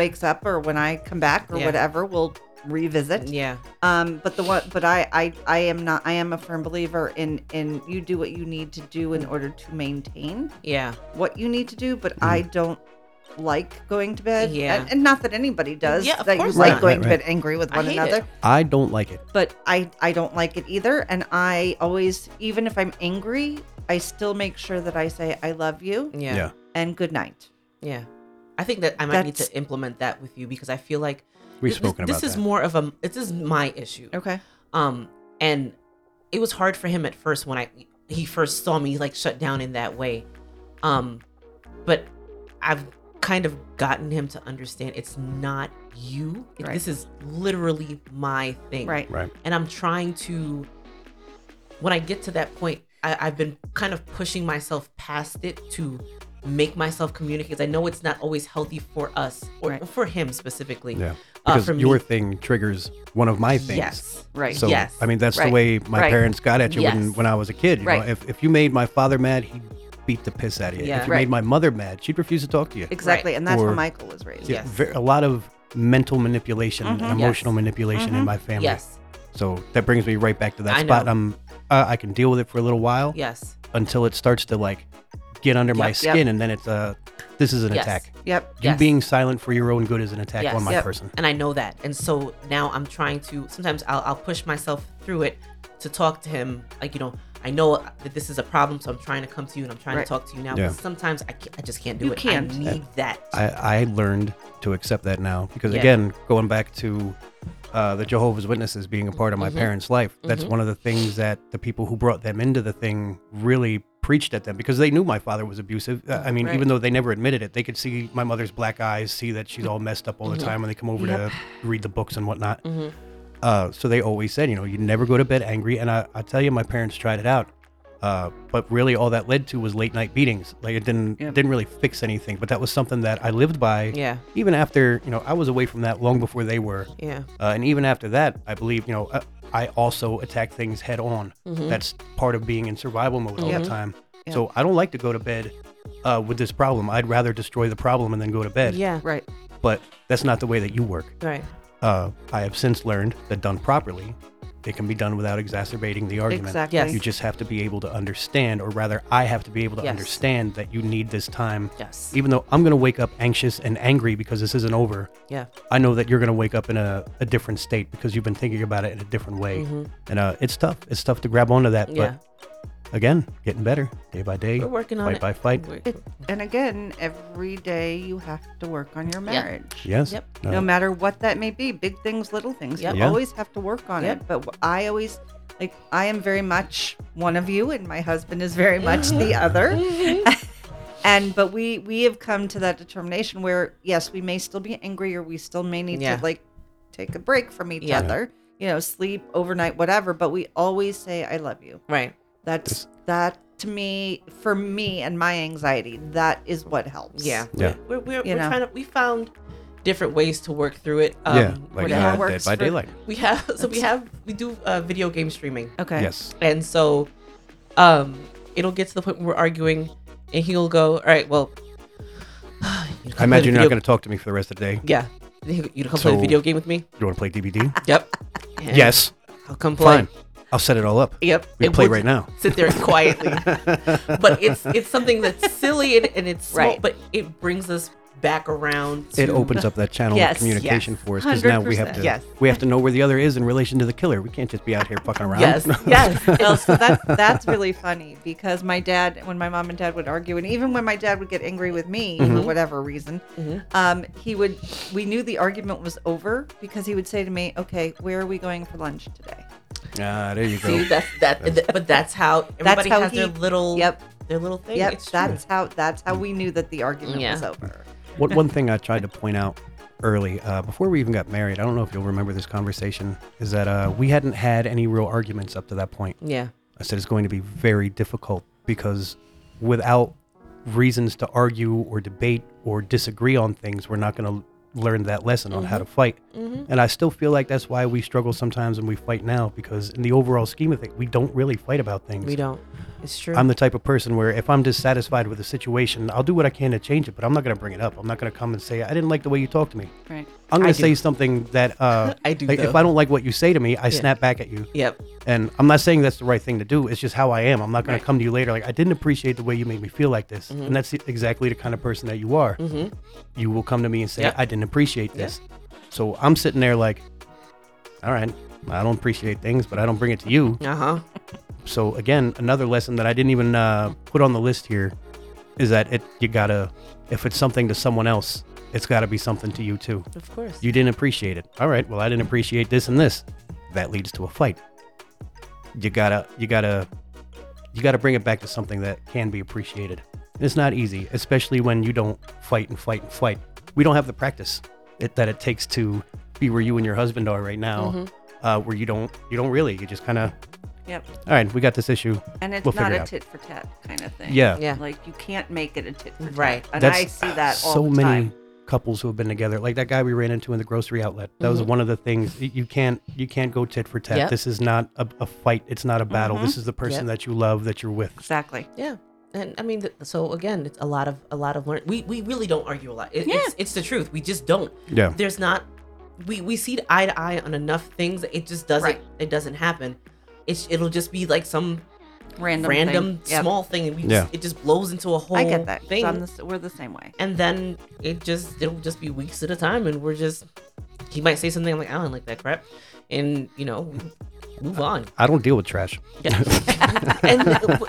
Speaker 3: wakes up or when I come back or
Speaker 1: Yeah.
Speaker 3: whatever, we'll revisit.
Speaker 1: yeah
Speaker 3: um but the one but I, I i am not i am a firm believer in in you do what you need to do in order to maintain
Speaker 1: yeah
Speaker 3: what you need to do but
Speaker 2: Mm-hmm.
Speaker 3: i don't like going to bed
Speaker 1: Yeah.
Speaker 3: and, and not that anybody does
Speaker 1: Yeah, of
Speaker 3: that you
Speaker 1: course
Speaker 3: like
Speaker 1: not.
Speaker 3: going
Speaker 2: Right,
Speaker 3: to bed angry with
Speaker 1: I
Speaker 3: one
Speaker 1: hate
Speaker 3: another
Speaker 1: it.
Speaker 2: I don't like it.
Speaker 3: but i i don't like it either and i always even if i'm angry i still make sure that i say i love you
Speaker 1: yeah
Speaker 2: yeah.
Speaker 3: and good night
Speaker 1: Yeah. I think that I might need
Speaker 3: That's-
Speaker 1: to implement that with you because I feel like
Speaker 2: We've
Speaker 1: th-
Speaker 2: spoken
Speaker 1: this,
Speaker 2: about
Speaker 1: this is
Speaker 2: that.
Speaker 1: more of a this is my issue.
Speaker 3: okay
Speaker 1: Um and it was hard for him at first when I he first saw me like shut down in that way. Um but I've kind of gotten him to understand it's not you. It-
Speaker 3: Right.
Speaker 1: This is literally my thing.
Speaker 3: right
Speaker 2: Right.
Speaker 1: And I'm trying to when I get to that point, I, I've been kind of pushing myself past it to make myself communicate. 'cause I know it's not always healthy for us or
Speaker 3: Right.
Speaker 1: for him specifically.
Speaker 2: Yeah.
Speaker 1: Uh,
Speaker 2: Because
Speaker 1: for
Speaker 2: your
Speaker 1: me,
Speaker 2: thing triggers one of my things.
Speaker 1: yes,
Speaker 3: right
Speaker 2: So
Speaker 1: Yes.
Speaker 2: I mean that's the
Speaker 3: Right.
Speaker 2: way my
Speaker 3: Right.
Speaker 2: parents got at you when,
Speaker 1: Yes.
Speaker 2: when I was a kid. You
Speaker 3: Right.
Speaker 2: know, if if you made my father mad, he beat the piss out of you.
Speaker 1: Yeah.
Speaker 2: If you
Speaker 3: Right.
Speaker 2: made my mother mad, she'd refuse to talk to you.
Speaker 3: exactly and that's
Speaker 2: Or-
Speaker 3: how michael was raised
Speaker 1: Yeah. Yes. Mm-hmm,
Speaker 2: Ver- a lot of mental manipulation and
Speaker 3: Mhm.
Speaker 2: emotional
Speaker 1: Yes. Mm-hmm.
Speaker 2: manipulation in
Speaker 3: Mhm.
Speaker 2: my family.
Speaker 1: yes,
Speaker 2: So that brings me right back to that
Speaker 1: I
Speaker 2: spot.
Speaker 1: know.
Speaker 2: I'm uh, I can deal with it for a little while
Speaker 1: yes,
Speaker 2: until it starts to like get under my
Speaker 1: Yep,
Speaker 2: skin, and then it's uh, this is an
Speaker 1: Yes.
Speaker 2: attack.
Speaker 3: yep
Speaker 2: You
Speaker 1: Yes.
Speaker 2: being silent for your own good is an attack
Speaker 1: Yes.
Speaker 2: on my
Speaker 3: Yep.
Speaker 2: person.
Speaker 1: and I know that. And so now I'm trying to. Sometimes I'll, I'll push myself through it to talk to him. Like you know, I know that this is a problem, so I'm trying to come to you and I'm trying
Speaker 3: Right.
Speaker 1: to talk to you now.
Speaker 2: Yeah.
Speaker 1: But sometimes I, can't, I just can't do
Speaker 3: You
Speaker 1: it.
Speaker 3: can't.
Speaker 1: I need that.
Speaker 2: I, I learned to accept that now because
Speaker 1: Yeah.
Speaker 2: again, going back to uh, the Jehovah's Witnesses being a part of my
Speaker 3: Mm-hmm.
Speaker 1: Mhm.
Speaker 2: parents' life, that's
Speaker 1: Mhm.
Speaker 2: one of the things that the people who brought them into the thing really preached at them because they knew my father was abusive. Uh, I mean,
Speaker 3: Right.
Speaker 2: even though they never admitted it, they could see my mother's black eyes, see that she's all messed up all the
Speaker 1: Mhm.
Speaker 2: time when they come over
Speaker 3: Mm-hmm. Yep.
Speaker 2: to read the books and whatnot.
Speaker 1: Mhm.
Speaker 2: Uh, so they always said, you know, you never go to bed angry. And I, I tell you, my parents tried it out. Uh, but really, all that led to was late night beatings. Like it didn't
Speaker 3: Yep.
Speaker 2: didn't really fix anything. But that was something that I lived by.
Speaker 1: Yeah,
Speaker 2: Even after you know, I was away from that long before they were.
Speaker 1: yeah,
Speaker 2: Uh, and even after that, I believe you know, uh, I also attack things head on.
Speaker 1: Mhm.
Speaker 2: That's part of being in survival mode all
Speaker 1: Mm-hmm.
Speaker 3: Yep.
Speaker 2: the time.
Speaker 3: Yep.
Speaker 2: So I don't like to go to bed uh, with this problem. I'd rather destroy the problem and then go to bed.
Speaker 1: yeah.
Speaker 3: right
Speaker 2: But that's not the way that you work.
Speaker 1: Right.
Speaker 2: Uh, I have since learned that done properly, it can be done without exacerbating the argument.
Speaker 3: exactly
Speaker 1: Yes.
Speaker 2: You just have to be able to understand, or rather, I have to be able to
Speaker 1: Yes.
Speaker 2: understand that you need this time.
Speaker 1: Yes.
Speaker 2: Even though I'm going to wake up anxious and angry because this isn't over,
Speaker 1: Yeah.
Speaker 2: I know that you're going to wake up in a, a different state because you've been thinking about it in a different way.
Speaker 1: Mhm.
Speaker 2: And uh, it's tough. It's tough to grab onto that.
Speaker 1: Yeah.
Speaker 2: But again, getting better day by day,
Speaker 1: We're working on
Speaker 2: fight
Speaker 1: it.
Speaker 2: by fight.
Speaker 1: We're-
Speaker 3: And again, every day you have to work on your marriage.
Speaker 2: Yes.
Speaker 1: Yep.
Speaker 2: No,
Speaker 3: No matter what that may be, big things, little things,
Speaker 1: Yep.
Speaker 3: you
Speaker 2: Yeah.
Speaker 3: always have to work on
Speaker 1: Yep.
Speaker 3: it. But wh- I always, like, I am very much one of you, and my husband is very much the other. And but we we have come to that determination where yes, we may still be angry, or we still may need
Speaker 1: Yeah.
Speaker 3: to like take a break from each
Speaker 1: Yeah.
Speaker 3: other, you know, sleep overnight, whatever. But we always say, "I love you."
Speaker 1: Right.
Speaker 3: That's that to me, for me and my anxiety, that is what helps.
Speaker 1: Yeah.
Speaker 2: Yeah.
Speaker 1: We're, we're,
Speaker 3: You
Speaker 1: we're
Speaker 3: know.
Speaker 1: trying to, we found different ways to work through it. Um,
Speaker 2: yeah. Like
Speaker 1: whatever
Speaker 2: uh,
Speaker 3: works
Speaker 2: Dead by
Speaker 3: for-
Speaker 2: Daylight.
Speaker 1: we have, so we have, we do uh, video game streaming.
Speaker 3: Okay.
Speaker 2: Yes.
Speaker 1: And so um, it'll get to the point where we're arguing and he'll go, all right, well, you
Speaker 2: I imagine you're not going to talk to me for the rest of the day.
Speaker 1: to. Yeah. He'll go, You gonna come play
Speaker 2: So-
Speaker 1: a video game with me?
Speaker 2: You want to play DVD?
Speaker 1: Yep.
Speaker 2: yes.
Speaker 1: I'll come play.
Speaker 2: Fine. I'll set it all up.
Speaker 1: Yep.
Speaker 2: We
Speaker 1: it
Speaker 2: can play
Speaker 1: would
Speaker 2: right now.
Speaker 1: Sit there quietly. but it's it's something that's silly and, and it's small,
Speaker 4: Right.
Speaker 1: but it brings us back around. To,
Speaker 2: It opens up that channel
Speaker 4: Yes,
Speaker 2: of communication for us because now we have to
Speaker 1: 100%. Yes.
Speaker 2: we have to know where the other is in relation to the killer. We can't just be out here fucking around.
Speaker 1: Yes.
Speaker 4: yes. No, so that that's really funny because my dad, when my mom and dad would argue, and even when my dad would get angry with me
Speaker 2: Mm-hmm.
Speaker 4: for whatever reason,
Speaker 3: Mm-hmm.
Speaker 1: Mhm.
Speaker 4: um, he would. We knew the argument was over because he would say to me, "Okay, where are we going for lunch today?"
Speaker 2: ah, there you go.
Speaker 1: See that's that, th- but that's how everybody
Speaker 4: how
Speaker 1: has their
Speaker 4: he-
Speaker 1: little
Speaker 4: Yep.
Speaker 1: their little thing.
Speaker 4: Yep.
Speaker 1: It's true.
Speaker 4: That's how that's how we knew that the argument
Speaker 1: Yeah.
Speaker 4: was over.
Speaker 2: What one thing I tried to point out early, uh, before we even got married, I don't know if you'll remember this conversation, is that uh, we hadn't had any real arguments up to that point.
Speaker 1: yeah.
Speaker 2: I said it's going to be very difficult because without reasons to argue or debate or disagree on things, we're not going to learn that lesson on how to
Speaker 1: Mm-hmm.
Speaker 2: fight. And I still feel like that's why we struggle sometimes and we fight now because, in the overall scheme of things, we don't really fight about things.
Speaker 1: We don't. It's true.
Speaker 2: I'm the type of person where if I'm dissatisfied with a situation, I'll do what I can to change it, but I'm not going to bring it up. I'm not going to come and say, I didn't like the way you talked to me.
Speaker 4: Right.
Speaker 2: I'm going
Speaker 1: I
Speaker 2: to say
Speaker 1: do.
Speaker 2: something that, uh,
Speaker 1: I do,
Speaker 2: like, if
Speaker 1: though.
Speaker 2: I don't like what you say to me, I snap back at you.
Speaker 1: yep.
Speaker 2: And I'm not saying that's the right thing to do. It's just how I am. I'm not going to come to you later like I didn't appreciate the way you made me feel like this.
Speaker 1: Mm-hmm.
Speaker 2: And that's e, exactly the kind of person that you are. You will come to me and say
Speaker 1: Yeah.
Speaker 2: I didn't appreciate this. So I'm sitting there like, all right, I don't appreciate things, but I don't bring it to you.
Speaker 1: Uh
Speaker 4: Uh-huh.
Speaker 1: huh.
Speaker 2: So again, another lesson that I didn't even uh, put on the list here is that it you gotta if it's something to someone else, it's got to be something to you too.
Speaker 1: Of course.
Speaker 2: You didn't appreciate it. All right. Well, I didn't appreciate this and this. That leads to a fight. You gotta, you gotta, you gotta bring it back to something that can be appreciated. And it's not easy, especially when you don't fight and fight and fight. We don't have the practice it, that it takes to be where you and your husband are right now, uh, where you don't, you don't really. You just kind of,
Speaker 4: Yep.
Speaker 2: all right, we got this issue.
Speaker 4: And it's
Speaker 2: We'll
Speaker 4: not
Speaker 2: figure it
Speaker 4: a
Speaker 2: out.
Speaker 4: tit for tat kind of thing.
Speaker 2: Yeah.
Speaker 1: Yeah.
Speaker 4: Like you can't make it a tit for tat.
Speaker 1: Right.
Speaker 4: And I see that all
Speaker 2: so
Speaker 4: the
Speaker 2: many
Speaker 4: time.
Speaker 2: couples who have been together like that guy we ran into in the grocery outlet that
Speaker 4: Mm-hmm.
Speaker 2: was one of the things y- you can't you can't go tit for tat
Speaker 1: Yep.
Speaker 2: this is not a, a fight it's not a battle
Speaker 4: Mm-hmm.
Speaker 2: this is the
Speaker 1: Yep.
Speaker 2: person that you love that you're with
Speaker 4: Exactly.
Speaker 1: Yeah, and I mean, th- so again, it's a lot of a lot of learn. We we really don't argue a lot. It, it's, it's the truth. We just don't.
Speaker 2: Yeah.
Speaker 1: There's not. We we see eye to eye on enough things. It just doesn't.
Speaker 4: Right.
Speaker 1: It doesn't happen. It's it'll just be like some
Speaker 4: Random. thing.
Speaker 1: random
Speaker 4: Yep.
Speaker 1: small thing, and we
Speaker 2: Yeah.
Speaker 1: just, it just blows into a whole
Speaker 4: I get that. 'cause
Speaker 1: thing.
Speaker 4: I'm the s- we're the same way.
Speaker 1: and then it just it'll just be weeks at a time, and we're just he might say something I'm like I don't like that crap, and you know we move on.
Speaker 2: i don't deal with trash
Speaker 1: Yeah. and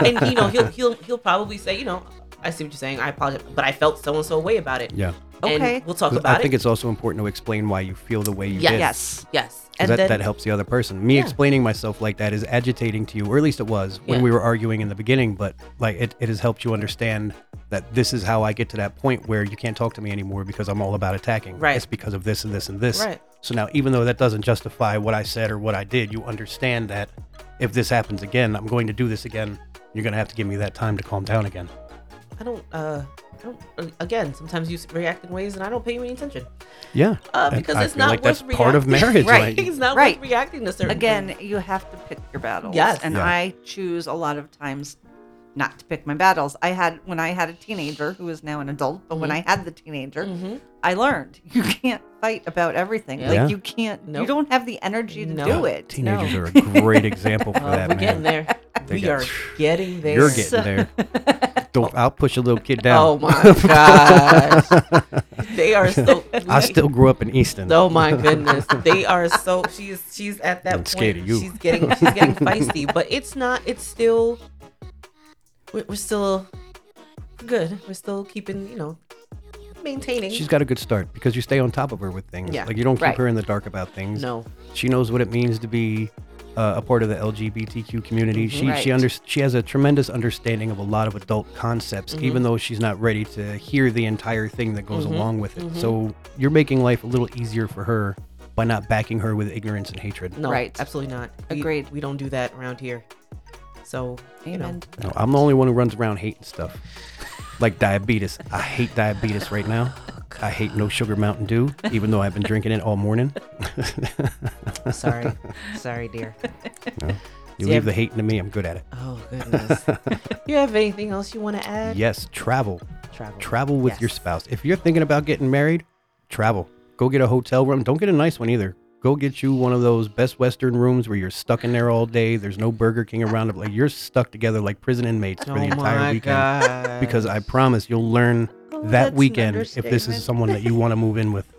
Speaker 1: and you know he'll he'll he'll probably say you know I see what you're saying I apologize but I felt so and so way about it.
Speaker 2: yeah
Speaker 1: Okay.
Speaker 4: Okay.
Speaker 1: And we'll talk
Speaker 2: 'Cause
Speaker 1: about
Speaker 2: i think
Speaker 1: it.
Speaker 2: it's also important to explain why you feel the way you
Speaker 1: Yes.
Speaker 2: did
Speaker 4: Yes.
Speaker 1: yes.
Speaker 2: 'Cause
Speaker 1: And
Speaker 2: that,
Speaker 1: then
Speaker 2: that helps the other person me
Speaker 1: Yeah.
Speaker 2: explaining myself like that is agitating to you or at least it was when
Speaker 1: Yeah.
Speaker 2: we were arguing in the beginning but like it, it has helped you understand that this is how i get to that point where you can't talk to me anymore because i'm all about attacking
Speaker 1: Right.
Speaker 2: it's because of this and this and this
Speaker 1: Right.
Speaker 2: so now even though that doesn't justify what i said or what i did you understand that if this happens again i'm going to do this again you're going to have to give me that time to calm down again
Speaker 1: I don't uh I don't uh, again sometimes you s- react in ways and I don't pay you any attention
Speaker 2: yeah
Speaker 1: uh,
Speaker 2: And
Speaker 1: because
Speaker 2: I
Speaker 1: it's
Speaker 2: feel
Speaker 1: not
Speaker 2: like
Speaker 1: worth
Speaker 2: that's part of
Speaker 1: reacting-
Speaker 2: marriage
Speaker 1: right.
Speaker 2: like-
Speaker 1: it's not
Speaker 4: Right.
Speaker 1: worth reacting to certain
Speaker 4: Again,
Speaker 1: things.
Speaker 4: you have to pick your battles.
Speaker 1: Yes.
Speaker 4: And
Speaker 2: Yeah.
Speaker 4: I choose a lot of times not to pick my battles. I had when I had a teenager who is now an adult, but when
Speaker 1: Mm-hmm.
Speaker 4: I had the teenager, I learned you can't fight about everything.
Speaker 1: Yeah.
Speaker 4: Like
Speaker 2: Yeah.
Speaker 4: you can't
Speaker 1: Nope.
Speaker 4: you don't have the energy to
Speaker 1: No.
Speaker 2: Yeah,
Speaker 4: do it.
Speaker 2: teenagers are a great example for
Speaker 1: Uh,
Speaker 2: that
Speaker 1: we're
Speaker 2: man
Speaker 1: getting there.
Speaker 2: They
Speaker 1: we
Speaker 2: got-
Speaker 1: are getting there.
Speaker 2: You're getting there. Don't. I'll push a little kid down.
Speaker 1: Oh my gosh. they are so
Speaker 2: I still grew up in Easton.
Speaker 1: Oh my goodness, they are so she's she's at that
Speaker 2: I'm
Speaker 1: point.
Speaker 2: scared of you.
Speaker 1: She's getting she's getting feisty, but it's not. It's still we're, we're still good. We're still keeping you know maintaining.
Speaker 2: She's got a good start because you stay on top of her with things.
Speaker 1: Yeah.
Speaker 2: Like you don't keep
Speaker 4: Right.
Speaker 2: her in the dark about things.
Speaker 1: no,
Speaker 2: She knows what it means to be uh, a part of the LGBTQ community. She
Speaker 1: Mm-hmm.
Speaker 4: Right.
Speaker 2: she under, she has a tremendous understanding of a lot of adult concepts,
Speaker 1: Mm-hmm.
Speaker 2: even though she's not ready to hear the entire thing that goes along with
Speaker 1: Mm-hmm.
Speaker 2: it. So you're making life a little easier for her by not backing her with ignorance and hatred.
Speaker 1: no,
Speaker 4: Right.
Speaker 1: absolutely not. We-
Speaker 4: Agreed.
Speaker 1: We, don't do that around here. So you know,
Speaker 4: Amen.
Speaker 2: No, I'm the only one who runs around hating stuff. Like diabetes. I hate diabetes right now. I hate no sugar Mountain Dew, even though I've been drinking it all morning.
Speaker 1: sorry, sorry, dear.
Speaker 2: You
Speaker 1: Yeah.
Speaker 2: leave the hating to me, I'm good at it.
Speaker 1: Oh goodness. you have anything else you want to add?
Speaker 2: Yes, travel.
Speaker 1: Travel.
Speaker 2: Travel with your
Speaker 1: Yes.
Speaker 2: spouse. If you're thinking about getting married, travel. Go get a hotel room. Don't get a nice one either. go get you one of those best Western rooms where you're stuck in there all day. There's no Burger King around. Like you're stuck together like prison inmates
Speaker 1: Oh
Speaker 2: for the entire weekend.
Speaker 1: God.
Speaker 2: Because I promise you'll learn
Speaker 3: Oh, that's
Speaker 2: that
Speaker 3: an
Speaker 2: weekend if this
Speaker 3: understatement.
Speaker 2: is someone that you want to move in with.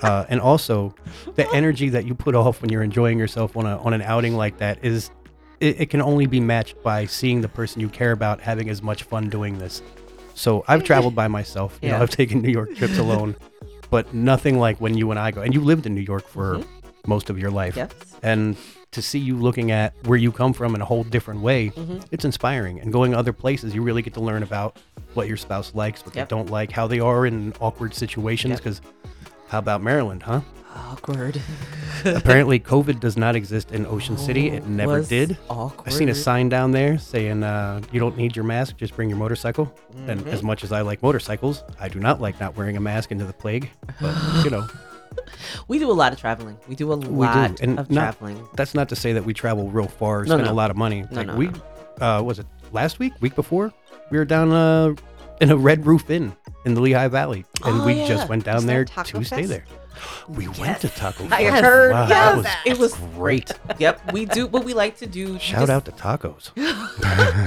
Speaker 2: Uh, and also, the energy that you put off when you're enjoying yourself on a on an outing like that is, it, it can only be matched by seeing the person you care about having as much fun doing this. So I've traveled by myself. You
Speaker 1: Yeah.
Speaker 2: know, I've taken New York trips alone, but nothing like when you and I go. And you lived in New York for
Speaker 3: Mm-hmm.
Speaker 2: most of your life,
Speaker 1: Yes.
Speaker 2: and to see you looking at where you come from in a whole different way,
Speaker 1: Mm-hmm.
Speaker 2: it's inspiring. And going other places, you really get to learn about what your spouse likes, what
Speaker 1: Yep.
Speaker 2: they don't like, how they are in awkward situations.
Speaker 1: Yep.
Speaker 2: Because how about Maryland, huh?
Speaker 1: Awkward.
Speaker 2: Apparently, COVID does not exist in Ocean City. It never
Speaker 1: Oh, Was
Speaker 2: did.
Speaker 1: Awkward.
Speaker 2: I seen a sign down there saying, uh, "You don't need your mask. Just bring your motorcycle."
Speaker 1: Mm-hmm.
Speaker 2: And as much as I like motorcycles, I do not like not wearing a mask into the plague. But you know,
Speaker 1: We do a lot of traveling. We do a
Speaker 2: we
Speaker 1: lot
Speaker 2: do. And
Speaker 1: of
Speaker 2: not-
Speaker 1: traveling.
Speaker 2: That's not to say that we travel real far,
Speaker 1: No,
Speaker 2: spend
Speaker 1: no.
Speaker 2: a lot of money.
Speaker 1: No,
Speaker 2: like
Speaker 1: no,
Speaker 2: we, Uh, was it last week, week before? We were down uh, in a Red Roof Inn in the Lehigh Valley, and
Speaker 1: Oh,
Speaker 2: we
Speaker 1: yeah.
Speaker 2: just went down
Speaker 3: Is that
Speaker 2: there
Speaker 3: Taco
Speaker 2: to stay
Speaker 3: Fest?
Speaker 2: there. We went to Taco.
Speaker 3: I
Speaker 2: Fest.
Speaker 3: heard
Speaker 2: Wow,
Speaker 3: about
Speaker 2: that was
Speaker 3: that.
Speaker 1: It was
Speaker 2: great.
Speaker 1: yep. We do what we like to do.
Speaker 2: Shout
Speaker 1: just-
Speaker 2: out to tacos.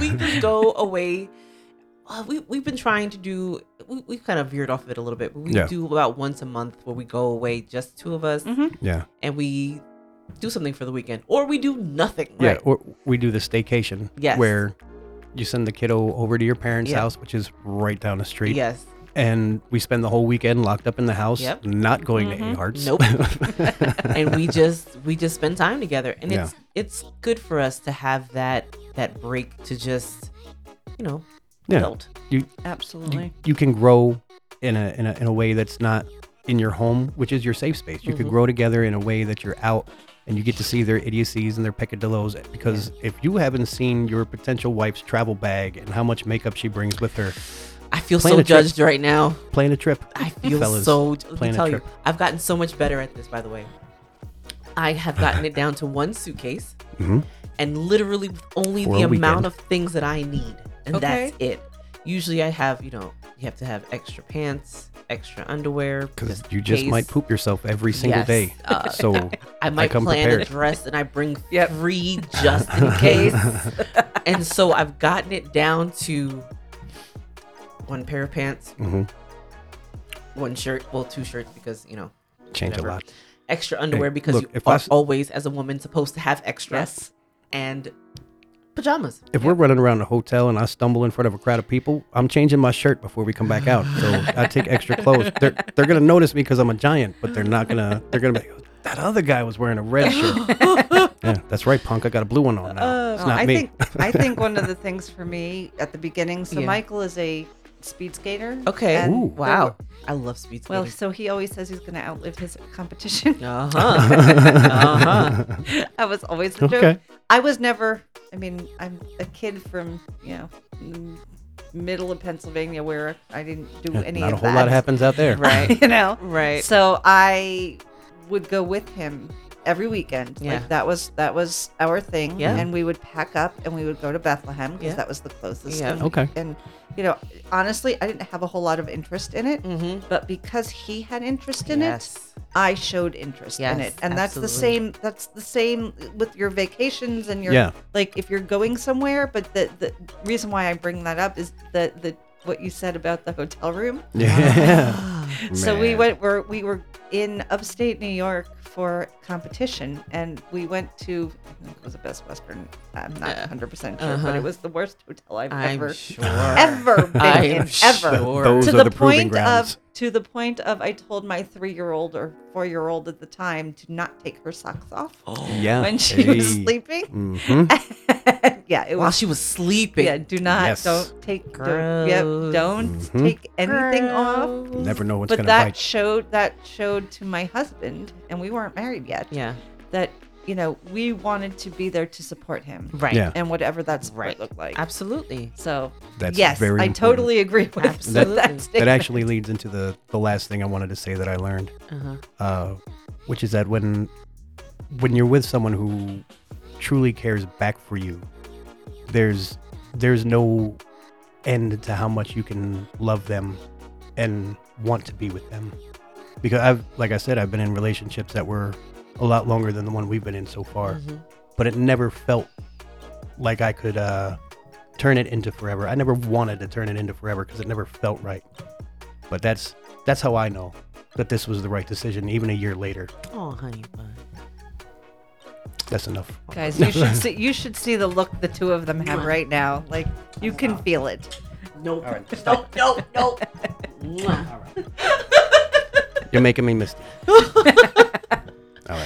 Speaker 1: we just go away. Uh, we we've been trying to do. We, we kind of veered off of it a little bit. But we
Speaker 2: Yeah.
Speaker 1: do about once a month where we go away, just two of
Speaker 3: Mm-hmm.
Speaker 1: us,
Speaker 2: Yeah,
Speaker 1: and we do something for the weekend, or we do nothing.
Speaker 2: yeah.
Speaker 1: Right?
Speaker 2: Or we do the staycation,
Speaker 1: Yes.
Speaker 2: where you send the kiddo over to your parents'
Speaker 1: Yeah.
Speaker 2: house, which is right down the street.
Speaker 1: Yes.
Speaker 2: and we spend the whole weekend locked up in the house,
Speaker 1: Yep. Mm-hmm.
Speaker 2: not going to A Hearts.
Speaker 1: Nope. and we just we just spend time together, and it's it's good for us to have that that break to just you know
Speaker 2: Yeah.
Speaker 1: build.
Speaker 2: you
Speaker 3: Absolutely.
Speaker 2: you can grow in a, in a in a way that's not in your home, which is your safe space. You
Speaker 1: Mm-hmm.
Speaker 2: can grow together in a way that you're out and you get to see their idiocies and their peccadillos. Because if you haven't seen your potential wife's travel bag and how much makeup she brings with her,
Speaker 1: I feel
Speaker 2: Plan
Speaker 1: so
Speaker 2: a trip.
Speaker 1: judged right now.
Speaker 2: plan a trip.
Speaker 1: I feel
Speaker 2: Fellas,
Speaker 1: so. Let me
Speaker 2: plan a
Speaker 1: tell you,
Speaker 2: trip.
Speaker 1: I've gotten so much better at this. By the way, I have gotten it down to one suitcase,
Speaker 2: Mhm.
Speaker 1: and literally with only
Speaker 2: For
Speaker 1: the
Speaker 2: a
Speaker 1: amount
Speaker 2: weekend.
Speaker 1: of things that I need, and that's it. Usually, I have you know you have to have extra pants, extra underwear
Speaker 2: Because you just might
Speaker 1: case.
Speaker 2: poop yourself every single
Speaker 1: Yes,
Speaker 2: day.
Speaker 1: uh,
Speaker 2: so
Speaker 1: I might
Speaker 2: come
Speaker 1: plan
Speaker 2: prepared.
Speaker 1: a dress and I bring
Speaker 3: Yep.
Speaker 1: three just in case. and so I've gotten it down to one pair of pants,
Speaker 2: Mhm.
Speaker 1: one shirt, well, two shirts because, you know,
Speaker 2: change
Speaker 1: whatever.
Speaker 2: a lot.
Speaker 1: Extra underwear because
Speaker 2: look,
Speaker 1: you
Speaker 2: if I
Speaker 1: are
Speaker 2: s-
Speaker 1: always, as a woman, supposed to have extras and pajamas.
Speaker 2: If we're running around a hotel and I stumble in front of a crowd of people, I'm changing my shirt before we come back out. So I take extra clothes. They're they're gonna notice me because I'm a giant, but they're not gonna. They're gonna be. "Oh, That other guy was wearing a red shirt. yeah, that's right, punk. I got a blue one on now. it's
Speaker 3: Oh,
Speaker 2: not
Speaker 3: I
Speaker 2: me.
Speaker 3: think I think one of the things for me at the beginning. So
Speaker 1: Yeah.
Speaker 3: Michael is a speed skater.
Speaker 1: Okay.
Speaker 3: and
Speaker 2: Ooh.
Speaker 3: there
Speaker 1: Wow.
Speaker 3: were-
Speaker 1: I love speed skating.
Speaker 3: Well, so he always says he's going to outlive his competition.
Speaker 1: uh huh. uh huh.
Speaker 3: I was always the
Speaker 2: Okay.
Speaker 3: joke. I was never. I mean, I'm a kid from you know m- middle of Pennsylvania where I didn't do
Speaker 2: Yeah,
Speaker 3: any
Speaker 2: not
Speaker 3: of
Speaker 2: a whole
Speaker 3: that.
Speaker 2: lot happens out there.
Speaker 1: Right.
Speaker 3: you know.
Speaker 1: Right.
Speaker 3: So I would go with him every weekend.
Speaker 1: Yeah.
Speaker 3: Like that was that was our thing.
Speaker 1: Yeah.
Speaker 3: And we would pack up and we would go to Bethlehem because
Speaker 1: Yeah.
Speaker 3: that was the closest.
Speaker 1: Yeah.
Speaker 3: And,
Speaker 2: Okay.
Speaker 3: And you know, honestly, I didn't have a whole lot of interest in it,
Speaker 1: Mm-hmm.
Speaker 3: but because he had interest in it, I showed interest in
Speaker 1: Yes,
Speaker 3: it. And that's the
Speaker 1: absolutely.
Speaker 3: same that's the same with your vacations and your
Speaker 2: Yeah.
Speaker 3: like if you're going somewhere, but the the reason why I bring that up is the the what you said about the hotel room.
Speaker 2: Yeah.
Speaker 3: So we
Speaker 2: Man.
Speaker 3: went. We're, we were in upstate New York for competition, and we went to I think it was a Best Western. I'm not
Speaker 1: Yeah.
Speaker 3: 100 percent sure,
Speaker 1: Uh-huh.
Speaker 3: but it was the worst hotel I've
Speaker 1: I'm
Speaker 3: ever
Speaker 1: sure.
Speaker 3: ever been in.
Speaker 1: I'm
Speaker 3: Ever
Speaker 1: sure.
Speaker 2: Those
Speaker 3: to
Speaker 2: are
Speaker 3: the,
Speaker 2: the proving
Speaker 3: point
Speaker 2: grounds.
Speaker 3: of to the point of I told my three year old or four year old at the time to not take her socks off
Speaker 2: Oh,
Speaker 1: Oh.
Speaker 2: Yeah.
Speaker 3: when she was sleeping.
Speaker 2: hmm
Speaker 3: yeah, it
Speaker 1: While
Speaker 3: was.
Speaker 1: she was sleeping.
Speaker 3: Yeah, do not
Speaker 2: Yes.
Speaker 3: don't take don't, yep,
Speaker 1: Gross.
Speaker 3: don't
Speaker 2: Mhm.
Speaker 3: take anything off.
Speaker 2: Never know what's
Speaker 3: but
Speaker 2: gonna
Speaker 3: that
Speaker 2: bite.
Speaker 3: showed that showed to my husband and we weren't married yet
Speaker 1: Yeah.
Speaker 3: that you know we wanted to be there to support him
Speaker 1: Right.
Speaker 2: Yeah.
Speaker 3: and whatever that support
Speaker 1: Right.
Speaker 3: looked like
Speaker 1: Absolutely.
Speaker 3: so
Speaker 2: That's
Speaker 3: yes
Speaker 2: very
Speaker 3: i
Speaker 2: important.
Speaker 3: totally agree with
Speaker 1: Absolutely.
Speaker 3: that,
Speaker 1: That-
Speaker 3: statement.
Speaker 2: That actually leads into the the last thing I wanted to say that I learned.
Speaker 1: Uh-huh.
Speaker 2: uh, which is that when when you're with someone who truly cares back for you, there's there's no end to how much you can love them and want to be with them. Because I've, like I said, I've been in relationships that were a lot longer than the one we've been in so far,
Speaker 1: Mhm.
Speaker 2: but it never felt like I could uh, turn it into forever. I never wanted to turn it into forever because it never felt right. But that's that's how I know that this was the right decision, even a year later.
Speaker 1: Oh, honey bun.
Speaker 2: That's enough.
Speaker 4: Guys, you should see you should see the look the two of them have right now. Like you can feel it.
Speaker 1: Nope.
Speaker 2: All right,
Speaker 1: Nope. Nope. Nope. Mwah.
Speaker 2: You're making me misty. all right,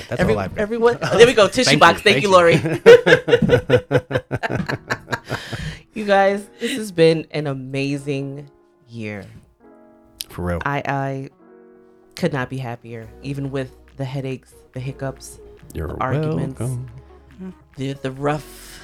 Speaker 2: that's
Speaker 1: Every-
Speaker 2: all I've got.
Speaker 1: everyone. Oh, there we go. Tissue box. Thank, you, Lori.
Speaker 2: Lori.
Speaker 1: you guys, this has been an amazing year.
Speaker 2: For real.
Speaker 1: I I could not be happier, even with the headaches, the hiccups,
Speaker 2: You're
Speaker 1: arguments.
Speaker 2: welcome.
Speaker 1: the the rough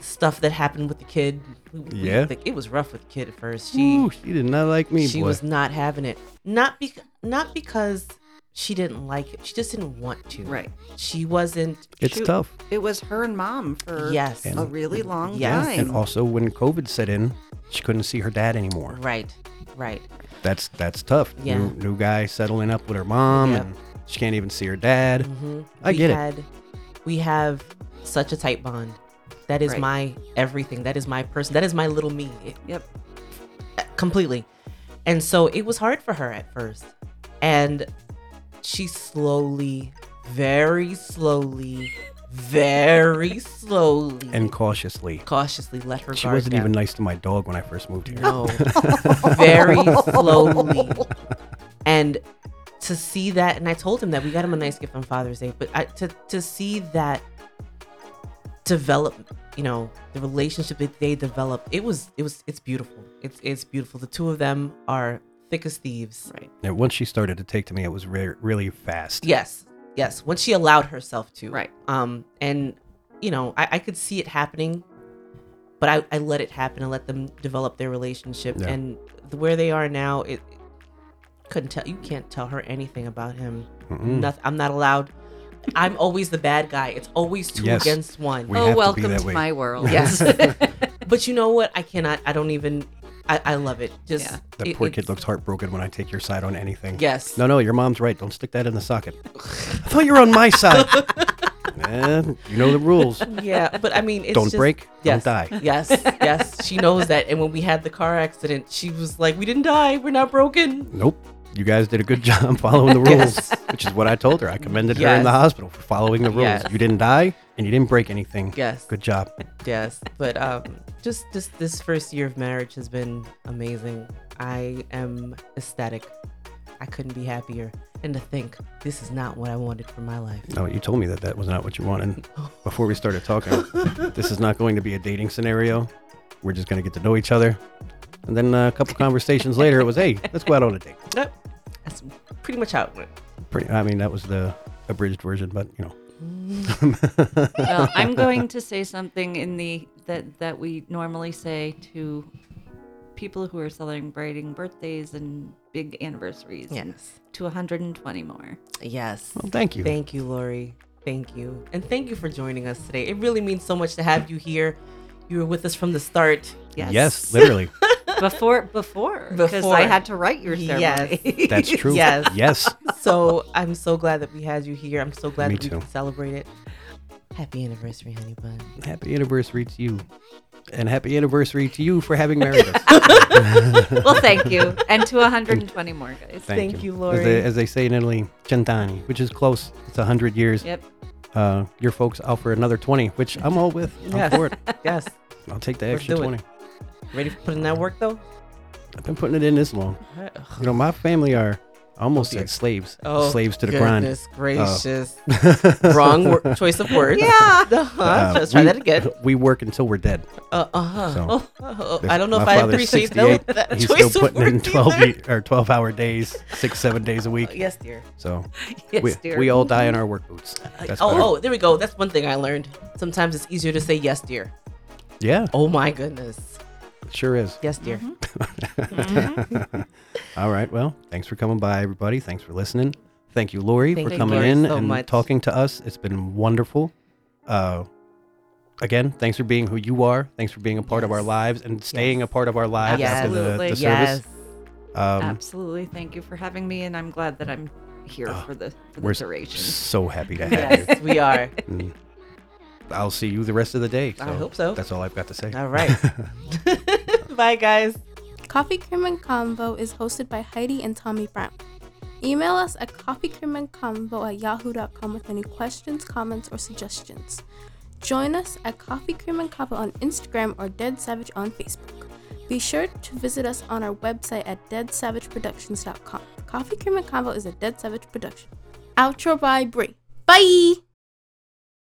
Speaker 1: stuff that happened with the kid. We- we-
Speaker 2: Yeah.
Speaker 1: like, it was rough with the kid at first. She
Speaker 2: Ooh, she did not like me,
Speaker 1: she
Speaker 2: boy.
Speaker 1: was not having it. Not because not because she didn't like it. She just didn't want to.
Speaker 3: Right.
Speaker 1: She wasn't.
Speaker 2: it's
Speaker 3: shoot.
Speaker 2: tough.
Speaker 3: It was her and mom for
Speaker 1: Yes.
Speaker 3: a really long
Speaker 1: Yes.
Speaker 3: time.
Speaker 2: And also, when COVID set in, she couldn't see her dad anymore.
Speaker 1: Right. Right.
Speaker 2: That's that's tough.
Speaker 1: Yeah.
Speaker 2: New, new guy settling up with her mom,
Speaker 1: Yep.
Speaker 2: and she can't even see her dad.
Speaker 1: Mhm.
Speaker 2: I get it.
Speaker 1: had, We have such a tight bond. That is
Speaker 3: Right.
Speaker 1: my everything. That is my person. That is my little me. It-
Speaker 3: Yep.
Speaker 1: Completely. And so it was hard for her at first. And she slowly, very slowly, very slowly
Speaker 2: And cautiously,
Speaker 1: cautiously let her
Speaker 2: she
Speaker 1: guard
Speaker 2: wasn't
Speaker 1: down.
Speaker 2: even nice to my dog when I first moved here.
Speaker 1: No. very slowly. And to see that, and I told him that we got him a nice gift on Father's Day, but I, to to see that develop, you know, the relationship that they developed, it was it was it's beautiful. It's it's beautiful. The two of them are thick as thieves.
Speaker 3: Right.
Speaker 2: And once she started to take to me, it was re- really fast.
Speaker 1: Yes, yes. When she allowed herself to,
Speaker 3: Right.
Speaker 1: Um, and you know, I, I could see it happening, but I, I let it happen and let them develop their relationship
Speaker 2: Yeah.
Speaker 1: and th- where they are now. It couldn't tell you can't tell her anything about him.
Speaker 2: Mm-mm.
Speaker 1: Noth- I'm not allowed. I'm always the bad guy. It's always two
Speaker 2: Yes.
Speaker 1: against one.
Speaker 2: We have to
Speaker 3: oh,
Speaker 2: be
Speaker 3: welcome
Speaker 2: that
Speaker 3: to,
Speaker 2: way.
Speaker 3: my world.
Speaker 1: Yes. but you know what? I cannot. I don't even. I, I love it. Just
Speaker 3: Yeah.
Speaker 2: That
Speaker 1: it-
Speaker 2: poor
Speaker 1: it's-
Speaker 2: kid looks heartbroken when I take your side on anything.
Speaker 1: Yes.
Speaker 2: No, no, your mom's right. Don't stick that in the socket. I thought you were on my side. Man, you know the rules.
Speaker 1: Yeah, but I mean, it's
Speaker 2: don't
Speaker 1: just-
Speaker 2: break,
Speaker 1: Yes.
Speaker 2: don't die.
Speaker 1: Yes, yes, she knows that. And when we had the car accident, she was like, "We didn't die. We're not broken."
Speaker 2: Nope. You guys did a good job following the rules,
Speaker 1: Yes.
Speaker 2: which is what I told her. I commended her in the
Speaker 1: Yes.
Speaker 2: hospital for following the rules.
Speaker 1: Yes.
Speaker 2: You didn't die and you didn't break anything.
Speaker 1: Yes,
Speaker 2: Good job.
Speaker 1: yes. But um, just just this first year of marriage has been amazing. I am ecstatic. I couldn't be happier. And to think, this is not what I wanted for my life.
Speaker 2: No, you told me that that was not what you wanted before we started talking. this is not going to be a dating scenario. We're just going to get to know each other. And then uh, a couple conversations later, it was, hey, let's go out on a date.
Speaker 1: Yep. That's pretty much how it went.
Speaker 2: Pretty, I mean, that was the abridged version, but you know.
Speaker 4: Well, I'm going to say something in the that that we normally say to people who are celebrating birthdays and big anniversaries and
Speaker 1: Yes,
Speaker 4: to 120 more.
Speaker 1: yes.
Speaker 2: Well, thank you.
Speaker 1: Thank you, Lori. Thank you. And thank you for joining us today. It really means so much to have you here. You were with us from the start.
Speaker 4: Yes.
Speaker 2: Yes, literally.
Speaker 4: Before before because
Speaker 1: Before.
Speaker 4: I had to write your ceremony.
Speaker 1: Yes.
Speaker 2: That's true.
Speaker 1: Yes.
Speaker 2: Yes.
Speaker 1: so I'm so glad that we had you here. I'm so glad
Speaker 2: Me
Speaker 1: that we
Speaker 2: too.
Speaker 1: can celebrate it. Happy anniversary, honey bun.
Speaker 2: Happy anniversary to you. And happy anniversary to you for having married us.
Speaker 4: well, thank you. And to 120 more guys.
Speaker 1: Thank you, Lori.
Speaker 2: As they, as they say in Italy, cent'anni, which is close. It's 100 years.
Speaker 4: Yep.
Speaker 2: Uh, your folks out for another 20, which I'm all with. I'm
Speaker 1: Yes.
Speaker 2: for it.
Speaker 1: Yes.
Speaker 2: I'll take the
Speaker 1: Let's
Speaker 2: extra
Speaker 1: do it.
Speaker 2: 20.
Speaker 1: Ready for putting that work though?
Speaker 2: I've been putting it in this long. You know, my family are I almost
Speaker 1: Oh, dear.
Speaker 2: said slaves. slaves to the grind. Oh.
Speaker 1: goodness gracious. Wrong wor- choice of words.
Speaker 4: Yeah.
Speaker 1: Uh-huh.
Speaker 2: Uh,
Speaker 1: Let's try
Speaker 2: we-
Speaker 1: that again.
Speaker 2: We work until we're dead.
Speaker 1: Uh huh.
Speaker 2: So,
Speaker 1: oh. I don't know
Speaker 2: my
Speaker 1: if I
Speaker 2: father's
Speaker 1: appreciate that,
Speaker 2: 68.
Speaker 1: that
Speaker 2: He's
Speaker 1: choice
Speaker 2: still
Speaker 1: of
Speaker 2: putting
Speaker 1: words
Speaker 2: in 12
Speaker 1: either.
Speaker 2: ye- or 12 hour days, six, seven days a week.
Speaker 1: Yes, dear.
Speaker 2: So
Speaker 4: Yes,
Speaker 2: we,
Speaker 4: dear.
Speaker 2: we all die in our work boots. That's what I-
Speaker 1: oh, oh, there we go. That's one thing I learned. Sometimes it's easier to say yes, dear.
Speaker 2: yeah,
Speaker 1: Oh my goodness.
Speaker 2: it sure is.
Speaker 1: Yes, dear.
Speaker 2: Mm-hmm. All right. Well, thanks for coming by, everybody. Thanks for listening. Thank you, Lori,
Speaker 1: Thank
Speaker 2: for
Speaker 1: you,
Speaker 2: coming
Speaker 1: Lori,
Speaker 2: in
Speaker 1: so
Speaker 2: and
Speaker 1: much.
Speaker 2: talking to us. It's been wonderful. Uh, again, thanks for being who you are. Thanks for being a part of our
Speaker 1: Yes.
Speaker 2: lives and staying
Speaker 1: Yes.
Speaker 2: a part of our lives after the,
Speaker 4: Absolutely.
Speaker 2: the service.
Speaker 1: Yes.
Speaker 2: Um,
Speaker 4: Absolutely. Thank you for having me. And I'm glad that I'm here
Speaker 2: Oh,
Speaker 4: for the for the
Speaker 2: we're s-
Speaker 4: duration.
Speaker 2: So happy to have you.
Speaker 1: Yes, we are.
Speaker 2: And Mm. I'll see you the rest of the day.
Speaker 1: I hope so.
Speaker 2: That's all I've got to say.
Speaker 1: All right. Bye, guys.
Speaker 5: Coffee Cream and Convo is hosted by Heidi and Tommy Brown. Email us at coffeecreamandconvo at yahoo.com with any questions, comments, or suggestions. Join us at Coffee Cream and Convo on Instagram or Dead Savage on Facebook. Be sure to visit us on our website at deadsavageproductions.com. Coffee Cream and Convo is a Dead Savage production. Outro by Brie. Bye!